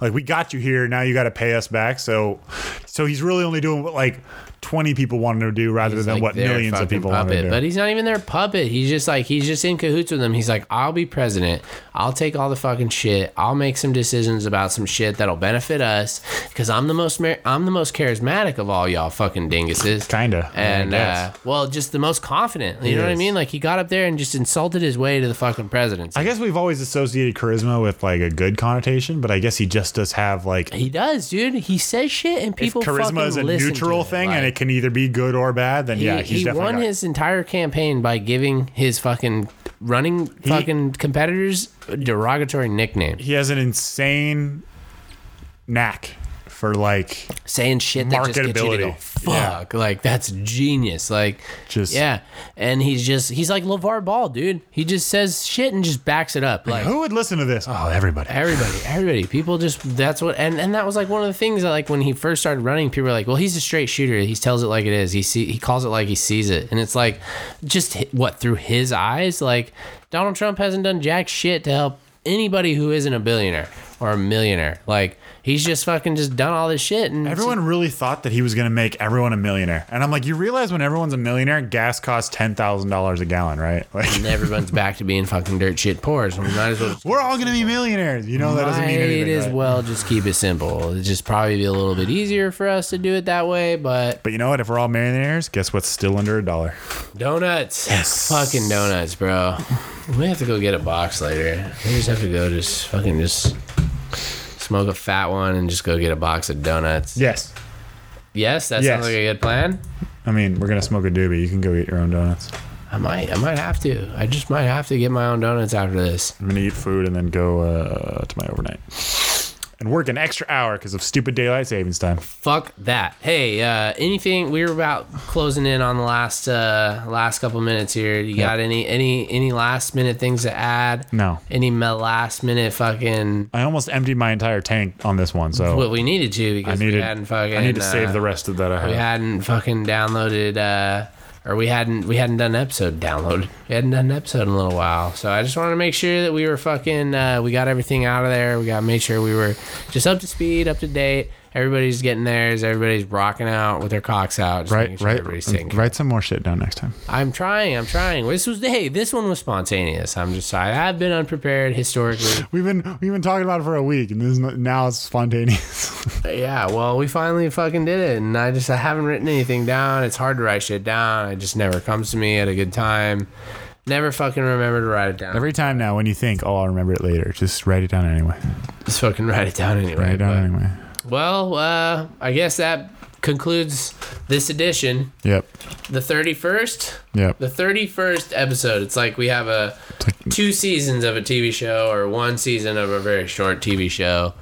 like we got you here now you got to pay us back so so he's really only doing what like 20 people wanted to do rather He's than like what their millions of fucking people wanted to puppet, do but he's not even their puppet. He's just like he's just in cahoots with them. He's like, I'll be president. I'll take all the fucking shit. I'll make some decisions about some shit that'll benefit us because I'm the most mer- I'm the most charismatic of all y'all fucking dinguses. Kinda, I And uh, guess. well, just the most confident. You know what I is. mean? Like he got up there and just insulted his way to the fucking presidency. i guess we've always associated charisma with like a good connotation but i guess he just does have like he does, dude. He says shit and if people. charisma fucking is a listen to neutral him. thing Like, and it can either be good or bad then He, yeah he's he definitely won got- his entire campaign by giving his fucking running fucking competitors derogatory nicknames. he has an insane knack for like saying shit that just gets you to go Marketability. fuck. Like that's genius. Like Just- yeah, and he's just he's like LeVar Ball, dude. He just says shit and just backs it up. Like who would listen to this? Oh, everybody. everybody, everybody, people just that's what and and that was like one of the things that like when he first started running, people were like, well, he's a straight shooter. He tells it like it is. He see he calls it like he sees it, and it's like just hi- what through his eyes. Like Donald Trump hasn't done jack shit to help anybody who isn't a billionaire or a millionaire. Like he's just fucking just done all this shit and Everyone really thought that he was going to make everyone a millionaire. And I'm like, you realize when everyone's a millionaire, gas costs $10,000 a gallon, right? Like, and everyone's back to being fucking dirt shit poor. So we might as well. Just, we're all going to be millionaires. You know, that doesn't mean might anything. as right? well just keep it simple. It'd just probably be a little bit easier for us to do it that way, but But you know what? If we're all millionaires, guess what's still under a dollar? donuts. Fucking donuts, bro. We have to go get a box later. We just have to go just fucking just smoke a fat one and just go get a box of donuts. Yes. Yes, that Yes. sounds like a good plan. I mean, we're going to smoke a doobie. You can go eat your own donuts. I might I might have to. I just might have to get my own donuts after this. I'm going to eat food and then go uh, to my overnight and work an extra hour because of stupid daylight savings time. fuck that hey uh anything we were about closing in on the last uh last couple minutes here you got any any any last minute things to add No. any ma- last minute fucking I almost emptied my entire tank on this one. So what we needed to I because needed, we hadn't fucking I need to save uh, the rest of that I we have. hadn't fucking downloaded uh or we hadn't we hadn't done an episode downloaded we hadn't done an episode in a little while so i just wanted to make sure that we were fucking uh, we got everything out of there we got to make sure we were just up to speed up to date everybody's getting theirs everybody's rocking out with their cocks out just making Right, sure right. everybody's taking care. Write some more shit down next time. i'm trying i'm trying this was hey this one was spontaneous i'm just i have been unprepared historically We've been we've been talking about it for a week, and this is not, now it's spontaneous. But yeah well we finally fucking did it and i just i haven't written anything down it's hard to write shit down it just never comes to me at a good time never fucking remember to write it down Every time now, when you think, "Oh, I'll remember it later," just write it down anyway. just fucking write it down anyway Write it down but- anyway. well uh i guess that concludes this edition Yep, the 31st yep. the 31st episode it's like we have a two seasons of a tv show or one season of a very short tv show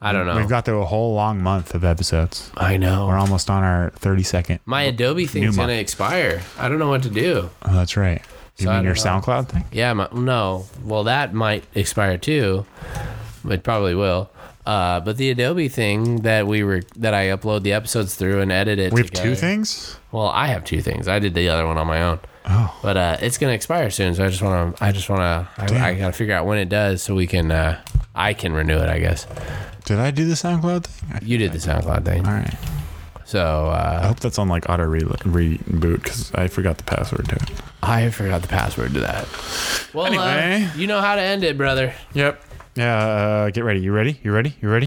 i don't know We've got through a whole long month of episodes. i We're know almost on our thirty second. my adobe thing's Numa. gonna expire i don't know what to do Oh, that's right. You So I mean your don't know. SoundCloud thing? yeah my, no well that might expire too it probably will uh, but the adobe thing that we were that i upload the episodes through and edit it We have together- two things. Well, I have two things. I did the other one on my own. Oh. But uh, it's gonna expire soon, so I just wanna, I just wanna, I, I gotta figure out when it does, so we can, uh, I can renew it, I guess. Did I do the SoundCloud thing? I- You did the SoundCloud thing, All right. so I uh, hope that's on like auto re- reboot because I forgot the password to it. I forgot the password to that. Well, uh, Oh. Anyway. you know how to end it, brother. Yep. Yeah. Uh, get ready. You ready? You ready? You ready?